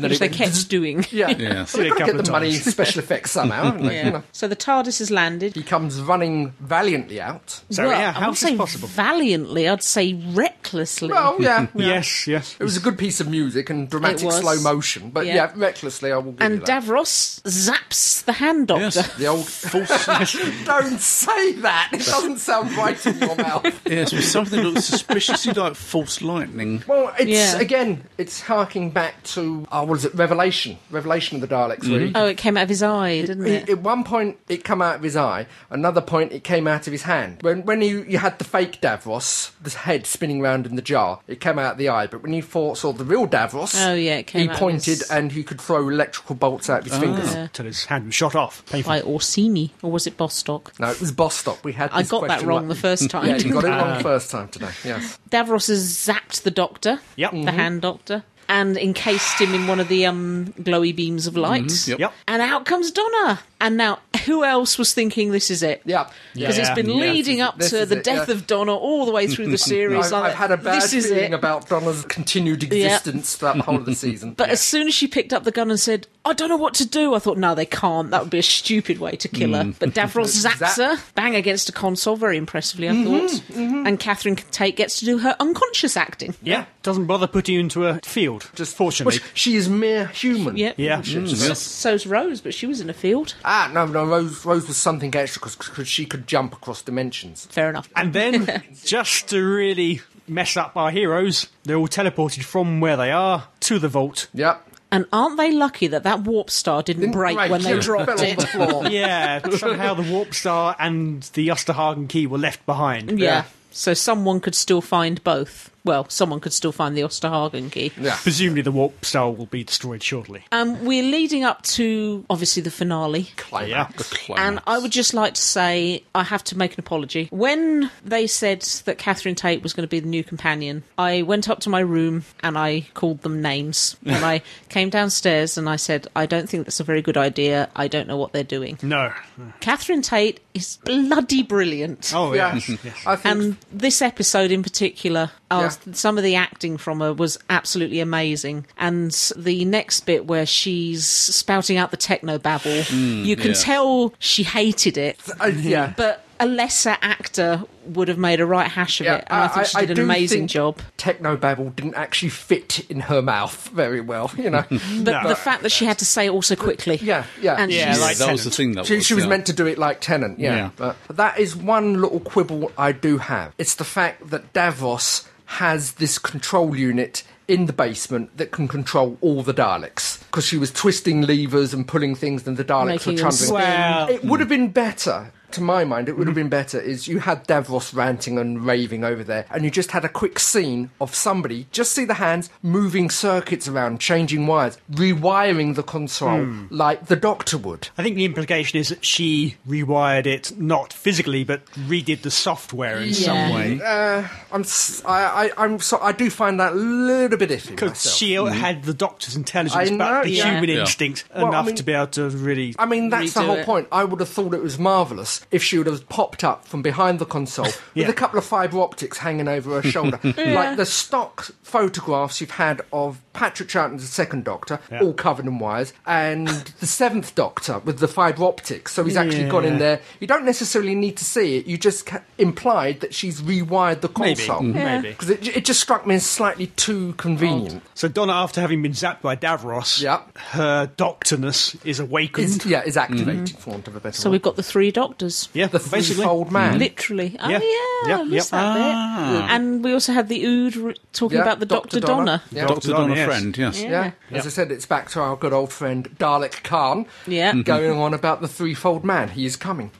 C: Which they kept doing.
E: yeah.
B: Yeah.
E: So they
D: Yeah, a
E: got to get
D: couple
E: the
D: of
E: money in
D: times.
E: special effects somehow, haven't they? You
C: Yeah.
E: know.
C: So the TARDIS has landed.
E: He comes running valiantly out.
D: So, yeah,
C: I
D: how
C: would
D: is this
C: say
D: possible?
C: valiantly. I'd say recklessly.
E: Well, yeah.
D: Yes, yes.
E: It was a good piece of music and dramatic
C: was.
E: slow motion, but
C: Yeah.
E: yeah, recklessly I will give
C: and
E: you that.
C: Davros zaps the hand doctor.
B: Yes.
E: the old Don't say that. It doesn't sound right in your mouth.
B: Yes, with something that looks suspiciously like false lightning.
E: Well, it's
C: Yeah.
E: again, it's harking back to oh, what is it? Revelation, Revelation of the Daleks. Really.
C: Oh, it came out of his eye, didn't
E: He-
C: it?
E: at one point, it come out of his eye. Another point, it came out of his hand. When when you, you had the fake Davros, the head spinning round in the jar, it came out of the eye. But when you fought, saw the real Davros,
C: Oh, yeah, it came
E: he
C: out of
E: pointed
C: his- Oh.
E: and he could throw electrical bolts out of his fingers.
C: Yeah.
D: Until his hand was shot off. Painful.
C: By Orsini, or was it Bostock?
E: No, it was Bostock. We had.
C: I
E: this
C: got that
E: question
C: wrong
E: right.
C: the first time.
E: Yeah, you got it wrong first time today. Yes.
C: Davros has zapped the doctor,
D: Yep. Mm-hmm.
C: the hand doctor, and encased him in one of the um, glowy beams of light.
B: yep.
D: Mm-hmm. Yep.
C: And out comes Donna. And now, who else was thinking this is it?
E: Yeah.
C: Because
D: Yeah.
C: it's been
D: Yeah.
C: leading up
E: This
C: to
E: is
C: the
E: it,
C: death
E: yeah.
C: of Donna all the way through the series.
E: I've,
C: I'm like,
E: I've had a bad
C: this is it.
E: feeling about Donna's continued existence throughout the whole of the season.
C: But as soon as she picked up the gun and said, I don't know what to do, I thought, no, they can't. That would be a stupid way to kill
D: Mm.
C: her. But Davros zaps
E: Zap. Mm-hmm.
C: her, bang against a console, very impressively, I thought. And Catherine Tate gets to do her unconscious acting.
D: Yeah. Doesn't bother putting you into a field. Just fortunately.
E: Well, she is mere human.
C: Yep.
D: yeah.
B: Mm,
C: So's Rose, but she was in a field.
E: Ah, no, no. Rose, Rose was something extra because she could jump across dimensions.
C: Fair enough.
D: And then, just to really mess up our heroes, they're all teleported from where they are to the vault.
E: Yep.
C: And aren't they lucky that that warp star didn't, break, when they
E: yeah,
C: dropped
E: fell on the
C: it?
E: floor.
D: Yeah, somehow the warp star and the Osterhagen key were left behind.
C: Yeah. So someone could still find both. Well, someone could still find the Osterhagen key.
E: Yeah.
D: Presumably, the warp star will be destroyed shortly.
C: Um, we're leading up to obviously the finale.
D: Yeah.
C: And I would just like to say I have to make an apology. When they said that Catherine Tate was going to be the new companion, I went up to my room and I called them names. And I came downstairs and I said, I don't think that's a very good idea. I don't know what they're doing.
D: No.
C: Catherine Tate is bloody brilliant.
D: Oh, yeah.
E: Yeah. I think.
C: And this episode in particular, uh,
E: Yeah.
C: some of the acting from her was absolutely amazing. And the next bit where she's spouting out the techno babble, you can
B: yeah.
C: tell she hated it,
E: uh, yeah.
C: but a lesser actor would have made a right hash of
E: Yeah,
C: it. And I, think she did
E: do
C: an amazing
E: think
C: job.
E: Technobabble didn't actually fit in her mouth very well, you know.
C: But the fact that she had to say it also quickly.
E: Yeah, yeah.
C: And
D: Yeah,
C: she's-
D: like
B: that was
D: Tennant.
B: the thing that
E: She,
B: was,
E: she was
B: yeah.
E: meant to do it like Tennant, yeah.
B: Yeah.
E: But that is one little quibble I do have. It's the fact that Davos has this control unit in the basement that can control all the Daleks because she was twisting levers and pulling things, and the Daleks
C: Making
E: were
C: them spin.
E: trundling.
D: Well-
E: it would have been better to my mind, it would have been better is you had Davros ranting and raving over there, and you just had a quick scene of somebody just see the hands moving circuits around, changing wires, rewiring the console
B: Hmm.
E: like the Doctor would.
D: I think the implication is that she rewired it not physically, but redid the software in some
C: Yeah.
D: way.
E: Uh, I'm s- I, I am so I do find that a little bit iffy.
D: Because
E: myself.
D: she had the doctor's intelligence,
E: I
D: but
E: know,
D: the
E: yeah.
D: human
B: Mm-hmm. Yeah.
D: instinct
E: Well, I
D: enough
E: mean-
D: to be able to really.
E: I mean, that's the
C: Redo
E: whole
C: it.
E: point. I would have thought it was marvellous if she would have popped up from behind the console
D: Yeah.
E: with a couple of fibre optics hanging over her shoulder. Like the stock photographs you've had of Patrick Troughton as the second Doctor, all covered in wires, and the seventh Doctor with the fibre optics. So he's actually gone in
D: Yeah.
E: there. You don't necessarily need to see it, you just ca- implied that she's rewired the
D: Maybe, Mm-hmm.
E: console.
D: maybe.
E: Because it, it just struck me as slightly too convenient.
D: So Donna, after having been zapped by Davros,
E: Yep.
D: her doctorness is awakened.
E: It's, yeah, it's activated, for want of a better
C: Mm-hmm. So
E: word.
C: we've got the three doctors.
D: yeah,
E: The
D: basically.
E: threefold man.
C: Literally. Oh,
D: Yeah.
C: yeah.
D: Yep,
C: I missed
D: yep.
C: that bit. And we also had the Ood r- talking
E: Yeah,
C: about the Dr. Donna.
E: Yeah.
B: Doctor
D: Donna,
B: Donna
D: yes.
B: Friend, yes.
C: Yeah.
E: Yeah. As I said, it's back to our good old friend Dalek Khan.
C: Yeah. Mhm.
E: Going on about the threefold man. He is coming.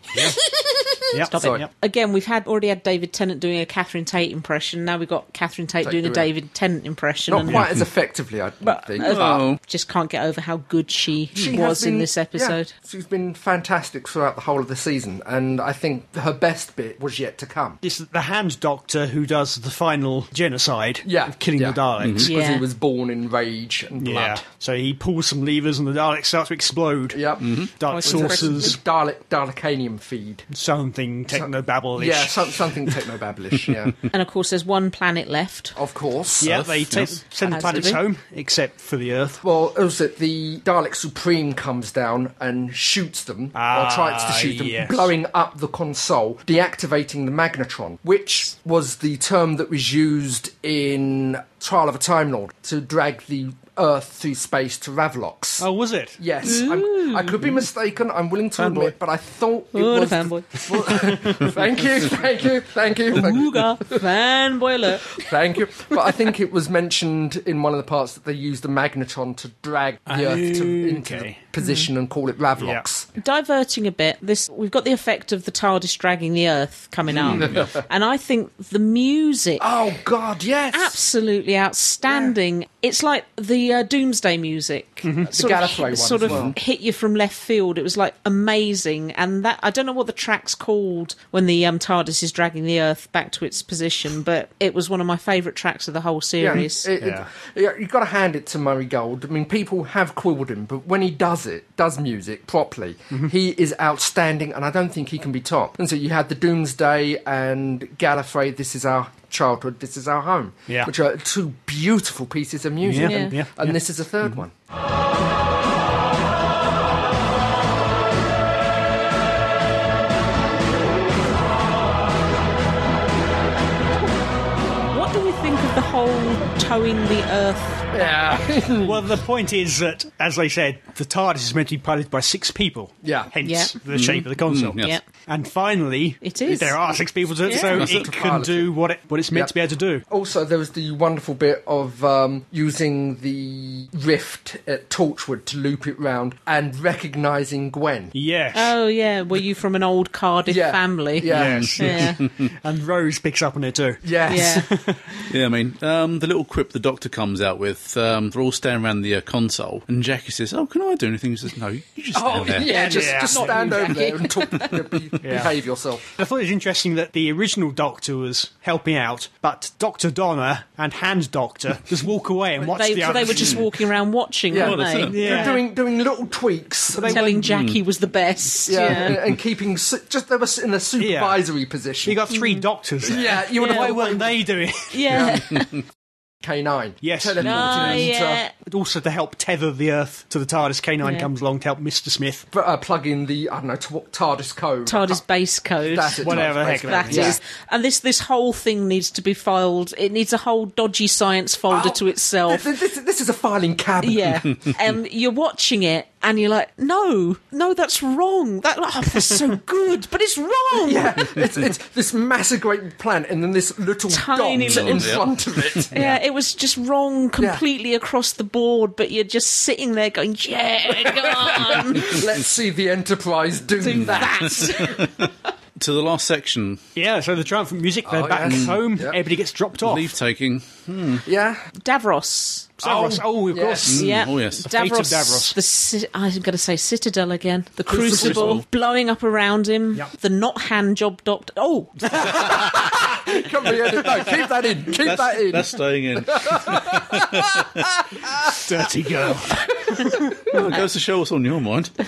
D: Yep,
E: Stop it.
D: sorry, yep.
C: Again, we've had already had David Tennant doing a Catherine Tate impression. Now we've got Catherine Tate
E: Tate
C: doing a
E: doing it.
C: David Tennant impression.
E: Not
C: and
E: quite as effectively, I
C: But-
E: think.
C: uh,
E: but Hmm.
B: Oh.
C: Just can't get over how good she,
E: she has
C: was in
E: been-
C: this
E: yeah,
C: episode.
E: she's been fantastic throughout the whole of the season, and I think her best bit was yet to come.
D: It's the hand doctor who does the final genocide
E: Yeah,
D: of killing
E: yeah.
D: the Daleks.
E: Because
C: Yeah.
E: he was born in rage and
B: Mm-hmm.
D: Yeah.
E: blood.
D: So he pulls some levers and the Daleks start to explode.
E: Yep.
D: Dalek
C: it's impressive.
D: saucers,
E: Dalek, Dalekanium feed.
D: something techno babble
E: Yeah, some, something technobabblish, yeah.
C: And of course, there's one planet left.
E: of course.
D: Yeah,
B: Earth,
D: they take,
B: yes.
D: send the
C: Has to
D: planets
C: be.
D: home, except for the Earth.
E: Well, also the Dalek Supreme comes down and shoots them,
D: Ah,
E: or tries to shoot them,
C: Ah,
D: yes.
E: blowing up the console, deactivating the magnetron, which was the term that was used in Trial of a Time Lord to drag the Earth through space to Ravlox.
D: Oh, was it?
E: Yes, I'm, I could be mistaken. I'm willing to admit, but I thought it
C: Ooh,
E: was.
C: the fanboy.
E: thank you, thank you, thank you, thank you.
C: Ooga, fanboy alert.
E: Thank you. But I think it was mentioned in one of the parts that they used the magnetron to drag the Earth to, into
D: Oh,
E: the
D: Okay.
E: position and call it Ravlox.
C: Diverting a bit, this we've got the effect of the TARDIS dragging the Earth coming up, and I think the music
E: Oh God, yes.
C: absolutely outstanding. It's like the uh, Doomsday music, sort
E: Mm-hmm. The
C: of,
E: Gallifrey one
C: sort of
E: as well.
C: hit you from left field. It was like amazing, and that I don't know what the track's called when the um, TARDIS is dragging the Earth back to its position, but it was one of my favourite tracks of the whole
E: Yeah,
C: series.
E: it- it-
D: Yeah.
E: yeah, you've got to hand it to Murray Gold. I mean, people have quilled him, but when he does it, does music properly,
D: Mm-hmm.
E: he is outstanding, and I don't think he can be topped. And so you had the Doomsday and Gallifrey. This is our childhood. This is our home.
D: Yeah.
E: which are two beautiful pieces of music,
D: Yeah,
E: and,
D: yeah,
E: and
D: yeah.
E: this is a 3rd one.
C: What do we think of the whole towing the Earth?
E: Yeah,
D: Well, the point is that, as they said, the TARDIS is meant to be piloted by six people.
E: Yeah.
D: Hence
C: Yeah.
D: the shape of the console.
B: Mm, yes.
C: Yep.
D: And finally,
C: It is.
D: There are six people to it, so
C: Yeah.
D: it can
E: Pilot it.
D: do what it what it's meant
E: Yep.
D: to be able to do.
E: Also, there was the wonderful bit of um, using the rift at Torchwood to loop it round and recognising Gwen.
D: Yes.
C: Oh yeah, were you from an old Cardiff
E: Yeah.
C: family?
E: Yeah.
D: Yes.
C: Yeah.
D: And Rose picks up on it too.
E: Yes.
C: yeah.
B: Yeah, I mean, um, the little quip the doctor comes out with, um, they're all standing around the uh, console, and Jackie says, Oh, can I do anything? He says, No, you just stand
E: Oh,
B: there.
E: yeah, just,
D: Yeah.
E: just
D: Not
E: stand
C: you,
E: over
C: Jackie.
E: there and talk, be- behave yourself.
D: I thought it was interesting that the original Doctor was helping out, but Doctor Donna and Hand Doctor just walk away and watch
C: They,
D: the
C: so they
D: others.
C: were just walking around watching,
E: Yeah.
C: weren't
B: Well, that's
C: they?
B: it.
D: Yeah.
E: They're doing doing little tweaks.
C: Telling
D: Mm.
C: Jackie was the best.
E: yeah,
C: Yeah.
E: and- and keeping su- just they were in a supervisory position.
D: You got
C: Mm.
D: three doctors. There.
E: yeah, you would
C: Yeah.
E: have
D: Why
E: thought
D: weren't they doing? it?
C: Yeah.
E: K nine.
D: Yes.
E: teleporting
C: Oh,
E: into,
C: yeah.
E: uh,
D: also to help tether the Earth to the TARDIS. K9
C: Yeah.
D: comes along to help Mr. Smith.
E: but, uh, plug in the I don't know t- TARDIS code.
C: TARDIS base code.
E: That's it.
D: Whatever the
E: TARDIS
D: heck
E: code.
C: That is,
E: Yeah.
C: and this this whole thing needs to be filed. It needs a whole dodgy science folder
E: Oh,
C: to itself.
E: This, this, this is a filing cabinet.
C: yeah, um, you're watching it, and you're like, no, no, that's wrong. That oh, that's so good, but it's wrong.
E: Yeah, it's, it's this massive plant and then this little
C: Tiny
E: dot
C: little-
E: in
B: Yeah.
E: front of it.
C: Yeah, it was just wrong completely across the board, but you're just sitting there going, yeah, go on.
E: Let's see the Enterprise do,
C: Do
E: that.
C: that.
B: To the last section,
D: Yeah, so the triumphant music, they're
E: Oh,
D: back
E: yes.
D: home,
E: Yep.
D: everybody gets dropped
E: Oh.
D: off.
B: leave taking.
E: Yeah,
C: Davros.
D: Savros, oh, of
E: yes.
D: course.
C: Yeah.
B: oh, yes.
D: fate of
C: Davros.
D: Davros.
C: The ci- I'm going to say Citadel again. The Crucible,
B: Crucible.
C: blowing up around him.
D: Yep.
C: The not hand job doctor. Oh,
E: come here. No, keep that in. Keep that in.
B: That's, that's staying
D: Dirty
B: in.
D: girl.
B: Well, it goes to show what's on your mind.
C: uh,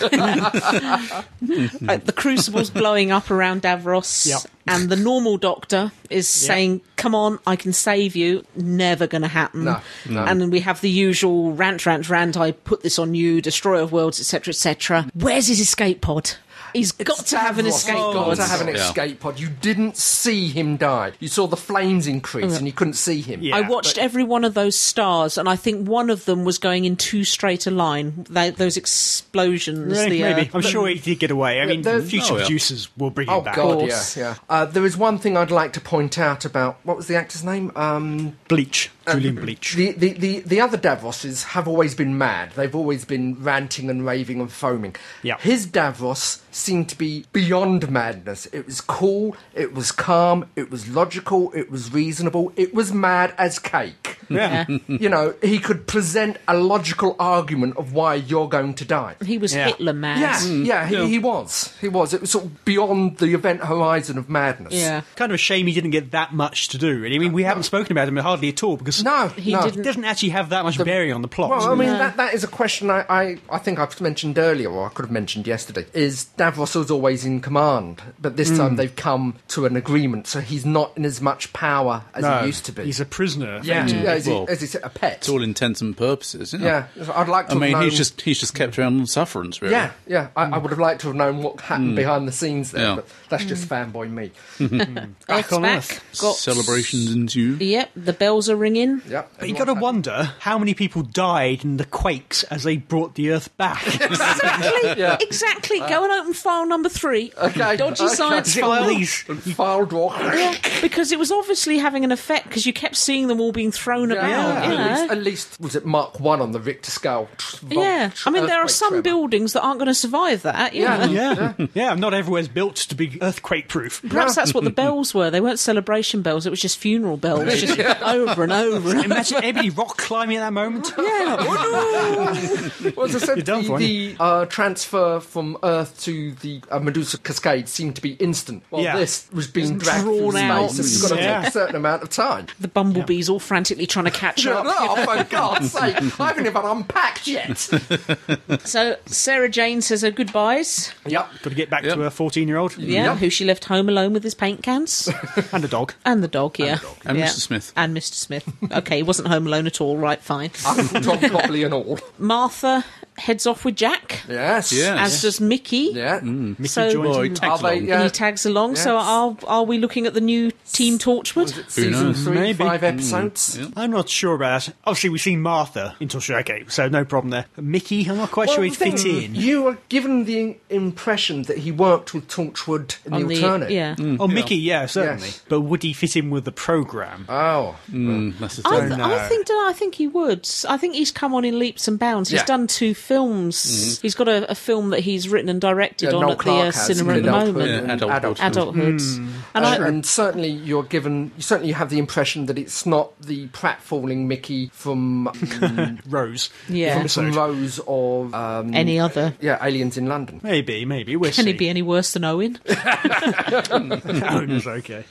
C: the Crucible's blowing up around Davros.
D: Yep.
C: And the normal doctor is saying, Come on, I can save you. Never going to happen.
E: No, no.
C: And then we have the usual rant, rant, rant. I put this on you, destroyer of worlds, etc., etc. Where's his escape pod? He's got to have an
E: Davros.
C: escape
E: He's
C: pod.
E: Got to have an
B: Yeah.
E: escape pod. You didn't see him die. You saw the flames increase, and you couldn't see him.
D: Yeah.
C: I watched every one of those stars, and I think one of them was going in too straight a line. Tho- those explosions.
D: Yeah,
C: the, uh,
D: maybe. I'm sure he did get away. I mean,
E: there-
D: future
B: Oh, yeah.
D: producers will bring him
E: Oh
D: back.
E: God, yeah,
C: course.
E: yeah. Uh, there is one thing I'd like to point out about what was the actor's name? Um,
D: Bleach. Julian Bleach.
E: the, the the the other Davroses have always been mad. They've always been ranting and raving and foaming.
D: Yeah.
E: His Davros seemed to be beyond madness. It was cool. It was calm. It was logical. It was reasonable. It was mad as cake.
D: yeah.
E: you know, he could present a logical argument of why you're going to die.
C: He was
D: Yeah.
C: Hitler mad.
E: Yeah, yeah, he, he was. He was. It was sort of beyond the event horizon of madness.
C: Yeah.
D: Kind of a shame he didn't get that much to do. really. I mean, we haven't spoken about him hardly at all because
E: No,
C: He
E: no.
D: it
C: didn't.
D: doesn't actually have that much bearing on the plot.
E: Well, I mean,
C: Yeah.
E: that, that is a question I, I, I think I've mentioned earlier, or I could have mentioned yesterday, is Davros was always in command, but this
B: Hmm.
E: time they've come to an agreement, so he's not in as much power as he used to be.
D: He's a prisoner.
E: yeah, yeah, as,
B: Well,
E: he, as he said, a pet.
B: To all intents and purposes.
E: yeah, I'd like to
B: I mean,
E: have known...
B: he's just he's just kept around on sufferance, really.
E: Yeah, yeah. I, I would have liked to have known what happened behind the scenes there,
B: Hmm. Yeah.
E: but that's
C: Hmm.
E: just fanboy me.
C: Earth's
D: on
C: back.
D: Earth.
C: Got
B: Celebrations ensue.
C: Yep, the bells are ringing.
E: Yep.
D: But you got to wonder how many people died in the quakes as they brought the Earth back.
C: Exactly.
E: Yeah.
C: Exactly. Go and open file number three.
E: Okay,
C: Dodgy
E: okay.
C: science
D: Is it one of
C: file.
D: these?
E: File drawer.
C: Yeah, because it was obviously having an effect because you kept seeing them all being thrown about.
E: Yeah,
C: you
E: At, least,
C: know?
E: at least was it Mark One on the Richter scale? Tr- volt-
C: yeah. I mean, there are
E: earthquake
C: some
E: tremor.
C: buildings that aren't going to survive that. you
E: Yeah.
C: know.
D: Yeah, yeah. Not everywhere's built to be earthquake proof.
C: Perhaps that's what the bells were. They weren't celebration bells. It was just funeral bells, just over and over and over.
D: Imagine everybody rock climbing at that moment.
E: Well, as I said,
D: You're done
E: the,
D: for,
E: the uh, transfer from Earth to the uh, Medusa Cascade seemed to be instant, while
D: Yeah.
E: this was being
C: It's
E: dragged through
C: drawn out.
E: space. It's got to
D: Yeah.
E: take a certain amount of time.
C: The bumblebees all frantically trying to catch up.
E: Oh, for God's sake! I haven't even unpacked yet.
C: So Sarah Jane says her goodbyes.
E: yep.
D: Got to get back
B: Yep.
D: to a fourteen-year-old
C: Yeah,
E: Yep.
C: who she left home alone with his paint cans
D: and a dog.
C: and the dog. Yeah,
B: And
C: Yeah.
B: Mr. Smith.
C: And Mr. Smith. Okay, he wasn't home alone at all. Right, fine.
E: Tom Copley and all.
C: Martha heads off with Jack,
E: Yes.
B: Yeah. Mm.
C: as does Mickey.
E: Yeah.
D: Mickey
C: So-
D: joins
B: Boy,
D: him.
B: tags
E: Are they-
B: along.
E: yeah.
C: And he tags along. So
E: Yes.
C: are are we looking at the new Team Torchwood?
E: Season
B: knows? Mm.
E: three,
D: Maybe.
E: five episodes.
D: I'm not sure about that. Obviously, we've seen Martha in Torture okay, so no problem there. Mickey, I'm not quite sure
E: Well,
D: he'd
E: the thing-
D: fit in.
E: You were given the in- impression that he worked with Torchwood in the, Hmm. alternate.
C: yeah.
B: Mm.
D: Oh, Mickey, yeah, certainly.
E: Yes.
D: But would he fit in with the program?
E: Oh.
B: Mm, that's the
C: I,
B: thing.
C: th- I think I think he would. I think he's come on in leaps and bounds. He's
E: Yeah. Mm-hmm.
C: done two films. He's got a, a film that he's written and directed on
E: Noel
C: at the
E: Clarke
C: uh,
E: has
C: cinema at
E: Kid
C: the
E: Adulthood
C: moment.
B: Yeah.
E: and
B: Adulthood.
C: Adulthood.
D: Hmm.
C: And
E: Uh,
C: I,
E: and certainly you're given, you certainly have the impression that it's not the pratfalling Mickey from, um,
D: Rose.
C: Yeah.
E: from Rose or, um,
C: any other.
E: yeah, Aliens in London.
D: Maybe, maybe. We'll
C: Can
D: see.
C: it be any worse than Owen?
D: Oh, no, it's okay.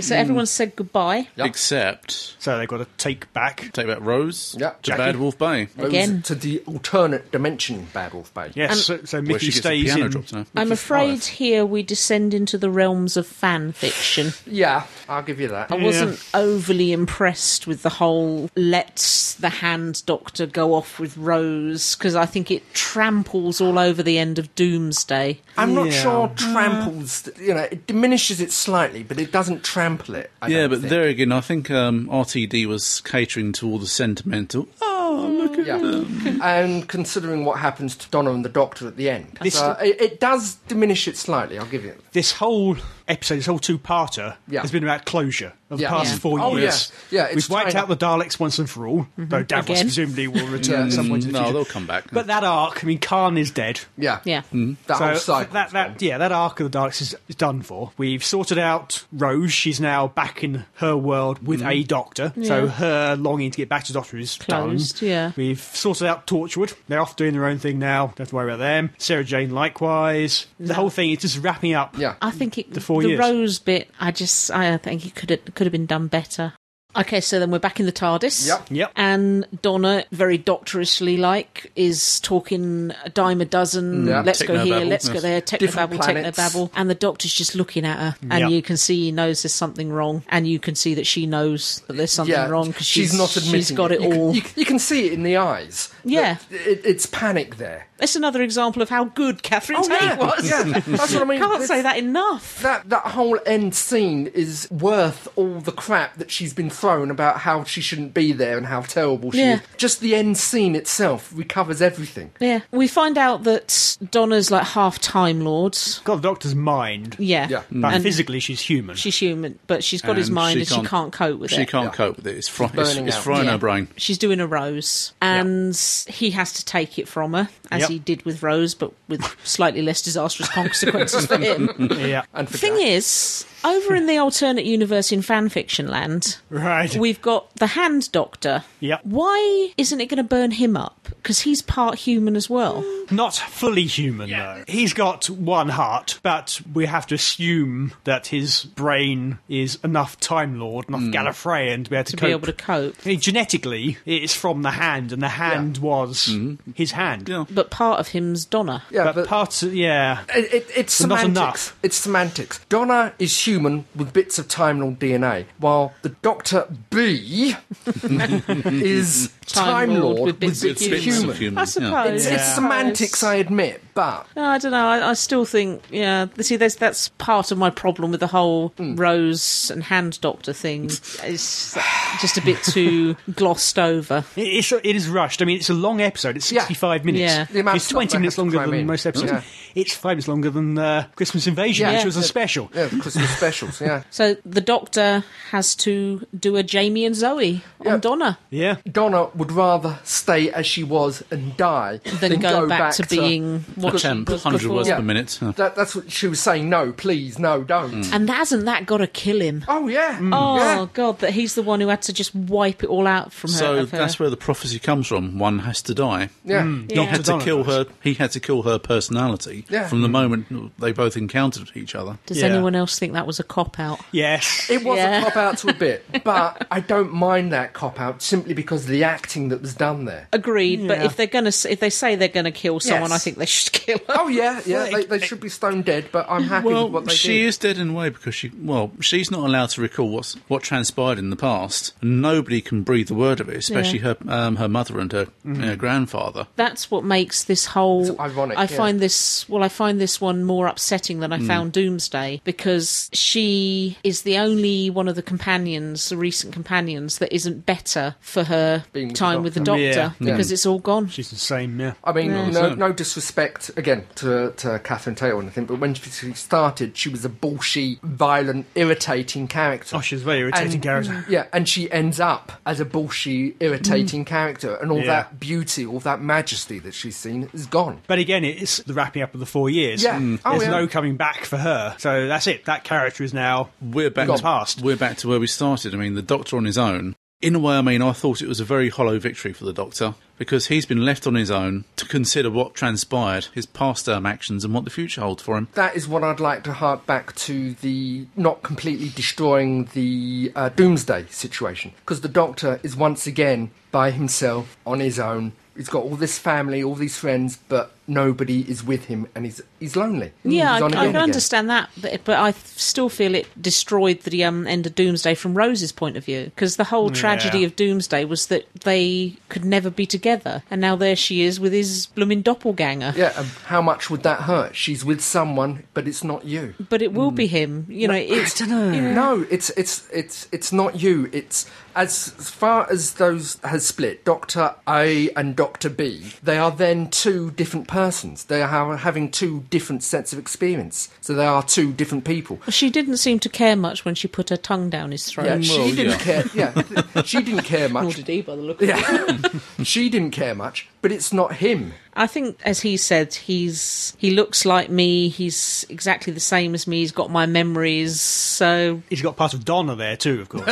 C: so everyone said goodbye.
B: Except,
D: So they've got to take back.
B: take that Rose
E: Yeah.
B: to
E: Jackie.
B: Bad Wolf Bay.
E: Rose
C: Again.
E: To the alternate dimension, Bad Wolf Bay.
D: Yes, so, so
B: Where
D: Mickey
B: she gets the
D: stays
B: piano
D: in.
B: dropped in her.
C: I'm
B: Which is
C: afraid
B: fine.
C: here we descend into the realms of fan fiction.
E: Yeah, I'll give you that.
C: I wasn't overly impressed with the whole let the hand doctor go off with Rose because I think it tramples all over the end of Doomsday.
E: I'm not
D: Yeah. Uh.
E: sure tramples, you know, it diminishes it slightly, but it doesn't trample it. I
B: Yeah,
E: don't
B: but
E: think.
B: there again, I think um, RTD was catering to all the sentimental. Oh, Oh, look at
E: Yeah.
B: them.
E: and considering what happens to Donna and the Doctor at the end,
D: This-
E: so it, it does diminish it slightly. I'll give you.
D: This whole episode, this whole two-parter,
E: Yeah.
D: has been about closure of the
E: Yeah.
D: past
E: Yeah.
D: four
E: Oh,
D: years.
E: yeah. Yeah, it's Mm-hmm.
D: We've wiped
E: tying
D: out the Daleks once and for all, though Davros
C: Again.
D: presumably will return
E: Mm,
D: at some point in the
B: Mm, no,
D: future.
B: they'll come back.
D: But that arc, I mean, Khan is dead.
E: Yeah,
C: Yeah.
B: Mm.
E: That whole
D: So
E: cycle.
D: that, that yeah, that arc of the Daleks is, is done for. We've sorted out Rose. She's now back in her world with
E: Mm-hmm.
D: a doctor. So
C: Yeah.
D: her longing to get back to Doctor is
C: Closed,
D: done.
C: yeah.
D: We've sorted out Torchwood. They're off doing their own thing now. Don't have to worry about them. Sarah Jane likewise. The whole thing is just wrapping up.
E: yeah.
C: I think it, the,
D: four years.
C: rose bit. I just, I think it could have, could have been done better. Okay, so then we're back in the TARDIS.
E: Yep.
D: Yep.
C: And Donna, very doctorishly like, is talking a dime a dozen.
E: Mm. Yeah.
C: Let's go here,
B: Technobabble.
C: let's go there. Technobabble,
E: planets.
C: technobabble. And the doctor's just looking at her, and
D: Yep.
C: you can see he knows there's something wrong, and you can see that she knows that there's something
E: yeah,
C: wrong because
E: she's, not admitting
C: she's got it,
E: You can-
C: all.
E: You, can- you can see it in the eyes.
C: Yeah.
E: That it, it's panic there.
C: That's another example of how good Catherine Tate
E: Oh, yeah,
C: was.
E: yeah, that's what I mean.
C: Can't
E: This-
C: say that enough.
E: That that whole end scene is worth all the crap that she's been thrown about how she shouldn't be there and how terrible she
C: Yeah.
E: is. Just the end scene itself recovers everything.
C: Yeah. We find out that Donna's like half Time Lord.
D: Got the Doctor's mind.
C: Yeah.
E: Yeah.
D: But
C: And
D: physically, she's human.
C: she's human, but she's got his
B: And
C: mind
B: she
C: and she
B: can't-
C: can't cope with
B: She
C: it.
B: can't cope with it. It's, fry- it's,
E: burning
B: it's
E: out.
B: frying
C: Yeah.
B: her brain.
C: She's doing a rose, and he has to take it from her, as
D: Yep.
C: he did with Rose, but with slightly less disastrous consequences for him.
D: yeah.
E: And for
C: Thing
E: Jack-
C: is, over in the alternate universe in fanfiction land,
D: Right.
C: we've got the Hand Doctor.
D: Yep.
C: Why isn't it going to burn him up? Because he's part human as well.
D: Not fully human, though. He's got one heart, but we have to assume that his brain is enough Time Lord, enough Gallifreyan to be able to,
C: to
D: cope.
C: be able to cope.
D: I mean, genetically, it's from the hand, and the hand was his hand.
B: Yeah.
C: But part of him's Donna.
E: yeah,
D: but, parts, of- yeah,
E: It, it, it's
D: But not
E: semantics.
D: enough.
E: It's semantics. Donna is human with bits of Time Lord DNA, while the Doctor B is
C: Time
E: Time,
C: Lord
E: Lord,
C: with bits
E: with bits
C: of
E: of
B: Bits of
E: human.
B: human,
C: I
B: Mm, yeah.
C: suppose.
E: It's, it's
D: Yeah.
E: semantics, I admit, but
C: No, I don't know. I, I still think, yeah. See, there's, that's part of my problem with the whole Rose and Hand Doctor thing. It's just a bit too glossed over.
D: it is, it is rushed. I mean, it's a long episode. It's
E: Yeah.
D: sixty-five minutes.
C: Yeah. The
E: amount of
D: it's
E: stuff
D: twenty
E: they
D: minutes
E: have
D: longer
E: to cram
D: than
E: in.
D: most episodes.
E: Yeah.
D: It's five minutes longer than uh, Christmas Invasion,
E: Yeah.
D: which was a special.
E: yeah, the Christmas specials, yeah.
C: So the Doctor has to do a Jamie and Zoe on
E: Yeah.
C: Donna,
D: Yeah,
E: Donna would rather stay as she was and die
C: then
E: than
C: go, back, to, being what she
B: Temp,
C: was
B: 100
C: before.
B: words
E: Yeah.
B: per minute. Huh.
E: That, that's what she was saying. No, please, no, don't.
C: And hasn't that got to kill him?
E: Oh yeah.
C: Mm. Oh
E: yeah.
C: God, that he's the one who had to just wipe it all out from her.
B: So
C: of her.
B: that's where the prophecy comes from. One has to die.
E: Yeah.
B: He
C: Yeah.
B: had to kill her. He had to kill her personality
E: Yeah.
B: from the moment they both encountered each other.
C: Does
D: Yeah.
C: anyone else think that was a cop out?
D: yes.
E: It was
C: Yeah.
E: a cop out to a bit, but I don't mind that cop out simply because of the acting that was done there.
C: Agreed, but
D: Yeah.
C: if they're gonna, if they say they're gonna kill someone,
E: Yes.
C: I think they should kill her.
E: Oh yeah, yeah.
D: Well,
E: They,
D: it-
E: they should be stone dead, but I'm happy with
B: Well,
E: what they
B: she
E: did.
B: is dead in a way because she. Well, she's not allowed to recall what's what transpired in the past. Nobody can breathe a word of it, especially her um, her mother and her
D: Mm.
B: uh, grandfather.
C: That's what makes this whole.
E: It's ironic,
C: I
E: yeah.
C: find this. Well, I find this one more upsetting than I found Doomsday because she is the only one of the companions, the recent companions, that isn't better for her
E: Being with the
C: time with the
E: Doctor.
C: Doctor
D: Yeah.
C: because it's all gone.
D: She's the same. Yeah.
E: I mean,
C: Yeah.
E: no, no disrespect again to, to Catherine Taylor or anything, but when she started, she was a bullshy, violent, irritating character.
D: Oh, she's a very irritating
E: And- Mm.
D: character.
E: Yeah, and she ends up as a bullshy, irritating character, and all
D: Yeah.
E: that beauty, all that majesty that she's seen is gone.
D: But again, it's the wrapping up of the four years.
E: Yeah. Mm. Oh,
D: There's
E: yeah.
D: no coming back for her. So that's it. That character is now.
B: We're back
D: Gone.
B: to,
D: Past.
B: We're back to where we started. I mean, the Doctor on his own. In a way, I mean, I thought it was a very hollow victory for the Doctor because he's been left on his own to consider what transpired, his past um, actions, and what the future holds for him.
E: That is what I'd like to hark back to the not completely destroying the uh, doomsday situation. Because the doctor is once again by himself, on his own. He's got all this family, all these friends, but nobody is with him and he's, he's lonely.
C: Yeah, I,
E: Hmm, he's
C: I
E: on again
C: can
E: again.
C: understand that, but, but I still feel it destroyed the um, end of Doomsday from Rose's point of view because the whole tragedy
D: Yeah.
C: of Doomsday was that they could never be together, and now there she is with his blooming doppelganger.
E: Yeah, um, how much would that hurt? She's with someone, but it's not you. Hmm.
C: But it will be him, you know. It's,
E: No, it's it's it's it's not you. It's As far as those has split, Doctor A and Doctor B, they are then two different persons. They are having two different sets of experience, so they are two different people.
C: She didn't seem to care much when she put her tongue down his throat.
E: Yeah, she didn't
B: yeah.
E: care. Yeah, she didn't care
C: Nor
E: much.
C: did he, by the look of it.
E: Yeah, she didn't care much. But it's not him.
C: I think, as he said, he's he looks like me. He's exactly the same as me. He's got my memories. So
D: He's got part of Donna there too, of course.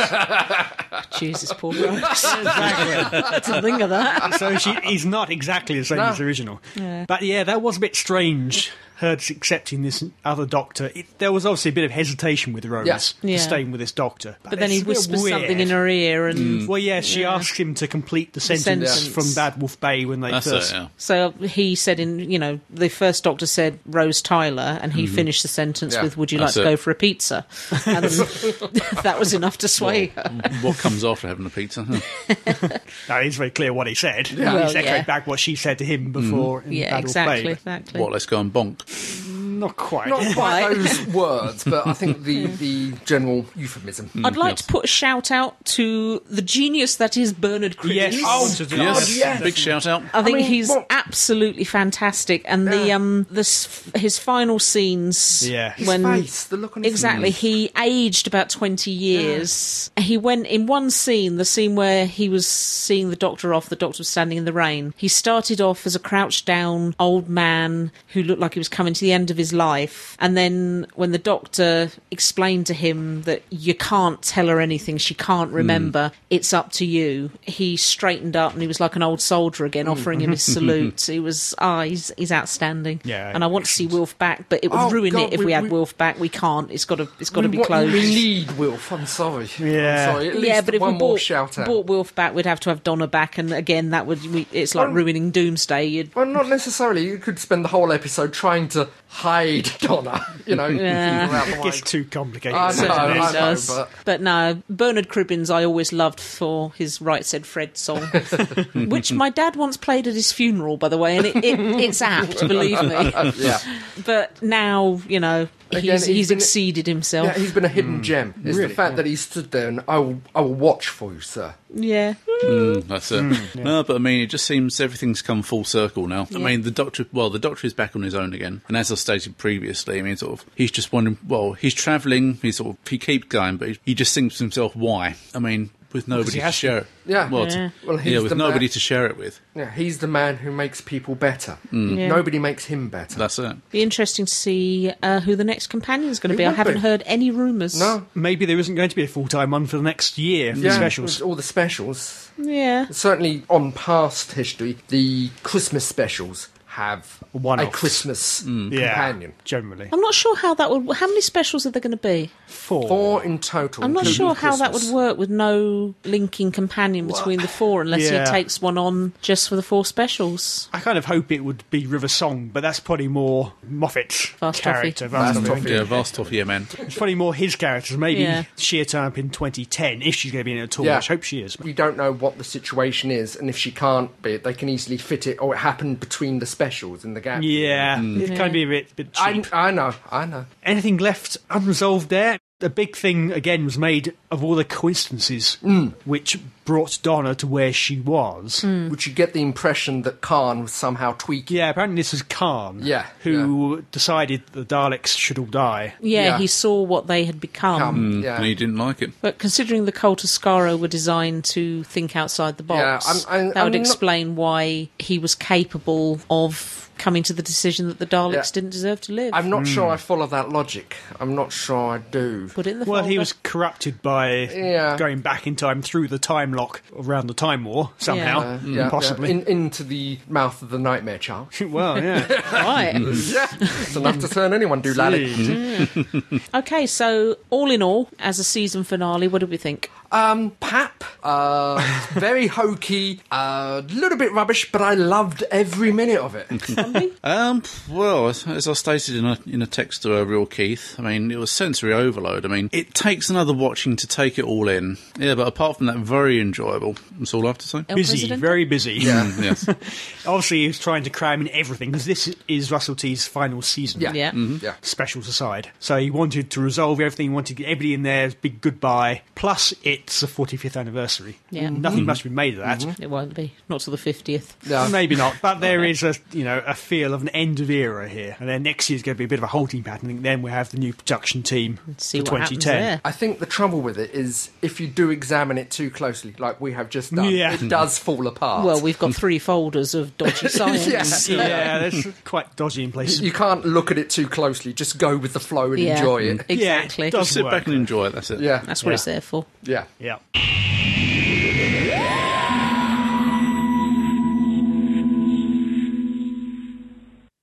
C: Jesus, poor guy. to think of that.
D: so she, he's not exactly the same as the original. But yeah, that was a bit strange. Her just accepting this other doctor. It, there was obviously a bit of hesitation with Rose
E: Yeah.
C: Yeah.
D: for staying with this doctor. But,
C: But then he
D: it's a bit
C: whispers
D: weird.
C: something in her ear, and
E: Mm.
D: Well, yeah, she asks him to complete the sentence,
C: sentence.
D: from Bad Wolf Bay when they
B: That's
D: first.
B: it, yeah.
C: so he said, in you know, the first doctor said Rose Tyler, and he finished the sentence
E: Mm-hmm. Yeah.
C: with "Would you
B: That's
C: like
B: it.
C: to go for a pizza?" And that was enough to sway her.
D: mm,
B: what comes after having a pizza? huh?
D: Now, it's very clear what he said.
C: Well,
D: He's echoing
C: yeah.
D: back what she said to him before in
C: Yeah,
D: Bad
C: exactly,
D: Wolf Bay.
C: exactly.
B: what, let's go and bonk?
D: but Not quite.
E: Not
C: Right.
E: quite those words, but I think the the general euphemism.
C: I'd like to put a shout out to the genius that is Bernard Cribbins.
D: Yes. Oh,
B: yes.
E: yes.
B: Big shout out.
C: I think
E: mean,
C: he's
E: what-
C: absolutely fantastic, and the
E: Yeah.
C: um the s- his final scenes.
D: Yeah. His
C: when
E: face, the look on his
C: exactly he aged about twenty years. He went in one scene, the scene where he was seeing the doctor off. The doctor was standing in the rain. He started off as a crouched down old man who looked like he was coming to the end of his life, and then when the doctor explained to him that you can't tell her anything, she
E: Hmm.
C: can't remember. It's up to you. He straightened up and he was like an old soldier again,
E: Hmm.
C: offering him his salute. He was, ah, he's, he's outstanding.
D: Yeah,
C: and I want to see Wilf back, but it would
E: Oh,
C: ruin
E: God,
C: it if we,
E: we-
C: had
E: we-
C: Wilf back. We can't. It's got to. It's got to
E: we,
C: be
E: want-
C: closed.
E: we need Wilf. I'm sorry.
D: Yeah.
E: I'm sorry. At least
C: yeah, but if
E: one
C: we
E: more
C: bought,
E: shout out.
C: bought Wilf back, we'd have to have Donna back, and again, that would we, it's like
E: Well-
C: ruining Doomsday. You'd,
E: Oh. Well, not necessarily. You could spend the whole episode trying to hide Donna, you know.
C: Yeah.
E: throughout the
D: It gets
E: wine.
D: too complicated.
E: I
D: doesn't
E: know,
D: it?
C: Certainly
E: I know,
C: does.
E: but-
C: But no, Bernard Cribbins I always loved for his Right Said Fred song, which my dad once played at his funeral, by the way, and it, it, it's apt, believe me.
E: yeah.
C: But now, you know, he's,
E: Again,
C: he's,
E: he's been-
C: exceeded himself.
E: yeah, he's been a
D: Hmm.
E: hidden gem. It's the fact that he stood there and I will, I will watch for you, sir.
C: yeah.
B: Mm, That's it. No, but I mean, it just seems everything's come full circle now. I mean, the doctor, well, the doctor is back on his own again, and as I stated previously, I mean, sort of, he's just wondering. Well, he's travelling. He sort of he keeps going, but he just thinks to himself, why? I mean, with nobody
D: he
B: to
D: has to.
B: share it.
E: Yeah.
B: Well, to-
C: Yeah.
E: Well, he's
B: yeah, with
E: the man-
B: nobody to share it with.
E: Yeah, he's the man who makes people better.
D: Hmm.
C: Yeah.
E: Nobody makes him better.
B: That's it.
C: Be interesting to see uh, who the next companion's going to
E: It
C: be. I
E: would
C: haven't
E: be.
C: heard any rumours.
E: no.
D: Maybe there isn't going to be a full time one for the next year for
E: Yeah,
D: the specials.
E: All the specials.
C: Yeah.
E: Certainly on past history, the Christmas specials have
D: One-offs.
E: a Christmas
D: Yeah,
E: companion.
D: generally.
C: I'm not sure how that would. How many specials are there going to be?
E: Four in total.
C: I'm not
E: including
C: sure how that would
E: Christmas.
C: work with no linking companion between the four, unless
D: Yeah.
C: he takes one on just for the four specials.
D: I kind of hope it would be River Song, but that's probably more Moffat's
C: Vast
D: character.
C: Toffee.
D: Vast
E: Vast
D: Toffee.
E: Toffee.
B: Yeah, vast off here, man.
D: It's probably more his character. Maybe
C: Yeah.
D: she'll turn up in 2010 if she's going to be in it at all.
E: Yeah.
D: Which I hope she is.
E: We don't know what the situation is, and if she can't be, they can easily fit it, or it happened between the specials in the gap.
D: Yeah, it kind of be a bit, bit cheap.
E: I, I know, I know.
D: Anything left unresolved there? The big thing again was made of all the coincidences
E: Mm.
D: which brought Donna to where she was.
C: Hmm.
E: Would you get the impression that Khan was somehow tweaking?
D: Yeah, apparently this is Khan,
E: Yeah,
D: who decided the Daleks should all die.
C: Yeah,
E: Yeah.
C: he saw what they had become.
E: Um, yeah.
B: And he didn't like it.
C: But considering the Cult of Skaro were designed to think outside the box,
E: Yeah, I'm- I'm-
C: that would
E: I'm not-
C: explain why he was capable of coming to the decision that the Daleks
E: Yeah.
C: didn't deserve to live.
E: I'm not
D: Hmm.
E: sure I follow that logic. I'm not sure I do.
C: Put it in the
D: Well, he
C: folder.
D: was corrupted by
E: Yeah.
D: going back in time through the time lock around the time war somehow,
E: Uh,
D: Mm,
E: yeah, yeah.
D: possibly.
E: In, into the mouth of the nightmare child.
D: well, yeah.
C: right.
E: yeah, it's enough to turn anyone do, laddie.
C: okay, so all in all, as a season finale, what did we think?
E: Um, Pap, uh, very hokey, a little bit rubbish, but I loved every minute of it.
C: Mhm.
B: Um, well, as, as I stated in a, in a text to uh, Real Keith, I mean, it was sensory overload. I mean, it takes another watching to take it all in. Yeah, but apart from that, very enjoyable. That's all I have to say.
C: El
D: busy,
C: Presidente?
D: very busy.
B: Mm, yes.
D: Obviously, he's trying to cram in everything because this is Russell T's final season.
E: Yeah. Mm.
C: Yeah.
E: Yeah.
D: Specials aside, so he wanted to resolve everything. He wanted to get everybody in there. Big goodbye. Plus, it it's a 45th anniversary. Mm-hmm.
C: Yeah. Mm-hmm.
D: Nothing must be made of that.
C: It won't be. Not till the 50th.
E: No.
D: Maybe not, but there is a you know a feel of an end of era here, and then next year's going to be a bit of a holding pattern. And then we'll have the new production team
C: See
D: for
C: what happens
D: 2010.
C: there.
E: I think the trouble with it is if you do examine it too closely, like we have just done,
D: Yeah.
E: it does fall apart.
C: Well, we've got three folders of dodgy songs.
E: Yeah.
D: Yeah, that's quite dodgy in places.
E: you can't look at it too closely. Just go with the flow and
C: Yeah.
E: enjoy it.
C: Exactly.
D: Yeah, it does
B: Sit
D: work.
B: back and enjoy it. That's it.
E: Yeah,
C: That's what it's there for.
E: yeah.
D: Yeah.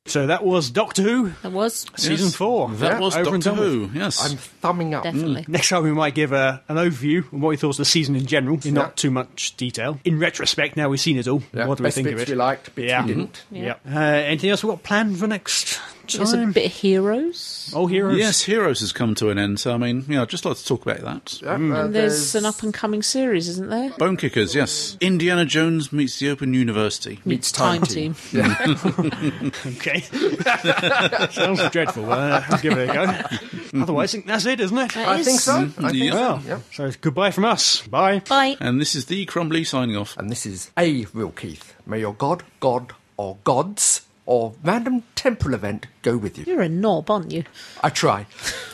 D: So that was Doctor Who
C: That was
D: season four.
B: That
E: Yeah.
B: was
D: Over and
B: Doctor
D: done with.
B: Who. Yes.
E: I'm thumbing up.
C: definitely.
D: Next time we might give a, an overview on what we thought of the season in general, in
E: Yeah.
D: not too much detail. In retrospect, now we've seen it all.
E: Yeah.
D: What do we
E: Best
D: think of
E: bits
D: it?
E: we liked, bits
D: Yeah.
E: we didn't.
D: Yeah. Uh, anything else we got planned for next
C: There's a
D: time?
C: bit of heroes.
D: Oh, heroes.
B: Yes, Heroes has come to an end. So I mean, yeah, I'd just like to talk about that.
E: Yeah, uh,
C: And there's an up and coming series, isn't there?
B: Bone Kickers, yes. Indiana Jones meets the Open University.
E: Meets
C: Time,
E: Time
C: Team.
D: Okay. Sounds dreadful. Uh, I'll give it a go. Otherwise, I think that's it, isn't it?
E: I
C: That
E: think
C: is-
E: so. I think
B: Yeah.
E: so. Yeah.
D: So it's goodbye from us. Bye.
C: Bye.
B: And this is the Crumbly signing off.
E: And this is a real Keith. May your God, God, or gods, or random temporal event go with you.
C: You're a knob, aren't you?
E: I try.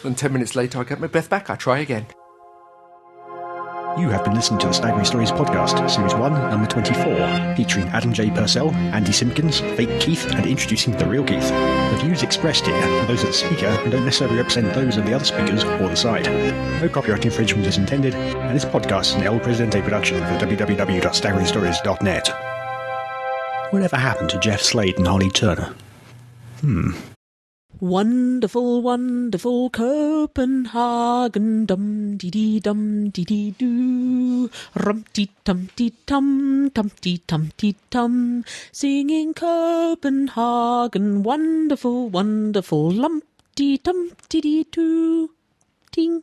E: and ten minutes later, I get my breath back. I try again.
A: You have been listening to the Staggering Stories podcast, Series 1, Number 24, featuring Adam J. Purcell, Andy Simpkins, Fake Keith, and introducing the real Keith. The views expressed here are those of the speaker and don't necessarily represent those of the other speakers or the side. No copyright infringement is intended, and this podcast is an El Presidente production for www.staggeringstories.net. Whatever happened to Jeff Slade and Holly Turner?
C: Wonderful, wonderful Copenhagen, dum dee dee dum dee dee doo, rumpty tumpty tum, tumpty tumpty tum, singing Copenhagen, wonderful, wonderful, lumpty tumpty dee doo, ting.